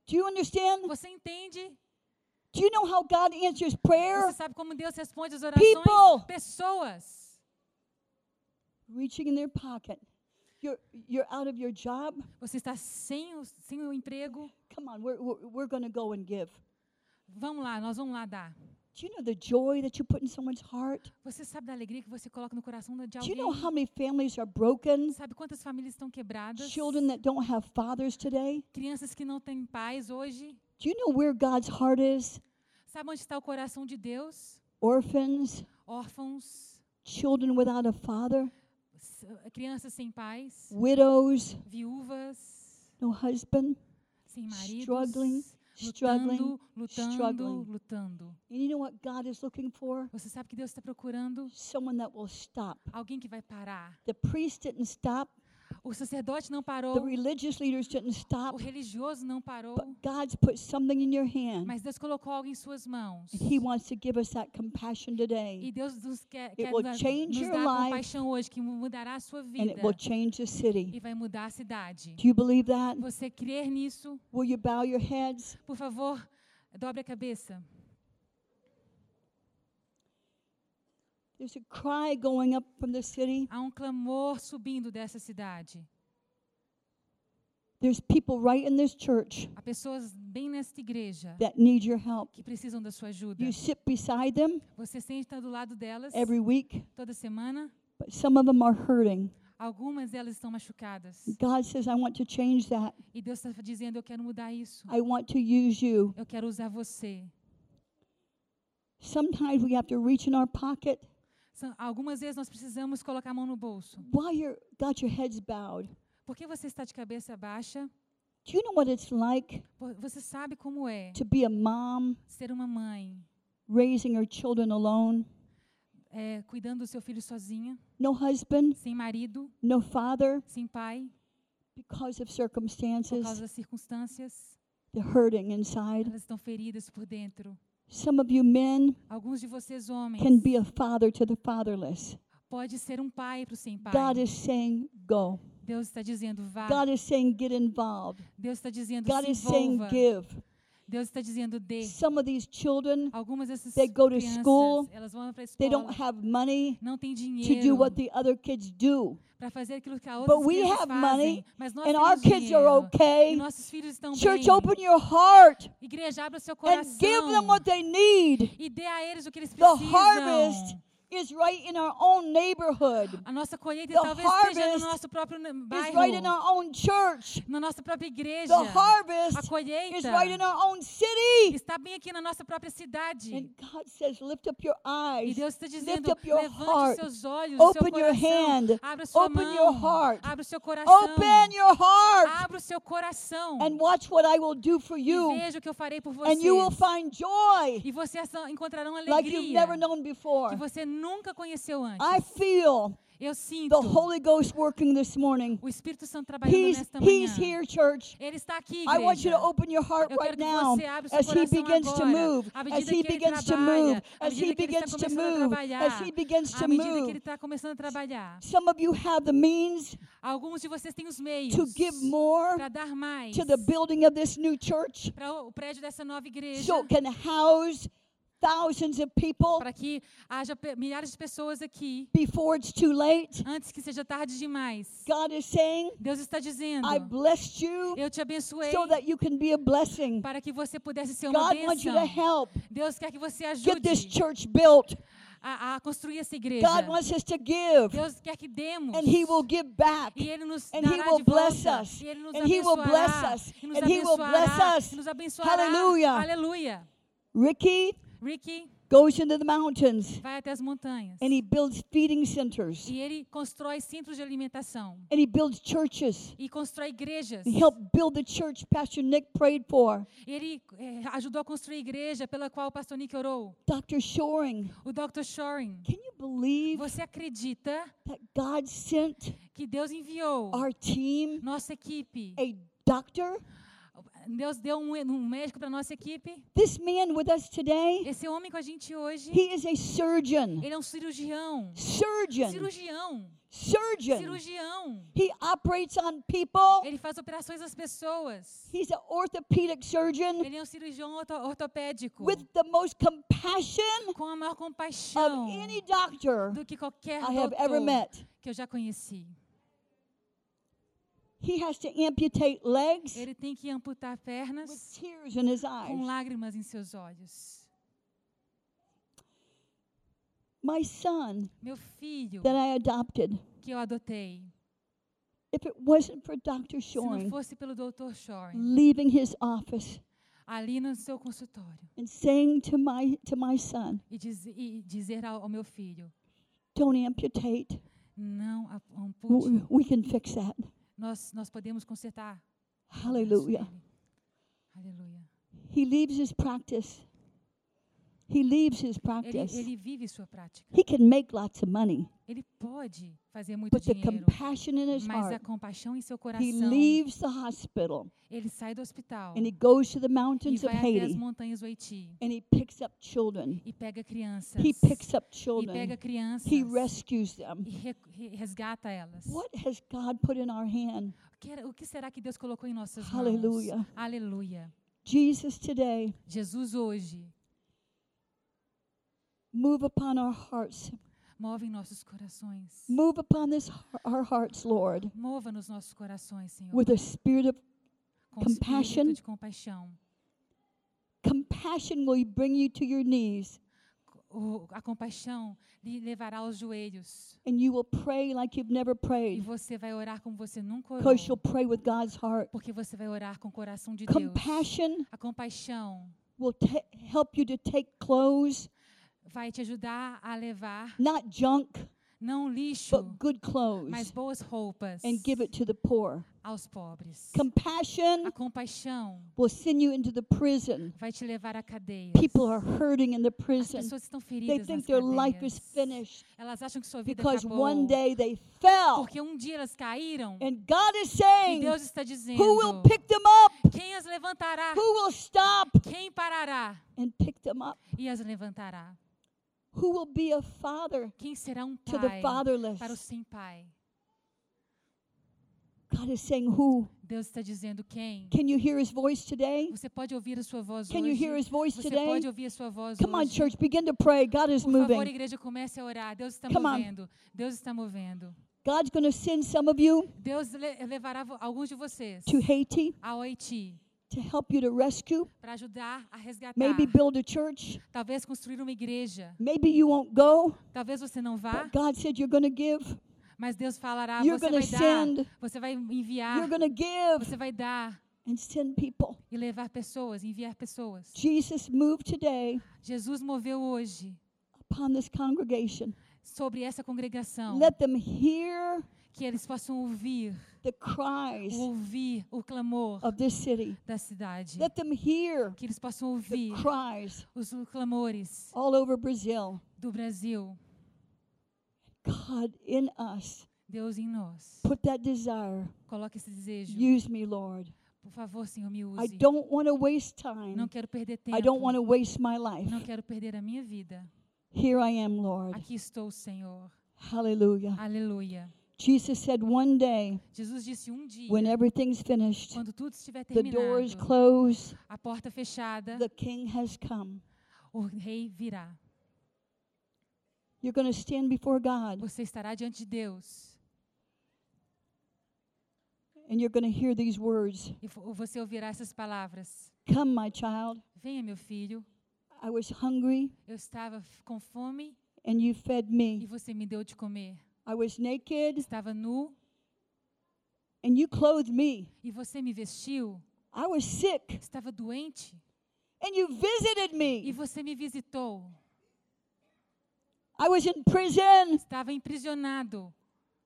Speaker 4: do you understand?
Speaker 2: Você entende?
Speaker 4: Do you know how God answers prayer?
Speaker 2: Você sabe como Deus responde as orações?
Speaker 4: People.
Speaker 2: Pessoas.
Speaker 4: Reaching in their pocket. You're, you're out of your job.
Speaker 2: Você está sem o, sem o emprego?
Speaker 4: Come on, we're, we're, we're going to go and give.
Speaker 2: Vamos lá, nós vamos lá dar.
Speaker 4: Do you know the joy that you put in someone's heart?
Speaker 2: Você sabe da alegria que você coloca no coração de
Speaker 4: Do you
Speaker 2: alguém?
Speaker 4: know how many families are broken?
Speaker 2: Sabe quantas famílias estão quebradas?
Speaker 4: Children that don't have fathers today?
Speaker 2: Crianças que não têm pais hoje?
Speaker 4: Do you know where God's heart is?
Speaker 2: Sabe onde está o coração de Deus?
Speaker 4: Orphans,
Speaker 2: Órfãos,
Speaker 4: children without a father,
Speaker 2: s- crianças sem pais,
Speaker 4: widows,
Speaker 2: viúvas,
Speaker 4: no husband.
Speaker 2: sem maridos,
Speaker 4: Struggling, struggling,
Speaker 2: lutando, lutando,
Speaker 4: struggling.
Speaker 2: lutando.
Speaker 4: And you know what God is looking for?
Speaker 2: Você sabe que Deus está procurando
Speaker 4: Someone that will stop.
Speaker 2: alguém que vai parar.
Speaker 4: The priest didn't stop,
Speaker 2: O sacerdote não
Speaker 4: the
Speaker 2: parou,
Speaker 4: religious leaders didn't
Speaker 2: o
Speaker 4: stop,
Speaker 2: religioso não parou,
Speaker 4: but God's put something in your hand.
Speaker 2: mas Deus colocou algo em suas mãos.
Speaker 4: And He wants to give us that compassion
Speaker 2: E
Speaker 4: today,
Speaker 2: Deus nos quer,
Speaker 4: It
Speaker 2: quer
Speaker 4: will
Speaker 2: nos dar-
Speaker 4: change
Speaker 2: nos
Speaker 4: your
Speaker 2: dar
Speaker 4: life,
Speaker 2: compaixão hoje, que mudará a sua
Speaker 4: and
Speaker 2: vida
Speaker 4: it will change the
Speaker 2: e
Speaker 4: city.
Speaker 2: vai mudar a cidade.
Speaker 4: Do you believe that?
Speaker 2: Você crer nisso?
Speaker 4: Will you bow your heads?
Speaker 2: Por favor, dobre a cabeça.
Speaker 4: There's a cry going up from the city.
Speaker 2: Há um clamor subindo dessa cidade.
Speaker 4: There's people right in this church
Speaker 2: Há pessoas bem nesta igreja
Speaker 4: that need your help.
Speaker 2: que precisam da sua ajuda.
Speaker 4: You sit beside them
Speaker 2: Você senta do lado delas
Speaker 4: every week,
Speaker 2: toda semana.
Speaker 4: but some of them are hurting.
Speaker 2: Algumas delas estão machucadas.
Speaker 4: God says, I want to change that.
Speaker 2: E Deus está dizendo: Eu quero mudar isso.
Speaker 4: I want to use you.
Speaker 2: Eu quero usar você.
Speaker 4: Sometimes we have to reach in our pocket
Speaker 2: São- Algumas vezes nós precisamos colocar a mão no bolso.
Speaker 4: while you're got your heads bowed.
Speaker 2: Por que você está de cabeça baixa?
Speaker 4: Do you know what it's like
Speaker 2: Por- Você sabe como é
Speaker 4: to be a mom
Speaker 2: ser uma mãe,
Speaker 4: raising her children alone?
Speaker 2: é, cuidando do seu filho sozinha,
Speaker 4: No husband,
Speaker 2: sem marido,
Speaker 4: no father,
Speaker 2: sem pai,
Speaker 4: because of
Speaker 2: por causa
Speaker 4: circumstances,
Speaker 2: das circunstâncias.
Speaker 4: the hurting inside.
Speaker 2: Elas estão feridas por dentro.
Speaker 4: Some of you men
Speaker 2: Alguns de vocês,
Speaker 4: can
Speaker 2: homens,
Speaker 4: be a father to the fatherless.
Speaker 2: pode ser um pai para o sem pai.
Speaker 4: God is saying, go.
Speaker 2: Deus está dizendo, vá.
Speaker 4: God is saying, get involved.
Speaker 2: Deus está dizendo,
Speaker 4: God
Speaker 2: se
Speaker 4: is saying,
Speaker 2: envolva.
Speaker 4: give.
Speaker 2: Deus está dizendo dê.
Speaker 4: Some of these children,
Speaker 2: Algumas dessas
Speaker 4: They go to
Speaker 2: crianças,
Speaker 4: school,
Speaker 2: elas vão para a
Speaker 4: they
Speaker 2: escola,
Speaker 4: don't have money
Speaker 2: não tem
Speaker 4: to do
Speaker 2: dinheiro
Speaker 4: what the other kids do.
Speaker 2: para fazer aquilo que a outras
Speaker 4: But we
Speaker 2: crianças
Speaker 4: have money,
Speaker 2: fazem. Mas nós
Speaker 4: and
Speaker 2: temos
Speaker 4: our kids are
Speaker 2: dinheiro, e
Speaker 4: okay.
Speaker 2: nossos filhos estão
Speaker 4: Church,
Speaker 2: bem.
Speaker 4: open your heart
Speaker 2: Igreja, abra seu
Speaker 4: and
Speaker 2: coração
Speaker 4: give them what they need.
Speaker 2: e dê a eles o que eles
Speaker 4: The
Speaker 2: precisam.
Speaker 4: harvest is right in our own neighborhood.
Speaker 2: a nossa colheita
Speaker 4: the
Speaker 2: talvez esteja
Speaker 4: harvest
Speaker 2: no nosso próprio ne-
Speaker 4: It's
Speaker 2: bairro,
Speaker 4: right in our own church.
Speaker 2: na nossa própria igreja.
Speaker 4: The harvest
Speaker 2: a colheita
Speaker 4: is right in our own city.
Speaker 2: está bem aqui na nossa própria cidade.
Speaker 4: And God says, lift up your
Speaker 2: E
Speaker 4: eyes.
Speaker 2: Deus está
Speaker 4: Lift
Speaker 2: dizendo,
Speaker 4: up your
Speaker 2: levante
Speaker 4: heart.
Speaker 2: os seus olhos, o
Speaker 4: Open
Speaker 2: seu
Speaker 4: your
Speaker 2: coração,
Speaker 4: hand.
Speaker 2: abra sua
Speaker 4: Open
Speaker 2: mão,
Speaker 4: your heart.
Speaker 2: abra o seu coração,
Speaker 4: Open your heart
Speaker 2: abra o seu coração
Speaker 4: and watch what I will do for
Speaker 2: e
Speaker 4: you.
Speaker 2: veja o que eu farei por você.
Speaker 4: And you will find joy
Speaker 2: e vocês são- encontrarão
Speaker 4: like you've
Speaker 2: alegria
Speaker 4: never known
Speaker 2: que
Speaker 4: before.
Speaker 2: você nunca conheceu antes.
Speaker 4: I feel
Speaker 2: Eu sinto
Speaker 4: the Holy Ghost working this morning.
Speaker 2: o Espírito Santo trabalhando
Speaker 4: He's,
Speaker 2: nesta
Speaker 4: he's
Speaker 2: manhã.
Speaker 4: here, church.
Speaker 2: Ele está aqui,
Speaker 4: I want you to
Speaker 2: igreja.
Speaker 4: open your heart
Speaker 2: Eu quero
Speaker 4: right
Speaker 2: que
Speaker 4: now
Speaker 2: você abra o seu
Speaker 4: as he
Speaker 2: coração
Speaker 4: begins to
Speaker 2: agora,
Speaker 4: move,
Speaker 2: à
Speaker 4: as
Speaker 2: medida
Speaker 4: he
Speaker 2: que ele
Speaker 4: begins to
Speaker 2: trabalha,
Speaker 4: move,
Speaker 2: à
Speaker 4: as he
Speaker 2: medida que ele está
Speaker 4: begins to
Speaker 2: começando a
Speaker 4: move,
Speaker 2: trabalhar,
Speaker 4: as he begins to
Speaker 2: à medida que ele
Speaker 4: move.
Speaker 2: está começando a trabalhar.
Speaker 4: Some of you have the means
Speaker 2: Alguns de vocês têm os meios
Speaker 4: to give more
Speaker 2: para dar mais
Speaker 4: to the building of this new church
Speaker 2: para o o prédio dessa nova igreja,
Speaker 4: so it can house thousands of people
Speaker 2: para que haja pe- milhares de pessoas aqui
Speaker 4: before it's too late.
Speaker 2: antes que seja tarde demais.
Speaker 4: God is saying,
Speaker 2: Deus está dizendo,
Speaker 4: I blessed you
Speaker 2: eu te abençoei
Speaker 4: so that you can be a blessing.
Speaker 2: para que você pudesse ser uma
Speaker 4: God wants you
Speaker 2: bênção.
Speaker 4: to help
Speaker 2: Deus quer que você
Speaker 4: get this
Speaker 2: ajude
Speaker 4: church built.
Speaker 2: a, a construir essa igreja.
Speaker 4: God wants us to give,
Speaker 2: Deus quer que demos.
Speaker 4: and He will give back.
Speaker 2: E ele nos
Speaker 4: And
Speaker 2: dará
Speaker 4: he will
Speaker 2: de
Speaker 4: bless
Speaker 2: volta.
Speaker 4: us.
Speaker 2: E ele nos
Speaker 4: And he will bless
Speaker 2: abençoará.
Speaker 4: us.
Speaker 2: E nos
Speaker 4: And he will bless
Speaker 2: abençoará.
Speaker 4: us.
Speaker 2: E nos abençoará.
Speaker 4: Hallelujah.
Speaker 2: Aleluia.
Speaker 4: Ricky
Speaker 2: Ricky
Speaker 4: goes into the mountains
Speaker 2: vai até as montanhas.
Speaker 4: and he builds feeding centers,
Speaker 2: E ele constrói centros de alimentação.
Speaker 4: and he builds churches.
Speaker 2: E constrói igrejas.
Speaker 4: He helped build the church Pastor Nick prayed for.
Speaker 2: Ele eh, ajudou a construir a igreja pela qual o pastor Nick orou.
Speaker 4: Dr. Shoring,
Speaker 2: O Dr. Shoring.
Speaker 4: can you believe
Speaker 2: Você acredita
Speaker 4: that God sent
Speaker 2: que Deus enviou
Speaker 4: our team
Speaker 2: nossa equipe?
Speaker 4: a doctor?
Speaker 2: Deus deu um, um médico para nossa equipe?
Speaker 4: This man with us today,
Speaker 2: Esse homem com a gente hoje,
Speaker 4: he is a surgeon.
Speaker 2: ele é um cirurgião.
Speaker 4: Surgeon.
Speaker 2: Cirurgião.
Speaker 4: Surgeon.
Speaker 2: Cirurgião.
Speaker 4: He operates on people.
Speaker 2: Ele faz operações às pessoas.
Speaker 4: He's an orthopedic surgeon
Speaker 2: Ele é um cirurgião orto ortopédico.
Speaker 4: with the most compassion
Speaker 2: Com a maior
Speaker 4: of
Speaker 2: compaixão
Speaker 4: any doctor
Speaker 2: do que qualquer
Speaker 4: I have ever
Speaker 2: doutor
Speaker 4: met.
Speaker 2: que eu já conheci.
Speaker 4: He has to amputate legs
Speaker 2: Ele tem que amputar
Speaker 4: with
Speaker 2: pernas
Speaker 4: tears in his
Speaker 2: com
Speaker 4: eyes.
Speaker 2: lágrimas em seus olhos.
Speaker 4: My son
Speaker 2: Meu filho,
Speaker 4: that I adopted,
Speaker 2: que eu adotei,
Speaker 4: if it wasn't for Dr.
Speaker 2: se não
Speaker 4: Shoring
Speaker 2: fosse pelo Dr. Shoring,
Speaker 4: leaving his office
Speaker 2: ali no seu consultório,
Speaker 4: and saying to my to my son,
Speaker 2: e, diz, e dizer ao, ao meu filho,
Speaker 4: "Don't amputate.
Speaker 2: não a- ampute,
Speaker 4: W- We can fix that."
Speaker 2: nós, nós podemos consertar. o braço
Speaker 4: Hallelujah.
Speaker 2: dele." Aleluia.
Speaker 4: He leaves his practice. He leaves his
Speaker 2: Ele,
Speaker 4: practice.
Speaker 2: ele vive sua prática.
Speaker 4: He can make lots of money,
Speaker 2: Ele pode fazer muito
Speaker 4: but the
Speaker 2: dinheiro,
Speaker 4: compassion in his
Speaker 2: mas a
Speaker 4: heart.
Speaker 2: compaixão em seu
Speaker 4: He
Speaker 2: coração,
Speaker 4: leaves the hospital
Speaker 2: ele sai do hospital
Speaker 4: and he goes to the
Speaker 2: e
Speaker 4: mountains of
Speaker 2: vai até as
Speaker 4: Haiti
Speaker 2: montanhas do Haiti
Speaker 4: and he picks up children.
Speaker 2: e pega crianças.
Speaker 4: He picks
Speaker 2: e
Speaker 4: up
Speaker 2: pega
Speaker 4: children.
Speaker 2: crianças
Speaker 4: He rescues
Speaker 2: e
Speaker 4: them.
Speaker 2: re, re- resgata elas.
Speaker 4: What has God put in our hand?
Speaker 2: O que era- O que será que Deus colocou em nossas
Speaker 4: Hallelujah.
Speaker 2: mãos? Aleluia.
Speaker 4: Jesus today,
Speaker 2: Jesus hoje
Speaker 4: move upon our hearts.
Speaker 2: move em nossos corações.
Speaker 4: Move upon this our hearts, Lord,
Speaker 2: Mova nos nossos corações, Senhor,
Speaker 4: with a spirit of
Speaker 2: com o
Speaker 4: compassion.
Speaker 2: espírito de compaixão.
Speaker 4: compassion will bring you to your knees
Speaker 2: O- a compaixão lhe levará aos joelhos.
Speaker 4: and you will pray like you've never
Speaker 2: E
Speaker 4: prayed
Speaker 2: você vai orar como você nunca orou.
Speaker 4: because you'll pray with God's heart.
Speaker 2: Porque você vai orar com o coração de Deus.
Speaker 4: Compassion
Speaker 2: A compaixão
Speaker 4: will ta- help you to take clothes,
Speaker 2: vai te ajudar a levar
Speaker 4: not junk,
Speaker 2: não lixo,
Speaker 4: but good
Speaker 2: mas
Speaker 4: clothes,
Speaker 2: boas roupas
Speaker 4: and give it to the poor.
Speaker 2: aos pobres.
Speaker 4: Compassion
Speaker 2: A compaixão
Speaker 4: will send you into the prison.
Speaker 2: vai te levar à cadeia.
Speaker 4: People are hurting in the
Speaker 2: As
Speaker 4: prison.
Speaker 2: pessoas estão
Speaker 4: They
Speaker 2: feridas
Speaker 4: think
Speaker 2: nas
Speaker 4: their life
Speaker 2: cadeias.
Speaker 4: is finished
Speaker 2: Elas acham que sua vida
Speaker 4: because
Speaker 2: acabou.
Speaker 4: one day they fell.
Speaker 2: porque um dia elas caíram.
Speaker 4: And God is
Speaker 2: E
Speaker 4: saying,
Speaker 2: Deus está dizendo:
Speaker 4: Who will pick them up?
Speaker 2: Quem as levantará?
Speaker 4: Who will stop
Speaker 2: Quem parará
Speaker 4: and pick them up?
Speaker 2: e as levantará?
Speaker 4: Who will be a father
Speaker 2: Quem será um
Speaker 4: to the
Speaker 2: pai para o
Speaker 4: fatherless?
Speaker 2: sem pai?
Speaker 4: God is saying, Who?
Speaker 2: Deus está dizendo quem.
Speaker 4: Can you hear his voice today?
Speaker 2: Você pode ouvir a sua voz
Speaker 4: Can you
Speaker 2: hoje.
Speaker 4: hear his voice
Speaker 2: Você
Speaker 4: today?
Speaker 2: pode ouvir a sua voz
Speaker 4: Come on,
Speaker 2: hoje.
Speaker 4: church, begin to pray. God is
Speaker 2: Por favor,
Speaker 4: moving.
Speaker 2: igreja, comece a orar. Deus está
Speaker 4: Come on.
Speaker 2: movendo. Deus está movendo.
Speaker 4: God's going to send some of you
Speaker 2: Deus le- levará vo- alguns de vocês
Speaker 4: to Haiti
Speaker 2: ao Haiti
Speaker 4: to help you to rescue,
Speaker 2: para ajudar a resgatar.
Speaker 4: maybe build a church.
Speaker 2: Talvez construir uma igreja.
Speaker 4: Maybe you won't go,
Speaker 2: Talvez você não vá,
Speaker 4: but God said you're going to give.
Speaker 2: mas Deus falará.
Speaker 4: You're
Speaker 2: Você
Speaker 4: gonna
Speaker 2: vai dar.
Speaker 4: send.
Speaker 2: Você vai enviar.
Speaker 4: You're going to give
Speaker 2: Você vai dar
Speaker 4: and send people.
Speaker 2: e levar pessoas, enviar pessoas.
Speaker 4: Jesus moved today
Speaker 2: Jesus moveu hoje
Speaker 4: upon this congregation.
Speaker 2: sobre essa congregação
Speaker 4: Let them hear
Speaker 2: que eles possam ouvir,
Speaker 4: the cries
Speaker 2: ouvir o clamor
Speaker 4: of this city.
Speaker 2: da cidade.
Speaker 4: Let them hear
Speaker 2: Que eles possam
Speaker 4: the
Speaker 2: ouvir
Speaker 4: cries
Speaker 2: os clamores
Speaker 4: all over Brazil.
Speaker 2: do Brasil.
Speaker 4: God in us.
Speaker 2: Deus em nós.
Speaker 4: Put that desire.
Speaker 2: Coloque esse desejo.
Speaker 4: Use me, Lord.
Speaker 2: Por favor, Senhor, me
Speaker 4: I
Speaker 2: use.
Speaker 4: don't want to waste
Speaker 2: Não
Speaker 4: time.
Speaker 2: quero perder tempo.
Speaker 4: I don't want to waste my life.
Speaker 2: Não quero perder a minha vida.
Speaker 4: Here I am, Lord.
Speaker 2: Aqui estou, Senhor.
Speaker 4: Hallelujah.
Speaker 2: Aleluia.
Speaker 4: Jesus said one day,
Speaker 2: Jesus disse um dia,
Speaker 4: when everything's finished,
Speaker 2: quando tudo estiver
Speaker 4: the door is
Speaker 2: terminado,
Speaker 4: closed,
Speaker 2: a porta fechada,
Speaker 4: the king has come.
Speaker 2: o rei virá.
Speaker 4: You're going to stand before God
Speaker 2: Você estará diante de Deus
Speaker 4: and you're going to hear these words
Speaker 2: e fo- você ouvirá essas palavras.
Speaker 4: Come, my child.
Speaker 2: Venha, meu filho,
Speaker 4: I was hungry
Speaker 2: eu estava f- com fome
Speaker 4: and you fed
Speaker 2: e
Speaker 4: me.
Speaker 2: você me deu de comer.
Speaker 4: I was naked
Speaker 2: Estava nu
Speaker 4: and you clothed me.
Speaker 2: e você me vestiu.
Speaker 4: I was sick
Speaker 2: Estava doente
Speaker 4: and you visited
Speaker 2: e
Speaker 4: me.
Speaker 2: você me visitou.
Speaker 4: I was in prison
Speaker 2: Estava emprisionado.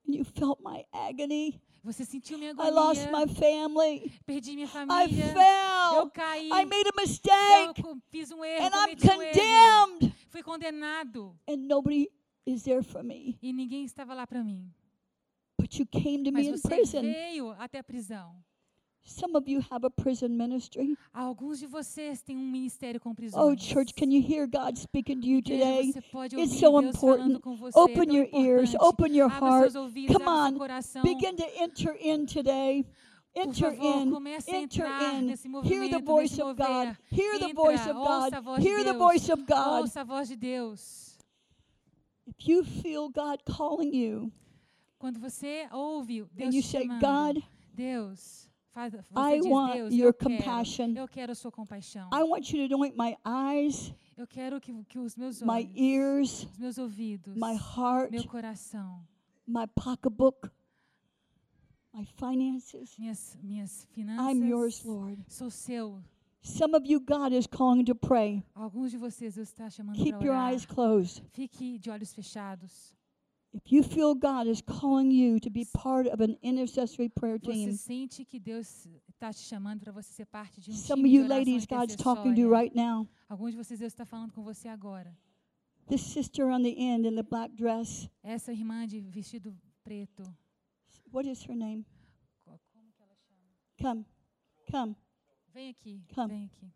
Speaker 4: and you felt my agony.
Speaker 2: Você sentiu minha
Speaker 4: I lost my
Speaker 2: agonia.
Speaker 4: family.
Speaker 2: Perdi minha
Speaker 4: I
Speaker 2: família. Eu
Speaker 4: fell.
Speaker 2: caí.
Speaker 4: I made a
Speaker 2: Eu
Speaker 4: mistake
Speaker 2: co- fiz um erro,
Speaker 4: and I'm
Speaker 2: cometi um erro.
Speaker 4: condemned.
Speaker 2: Fui condenado
Speaker 4: And nobody is there for me.
Speaker 2: e ninguém estava lá para mim.
Speaker 4: But you came to
Speaker 2: Mas
Speaker 4: me in
Speaker 2: você
Speaker 4: prison.
Speaker 2: veio até a prisão.
Speaker 4: Some of you have a prison ministry.
Speaker 2: Alguns de vocês têm um ministério com prisões.
Speaker 4: Oh, church, can you hear God speaking to you
Speaker 2: Igreja,
Speaker 4: today?
Speaker 2: você pode
Speaker 4: It's
Speaker 2: ouvir
Speaker 4: so
Speaker 2: Deus falando
Speaker 4: important.
Speaker 2: com você, é
Speaker 4: Open
Speaker 2: tão
Speaker 4: your ears,
Speaker 2: importante.
Speaker 4: open your
Speaker 2: Abra
Speaker 4: heart.
Speaker 2: seus ouvidos,
Speaker 4: Come
Speaker 2: abra seu
Speaker 4: on,
Speaker 2: coração.
Speaker 4: begin to enter in today.
Speaker 2: Por
Speaker 4: Enter
Speaker 2: favor,
Speaker 4: in,
Speaker 2: comece a
Speaker 4: enter
Speaker 2: entrar
Speaker 4: in.
Speaker 2: nesse movimento,
Speaker 4: Hear the
Speaker 2: nesse
Speaker 4: voice of God.
Speaker 2: mover.
Speaker 4: Hear the
Speaker 2: Entra,
Speaker 4: voice of
Speaker 2: ouça a
Speaker 4: God.
Speaker 2: voz de
Speaker 4: Hear the
Speaker 2: Deus.
Speaker 4: voice of God.
Speaker 2: Ouça a voz de Deus.
Speaker 4: If you feel God calling you,
Speaker 2: Quando você ouve
Speaker 4: and
Speaker 2: Deus
Speaker 4: you
Speaker 2: te
Speaker 4: say,
Speaker 2: chamando,
Speaker 4: God,
Speaker 2: Deus, faz, você
Speaker 4: I
Speaker 2: diz,
Speaker 4: want
Speaker 2: Deus,
Speaker 4: your
Speaker 2: eu quero,
Speaker 4: compassion.
Speaker 2: eu quero a sua compaixão.
Speaker 4: I want you to anoint my eyes,
Speaker 2: eu quero que, que os meus
Speaker 4: my
Speaker 2: olhos,
Speaker 4: ears,
Speaker 2: os meus ouvidos,
Speaker 4: my heart,
Speaker 2: meu coração,
Speaker 4: my pocketbook, my finances.
Speaker 2: minhas, minhas finanças,
Speaker 4: I'm yours, Lord.
Speaker 2: sou seu.
Speaker 4: Some of you, God is calling to pray.
Speaker 2: Alguns de vocês eu está chamando
Speaker 4: Keep
Speaker 2: para
Speaker 4: your
Speaker 2: orar.
Speaker 4: eyes closed.
Speaker 2: Fique de olhos fechados.
Speaker 4: If you feel God is calling you to be part of an intercessory prayer
Speaker 2: Você
Speaker 4: team,
Speaker 2: sente que Deus está te chamando para você ser parte de um
Speaker 4: some of
Speaker 2: time de
Speaker 4: you
Speaker 2: oração
Speaker 4: ladies, God's talking
Speaker 2: intercessória.
Speaker 4: to you right now.
Speaker 2: Alguns de vocês Deus está falando com você agora.
Speaker 4: This sister on the end in the black dress,
Speaker 2: Essa irmã de vestido preto.
Speaker 4: what is her name?
Speaker 2: co- Como que ela chama?
Speaker 4: Come, come.
Speaker 2: Vem aqui,
Speaker 4: Come.
Speaker 2: vem aqui.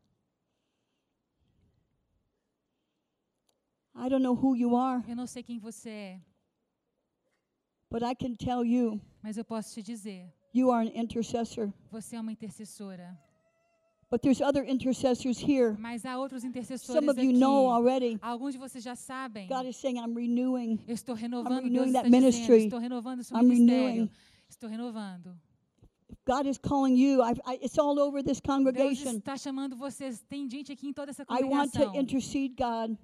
Speaker 4: I don't know who you are,
Speaker 2: Eu não sei quem você é,
Speaker 4: but I can tell you,
Speaker 2: mas eu posso te dizer,
Speaker 4: you are an intercessor.
Speaker 2: você é uma intercessora.
Speaker 4: But there's other intercessors here.
Speaker 2: Mas há outros intercessores
Speaker 4: Some of you
Speaker 2: aqui.
Speaker 4: know already.
Speaker 2: Alguns de vocês já sabem.
Speaker 4: God is saying, I'm renewing.
Speaker 2: Eu estou renovando, Deus
Speaker 4: renewing
Speaker 2: está
Speaker 4: that
Speaker 2: dizendo,
Speaker 4: ministry.
Speaker 2: estou renovando o seu
Speaker 4: I'm
Speaker 2: ministério.
Speaker 4: renewing.
Speaker 2: Estou renovando.
Speaker 4: God is calling you. I, I, it's all over this
Speaker 2: Deus
Speaker 4: congregation.
Speaker 2: está chamando vocês. Tem gente aqui em toda essa
Speaker 4: I want to
Speaker 2: congregação.
Speaker 4: intercede, God.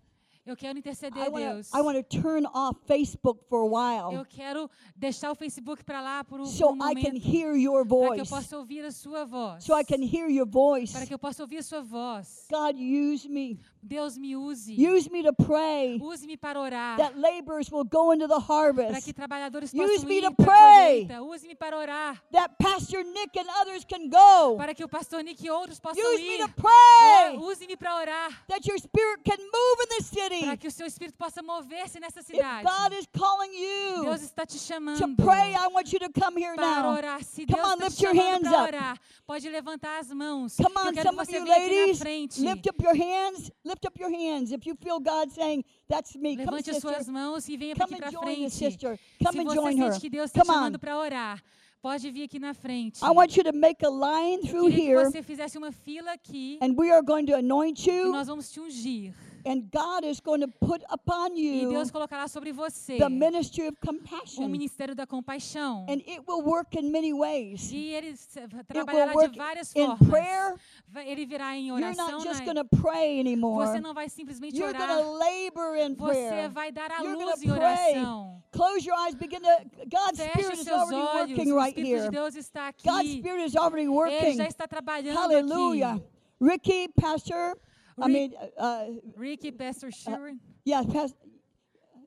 Speaker 2: Eu quero interceder
Speaker 4: I
Speaker 2: a
Speaker 4: want
Speaker 2: Deus.
Speaker 4: to I want to turn off Facebook for a
Speaker 2: Eu
Speaker 4: while
Speaker 2: quero deixar o Facebook para lá por um, por
Speaker 4: so
Speaker 2: um
Speaker 4: I can
Speaker 2: momento.
Speaker 4: hear
Speaker 2: Para
Speaker 4: your
Speaker 2: que eu
Speaker 4: voice.
Speaker 2: possa ouvir a sua voz.
Speaker 4: So I can hear your
Speaker 2: Para
Speaker 4: voice.
Speaker 2: que eu possa ouvir a sua voz.
Speaker 4: God, use me.
Speaker 2: Deus me use.
Speaker 4: Use me to pray
Speaker 2: Use-me para orar.
Speaker 4: that laborers will go into the
Speaker 2: Para que
Speaker 4: harvest,
Speaker 2: trabalhadores
Speaker 4: Use
Speaker 2: possam
Speaker 4: me
Speaker 2: ir
Speaker 4: to
Speaker 2: para
Speaker 4: pray.
Speaker 2: a colheita. Use-me para orar.
Speaker 4: that Pastor Nick and others can go.
Speaker 2: Para que o pastor Nick e outros possam
Speaker 4: Use me
Speaker 2: ir.
Speaker 4: to pray
Speaker 2: Ora, Use-me para orar.
Speaker 4: that your spirit can move in the city.
Speaker 2: Para que o seu espírito possa mover-se nessa
Speaker 4: If
Speaker 2: cidade.
Speaker 4: God is calling you
Speaker 2: Deus está te
Speaker 4: to
Speaker 2: chamando.
Speaker 4: pray, I want you to come here
Speaker 2: para
Speaker 4: now.
Speaker 2: orar. Se
Speaker 4: Come
Speaker 2: Deus
Speaker 4: on,
Speaker 2: está
Speaker 4: lift
Speaker 2: te
Speaker 4: your
Speaker 2: chamando
Speaker 4: hands
Speaker 2: para
Speaker 4: up.
Speaker 2: orar, pode levantar as mãos.
Speaker 4: Come
Speaker 2: Eu quero
Speaker 4: on,
Speaker 2: que
Speaker 4: some of
Speaker 2: você
Speaker 4: you
Speaker 2: venha aqui na
Speaker 4: ladies,
Speaker 2: frente.
Speaker 4: lift up your hands. Lift up your hands if you feel God saying, "That's me." Come,
Speaker 2: Levante as
Speaker 4: sister.
Speaker 2: suas mãos e venha
Speaker 4: Come
Speaker 2: aqui
Speaker 4: and
Speaker 2: para
Speaker 4: join the
Speaker 2: frente.
Speaker 4: sister.
Speaker 2: Se
Speaker 4: Come and
Speaker 2: você
Speaker 4: join her.
Speaker 2: sente que Deus está
Speaker 4: Come
Speaker 2: chamando
Speaker 4: on.
Speaker 2: para orar, Pode vir aqui na frente.
Speaker 4: I want you to make a line
Speaker 2: Eu
Speaker 4: through
Speaker 2: queria que
Speaker 4: here,
Speaker 2: você fizesse uma fila aqui
Speaker 4: and we are going to anoint
Speaker 2: e
Speaker 4: you,
Speaker 2: nós vamos te ungir.
Speaker 4: and God is going to put upon
Speaker 2: E
Speaker 4: you
Speaker 2: Deus Um colocará sobre você
Speaker 4: the ministry of
Speaker 2: o
Speaker 4: compassion.
Speaker 2: ministério da compaixão.
Speaker 4: And it will work in many ways.
Speaker 2: E ele se-
Speaker 4: It
Speaker 2: trabalhará
Speaker 4: will
Speaker 2: de
Speaker 4: work
Speaker 2: várias
Speaker 4: in
Speaker 2: formas.
Speaker 4: prayer.
Speaker 2: Va- Ele virá em
Speaker 4: You're
Speaker 2: oração.
Speaker 4: not just
Speaker 2: né?
Speaker 4: going to pray
Speaker 2: Você
Speaker 4: anymore.
Speaker 2: não vai simplesmente
Speaker 4: You're
Speaker 2: orar.
Speaker 4: going to labor in
Speaker 2: Você
Speaker 4: prayer.
Speaker 2: vai dar a
Speaker 4: You're
Speaker 2: luz em
Speaker 4: gonna pray.
Speaker 2: oração.
Speaker 4: Close your eyes. Begin to. God's
Speaker 2: Feche
Speaker 4: Spirit
Speaker 2: os
Speaker 4: is
Speaker 2: seus
Speaker 4: already
Speaker 2: olhos.
Speaker 4: working
Speaker 2: O Espírito
Speaker 4: right
Speaker 2: de
Speaker 4: here.
Speaker 2: Deus está
Speaker 4: God's
Speaker 2: aqui.
Speaker 4: Spirit is already
Speaker 2: Ele
Speaker 4: working.
Speaker 2: já está trabalhando
Speaker 4: Hallelujah.
Speaker 2: aqui.
Speaker 4: Ricky, Pastor, I
Speaker 2: Rick-
Speaker 4: mean, uh, uh,
Speaker 2: Ricky, Pastor Sharon.
Speaker 4: yeah, Pastor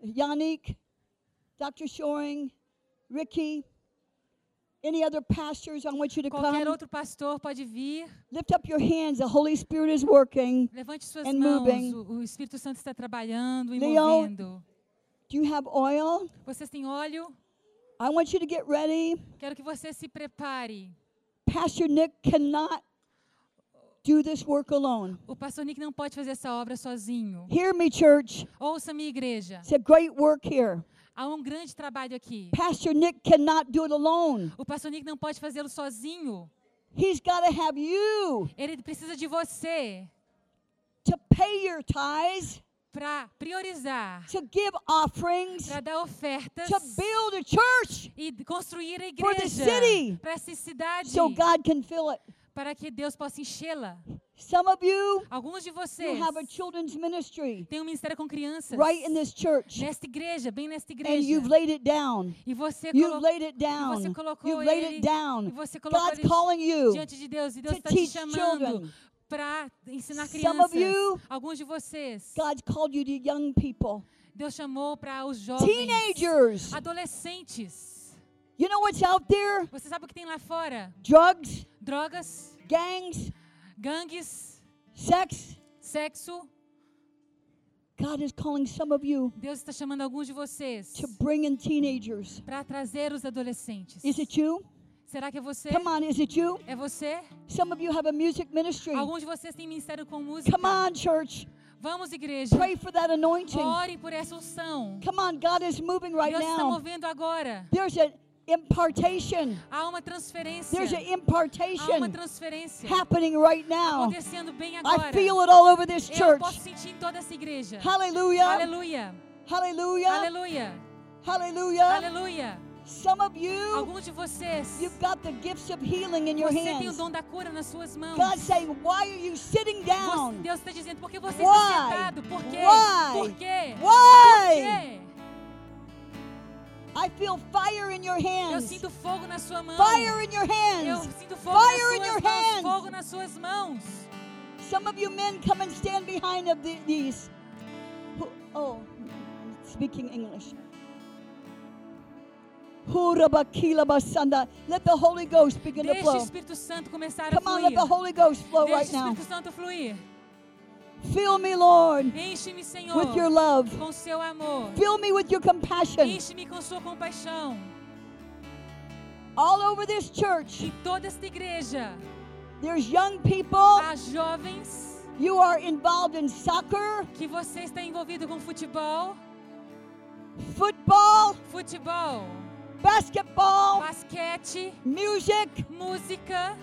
Speaker 4: Yannick, Dr. Shoring, Ricky, any other pastors, I want you to
Speaker 2: Qualquer
Speaker 4: come.
Speaker 2: outro pastor pode vir.
Speaker 4: Lift up your hands. The Holy Spirit is working.
Speaker 2: Levante suas
Speaker 4: And
Speaker 2: mãos.
Speaker 4: moving.
Speaker 2: O, o Espírito Santo está trabalhando e
Speaker 4: Leon.
Speaker 2: movendo.
Speaker 4: Do you have oil?
Speaker 2: Vocês têm óleo?
Speaker 4: I want you to get ready.
Speaker 2: Quero que você se prepare.
Speaker 4: Pastor Nick cannot do this work alone.
Speaker 2: O pastor Nick não pode fazer essa obra sozinho.
Speaker 4: Hear me, church.
Speaker 2: Ouça minha igreja.
Speaker 4: It's a great work here.
Speaker 2: Há um grande trabalho aqui.
Speaker 4: Pastor Nick cannot do it alone.
Speaker 2: O pastor Nick não pode fazê-lo sozinho.
Speaker 4: He's got to have you
Speaker 2: Ele precisa de você
Speaker 4: to pay your tithes,
Speaker 2: para priorizar,
Speaker 4: to give offerings,
Speaker 2: para dar ofertas
Speaker 4: to build a church
Speaker 2: e d- construir a
Speaker 4: for the
Speaker 2: igreja
Speaker 4: city.
Speaker 2: para essa cidade,
Speaker 4: so God can fill it.
Speaker 2: para que Deus possa enchê-la.
Speaker 4: Some of you,
Speaker 2: Alguns de
Speaker 4: you
Speaker 2: vocês
Speaker 4: have a children's ministry
Speaker 2: têm um ministério com crianças
Speaker 4: right in this church,
Speaker 2: nesta igreja, bem nesta
Speaker 4: and
Speaker 2: igreja.
Speaker 4: you've laid it down.
Speaker 2: E você
Speaker 4: You've
Speaker 2: colocou
Speaker 4: laid it down.
Speaker 2: colocou
Speaker 4: You've laid
Speaker 2: ele-
Speaker 4: it down.
Speaker 2: e você colocou
Speaker 4: God's
Speaker 2: ele
Speaker 4: calling you.
Speaker 2: diante de Deus e Deus
Speaker 4: to
Speaker 2: está te
Speaker 4: teach
Speaker 2: chamando
Speaker 4: children.
Speaker 2: para ensinar
Speaker 4: Some of
Speaker 2: crianças.
Speaker 4: you,
Speaker 2: Alguns de vocês,
Speaker 4: God's called you to young people,
Speaker 2: Deus chamou para os jovens,
Speaker 4: teenagers.
Speaker 2: adolescentes.
Speaker 4: You know what's out there?
Speaker 2: Você sabe o que tem lá fora?
Speaker 4: Drugs,
Speaker 2: Drogas,
Speaker 4: gangs,
Speaker 2: gangues,
Speaker 4: sex.
Speaker 2: sexo.
Speaker 4: God is calling some of you
Speaker 2: Deus está chamando alguns de vocês
Speaker 4: to bring in teenagers.
Speaker 2: para trazer os adolescentes.
Speaker 4: Is it you?
Speaker 2: Será que é você?
Speaker 4: Come on, is it you?
Speaker 2: É você?
Speaker 4: Some of you have a music ministry.
Speaker 2: Alguns de vocês têm ministério com música.
Speaker 4: Come on, church.
Speaker 2: Vamos, igreja.
Speaker 4: Pray for that anointing.
Speaker 2: Ore por essa unção.
Speaker 4: Come on, God is moving right
Speaker 2: Deus está
Speaker 4: now.
Speaker 2: movendo agora.
Speaker 4: There's an impartation.
Speaker 2: Há uma transferência.
Speaker 4: There's an
Speaker 2: Há uma
Speaker 4: impartation
Speaker 2: transferência
Speaker 4: happening right now.
Speaker 2: acontecendo bem agora.
Speaker 4: I feel it all over this
Speaker 2: Eu
Speaker 4: church.
Speaker 2: posso sentir em toda essa igreja.
Speaker 4: Hallelujah.
Speaker 2: Aleluia.
Speaker 4: Hallelujah.
Speaker 2: Aleluia.
Speaker 4: Hallelujah.
Speaker 2: Aleluia.
Speaker 4: Some of you,
Speaker 2: Alguns de vocês,
Speaker 4: you've got the gifts of healing in your
Speaker 2: você tem o
Speaker 4: hands.
Speaker 2: dom da cura nas suas mãos.
Speaker 4: God's saying, Why are you sitting
Speaker 2: Você-
Speaker 4: down?
Speaker 2: Deus está dizendo, por que você está
Speaker 4: Why?
Speaker 2: sentado? Por quê?
Speaker 4: Why?
Speaker 2: Por quê? Por
Speaker 4: Why?
Speaker 2: quê?
Speaker 4: I feel fire in your
Speaker 2: Eu
Speaker 4: hands.
Speaker 2: sinto fogo na sua mão.
Speaker 4: Fire in your
Speaker 2: Eu
Speaker 4: hands.
Speaker 2: sinto fogo nas
Speaker 4: Fire in
Speaker 2: suas
Speaker 4: your
Speaker 2: mãos.
Speaker 4: hands.
Speaker 2: Fogo nas suas mãos.
Speaker 4: Some of you men come and stand behind of the, these. Who, oh, speaking English. Hurabakilabasanda. Let the Holy Ghost begin to
Speaker 2: Deixa o
Speaker 4: flow.
Speaker 2: Espírito Santo começar a
Speaker 4: Come on, let
Speaker 2: fluir.
Speaker 4: the Holy Ghost flow right
Speaker 2: Deixa o
Speaker 4: now.
Speaker 2: Espírito Santo fluir.
Speaker 4: Fill me, Lord,
Speaker 2: Enche-me, Senhor,
Speaker 4: with your love.
Speaker 2: com seu amor.
Speaker 4: Fill me with your compassion.
Speaker 2: Enche-me com sua compaixão.
Speaker 4: All over this church,
Speaker 2: Em toda esta igreja,
Speaker 4: there's young people.
Speaker 2: há jovens
Speaker 4: You are involved in soccer,
Speaker 2: que você está envolvido com futebol,
Speaker 4: football,
Speaker 2: futebol,
Speaker 4: basketball,
Speaker 2: basquete,
Speaker 4: music.
Speaker 2: música.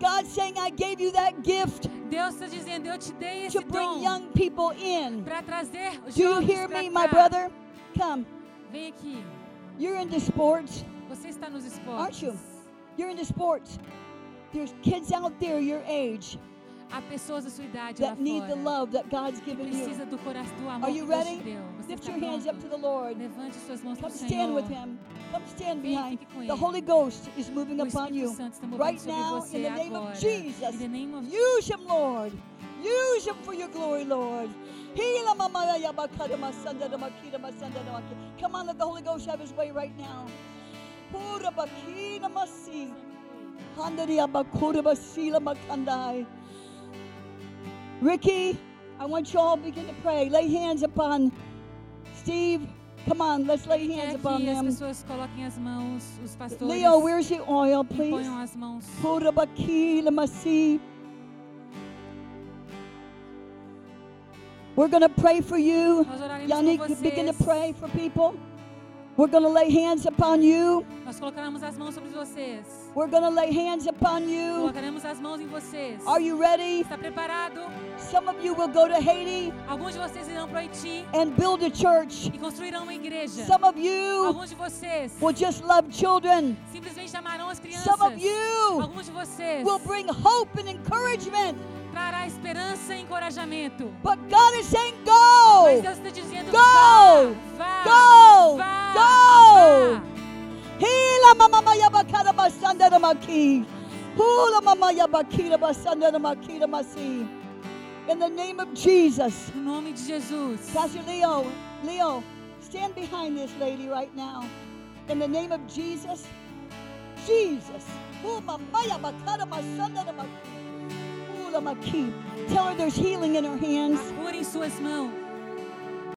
Speaker 4: God's saying, I gave you that gift
Speaker 2: Deus está dizendo, eu te dei esse
Speaker 4: to bring
Speaker 2: dom
Speaker 4: young people in.
Speaker 2: para trazer jovens
Speaker 4: Do you hear
Speaker 2: pra
Speaker 4: me,
Speaker 2: cá.
Speaker 4: my brother? Come.
Speaker 2: Vem aqui.
Speaker 4: You're into sports.
Speaker 2: Você está nos
Speaker 4: Aren't
Speaker 2: esportes.
Speaker 4: you? You're into sports. There's kids out there your age
Speaker 2: Há pessoas da sua idade lá
Speaker 4: that need the
Speaker 2: fora
Speaker 4: love that God's
Speaker 2: que
Speaker 4: given you.
Speaker 2: precisa do coração do amor
Speaker 4: Are
Speaker 2: que
Speaker 4: you
Speaker 2: Deus te
Speaker 4: ready?
Speaker 2: deu. Você
Speaker 4: Lift
Speaker 2: está
Speaker 4: your hands up
Speaker 2: pronto?
Speaker 4: to the Lord.
Speaker 2: Levante suas mãos para o
Speaker 4: Come stand
Speaker 2: Senhor.
Speaker 4: with him. Come
Speaker 2: Vem,
Speaker 4: stand behind.
Speaker 2: fique com
Speaker 4: The
Speaker 2: ele.
Speaker 4: Holy Ghost is moving
Speaker 2: O
Speaker 4: upon
Speaker 2: Espírito
Speaker 4: you.
Speaker 2: Santo está movendo
Speaker 4: Right
Speaker 2: sobre
Speaker 4: now, in
Speaker 2: você
Speaker 4: the name
Speaker 2: agora.
Speaker 4: of Jesus.
Speaker 2: In the name of
Speaker 4: Use him, Lord. Use him for your glory, Lord. Hila mama ya bakada masanda da makida masanda da maki. Come on, let the Holy Ghost have his way right now. Hura bakina masi. Handari ya bakura basila makandai. Ricky, I want you all to begin to pray. Lay hands upon Steve. Come on, let's lay
Speaker 2: Quer
Speaker 4: hands upon
Speaker 2: que as
Speaker 4: them.
Speaker 2: pessoas coloquem as mãos, os pastores
Speaker 4: Leo, where's the oil, please?
Speaker 2: ponham as mãos.
Speaker 4: Purabakila Masih. We're going to pray for you.
Speaker 2: Nós oraremos por
Speaker 4: Yannick,
Speaker 2: vocês.
Speaker 4: begin to pray for people. We're going to lay hands upon you.
Speaker 2: Nós colocaremos as mãos sobre vocês.
Speaker 4: We're going to lay hands upon you.
Speaker 2: Colocaremos as mãos em vocês.
Speaker 4: Are you ready?
Speaker 2: Está preparado?
Speaker 4: Some of you will go to Haiti
Speaker 2: Alguns de vocês irão para o Haiti
Speaker 4: and build a church.
Speaker 2: e construirão uma igreja.
Speaker 4: Some of you
Speaker 2: Alguns de vocês
Speaker 4: will just love children.
Speaker 2: simplesmente amarão as crianças.
Speaker 4: Some of you
Speaker 2: Alguns de vocês
Speaker 4: will bring hope and encouragement.
Speaker 2: trará esperança e encorajamento.
Speaker 4: But God is saying,
Speaker 2: Mas
Speaker 4: go!
Speaker 2: Deus está dizendo:
Speaker 4: Go!
Speaker 2: vá,
Speaker 4: Go!
Speaker 2: vá,
Speaker 4: Go!
Speaker 2: vá, vá.
Speaker 4: Hila mama yabakara basanda na maki. Hula mama yabakira basanda na makira masi. In the name of Jesus.
Speaker 2: No nome de Jesus.
Speaker 4: Pastor Leo, Leo, stand behind this lady right now. In the name of Jesus. Jesus. Huma maya bakara basanda na maki. Hula maki. Tell her there's healing in her hands.
Speaker 2: Cura em suas mãos.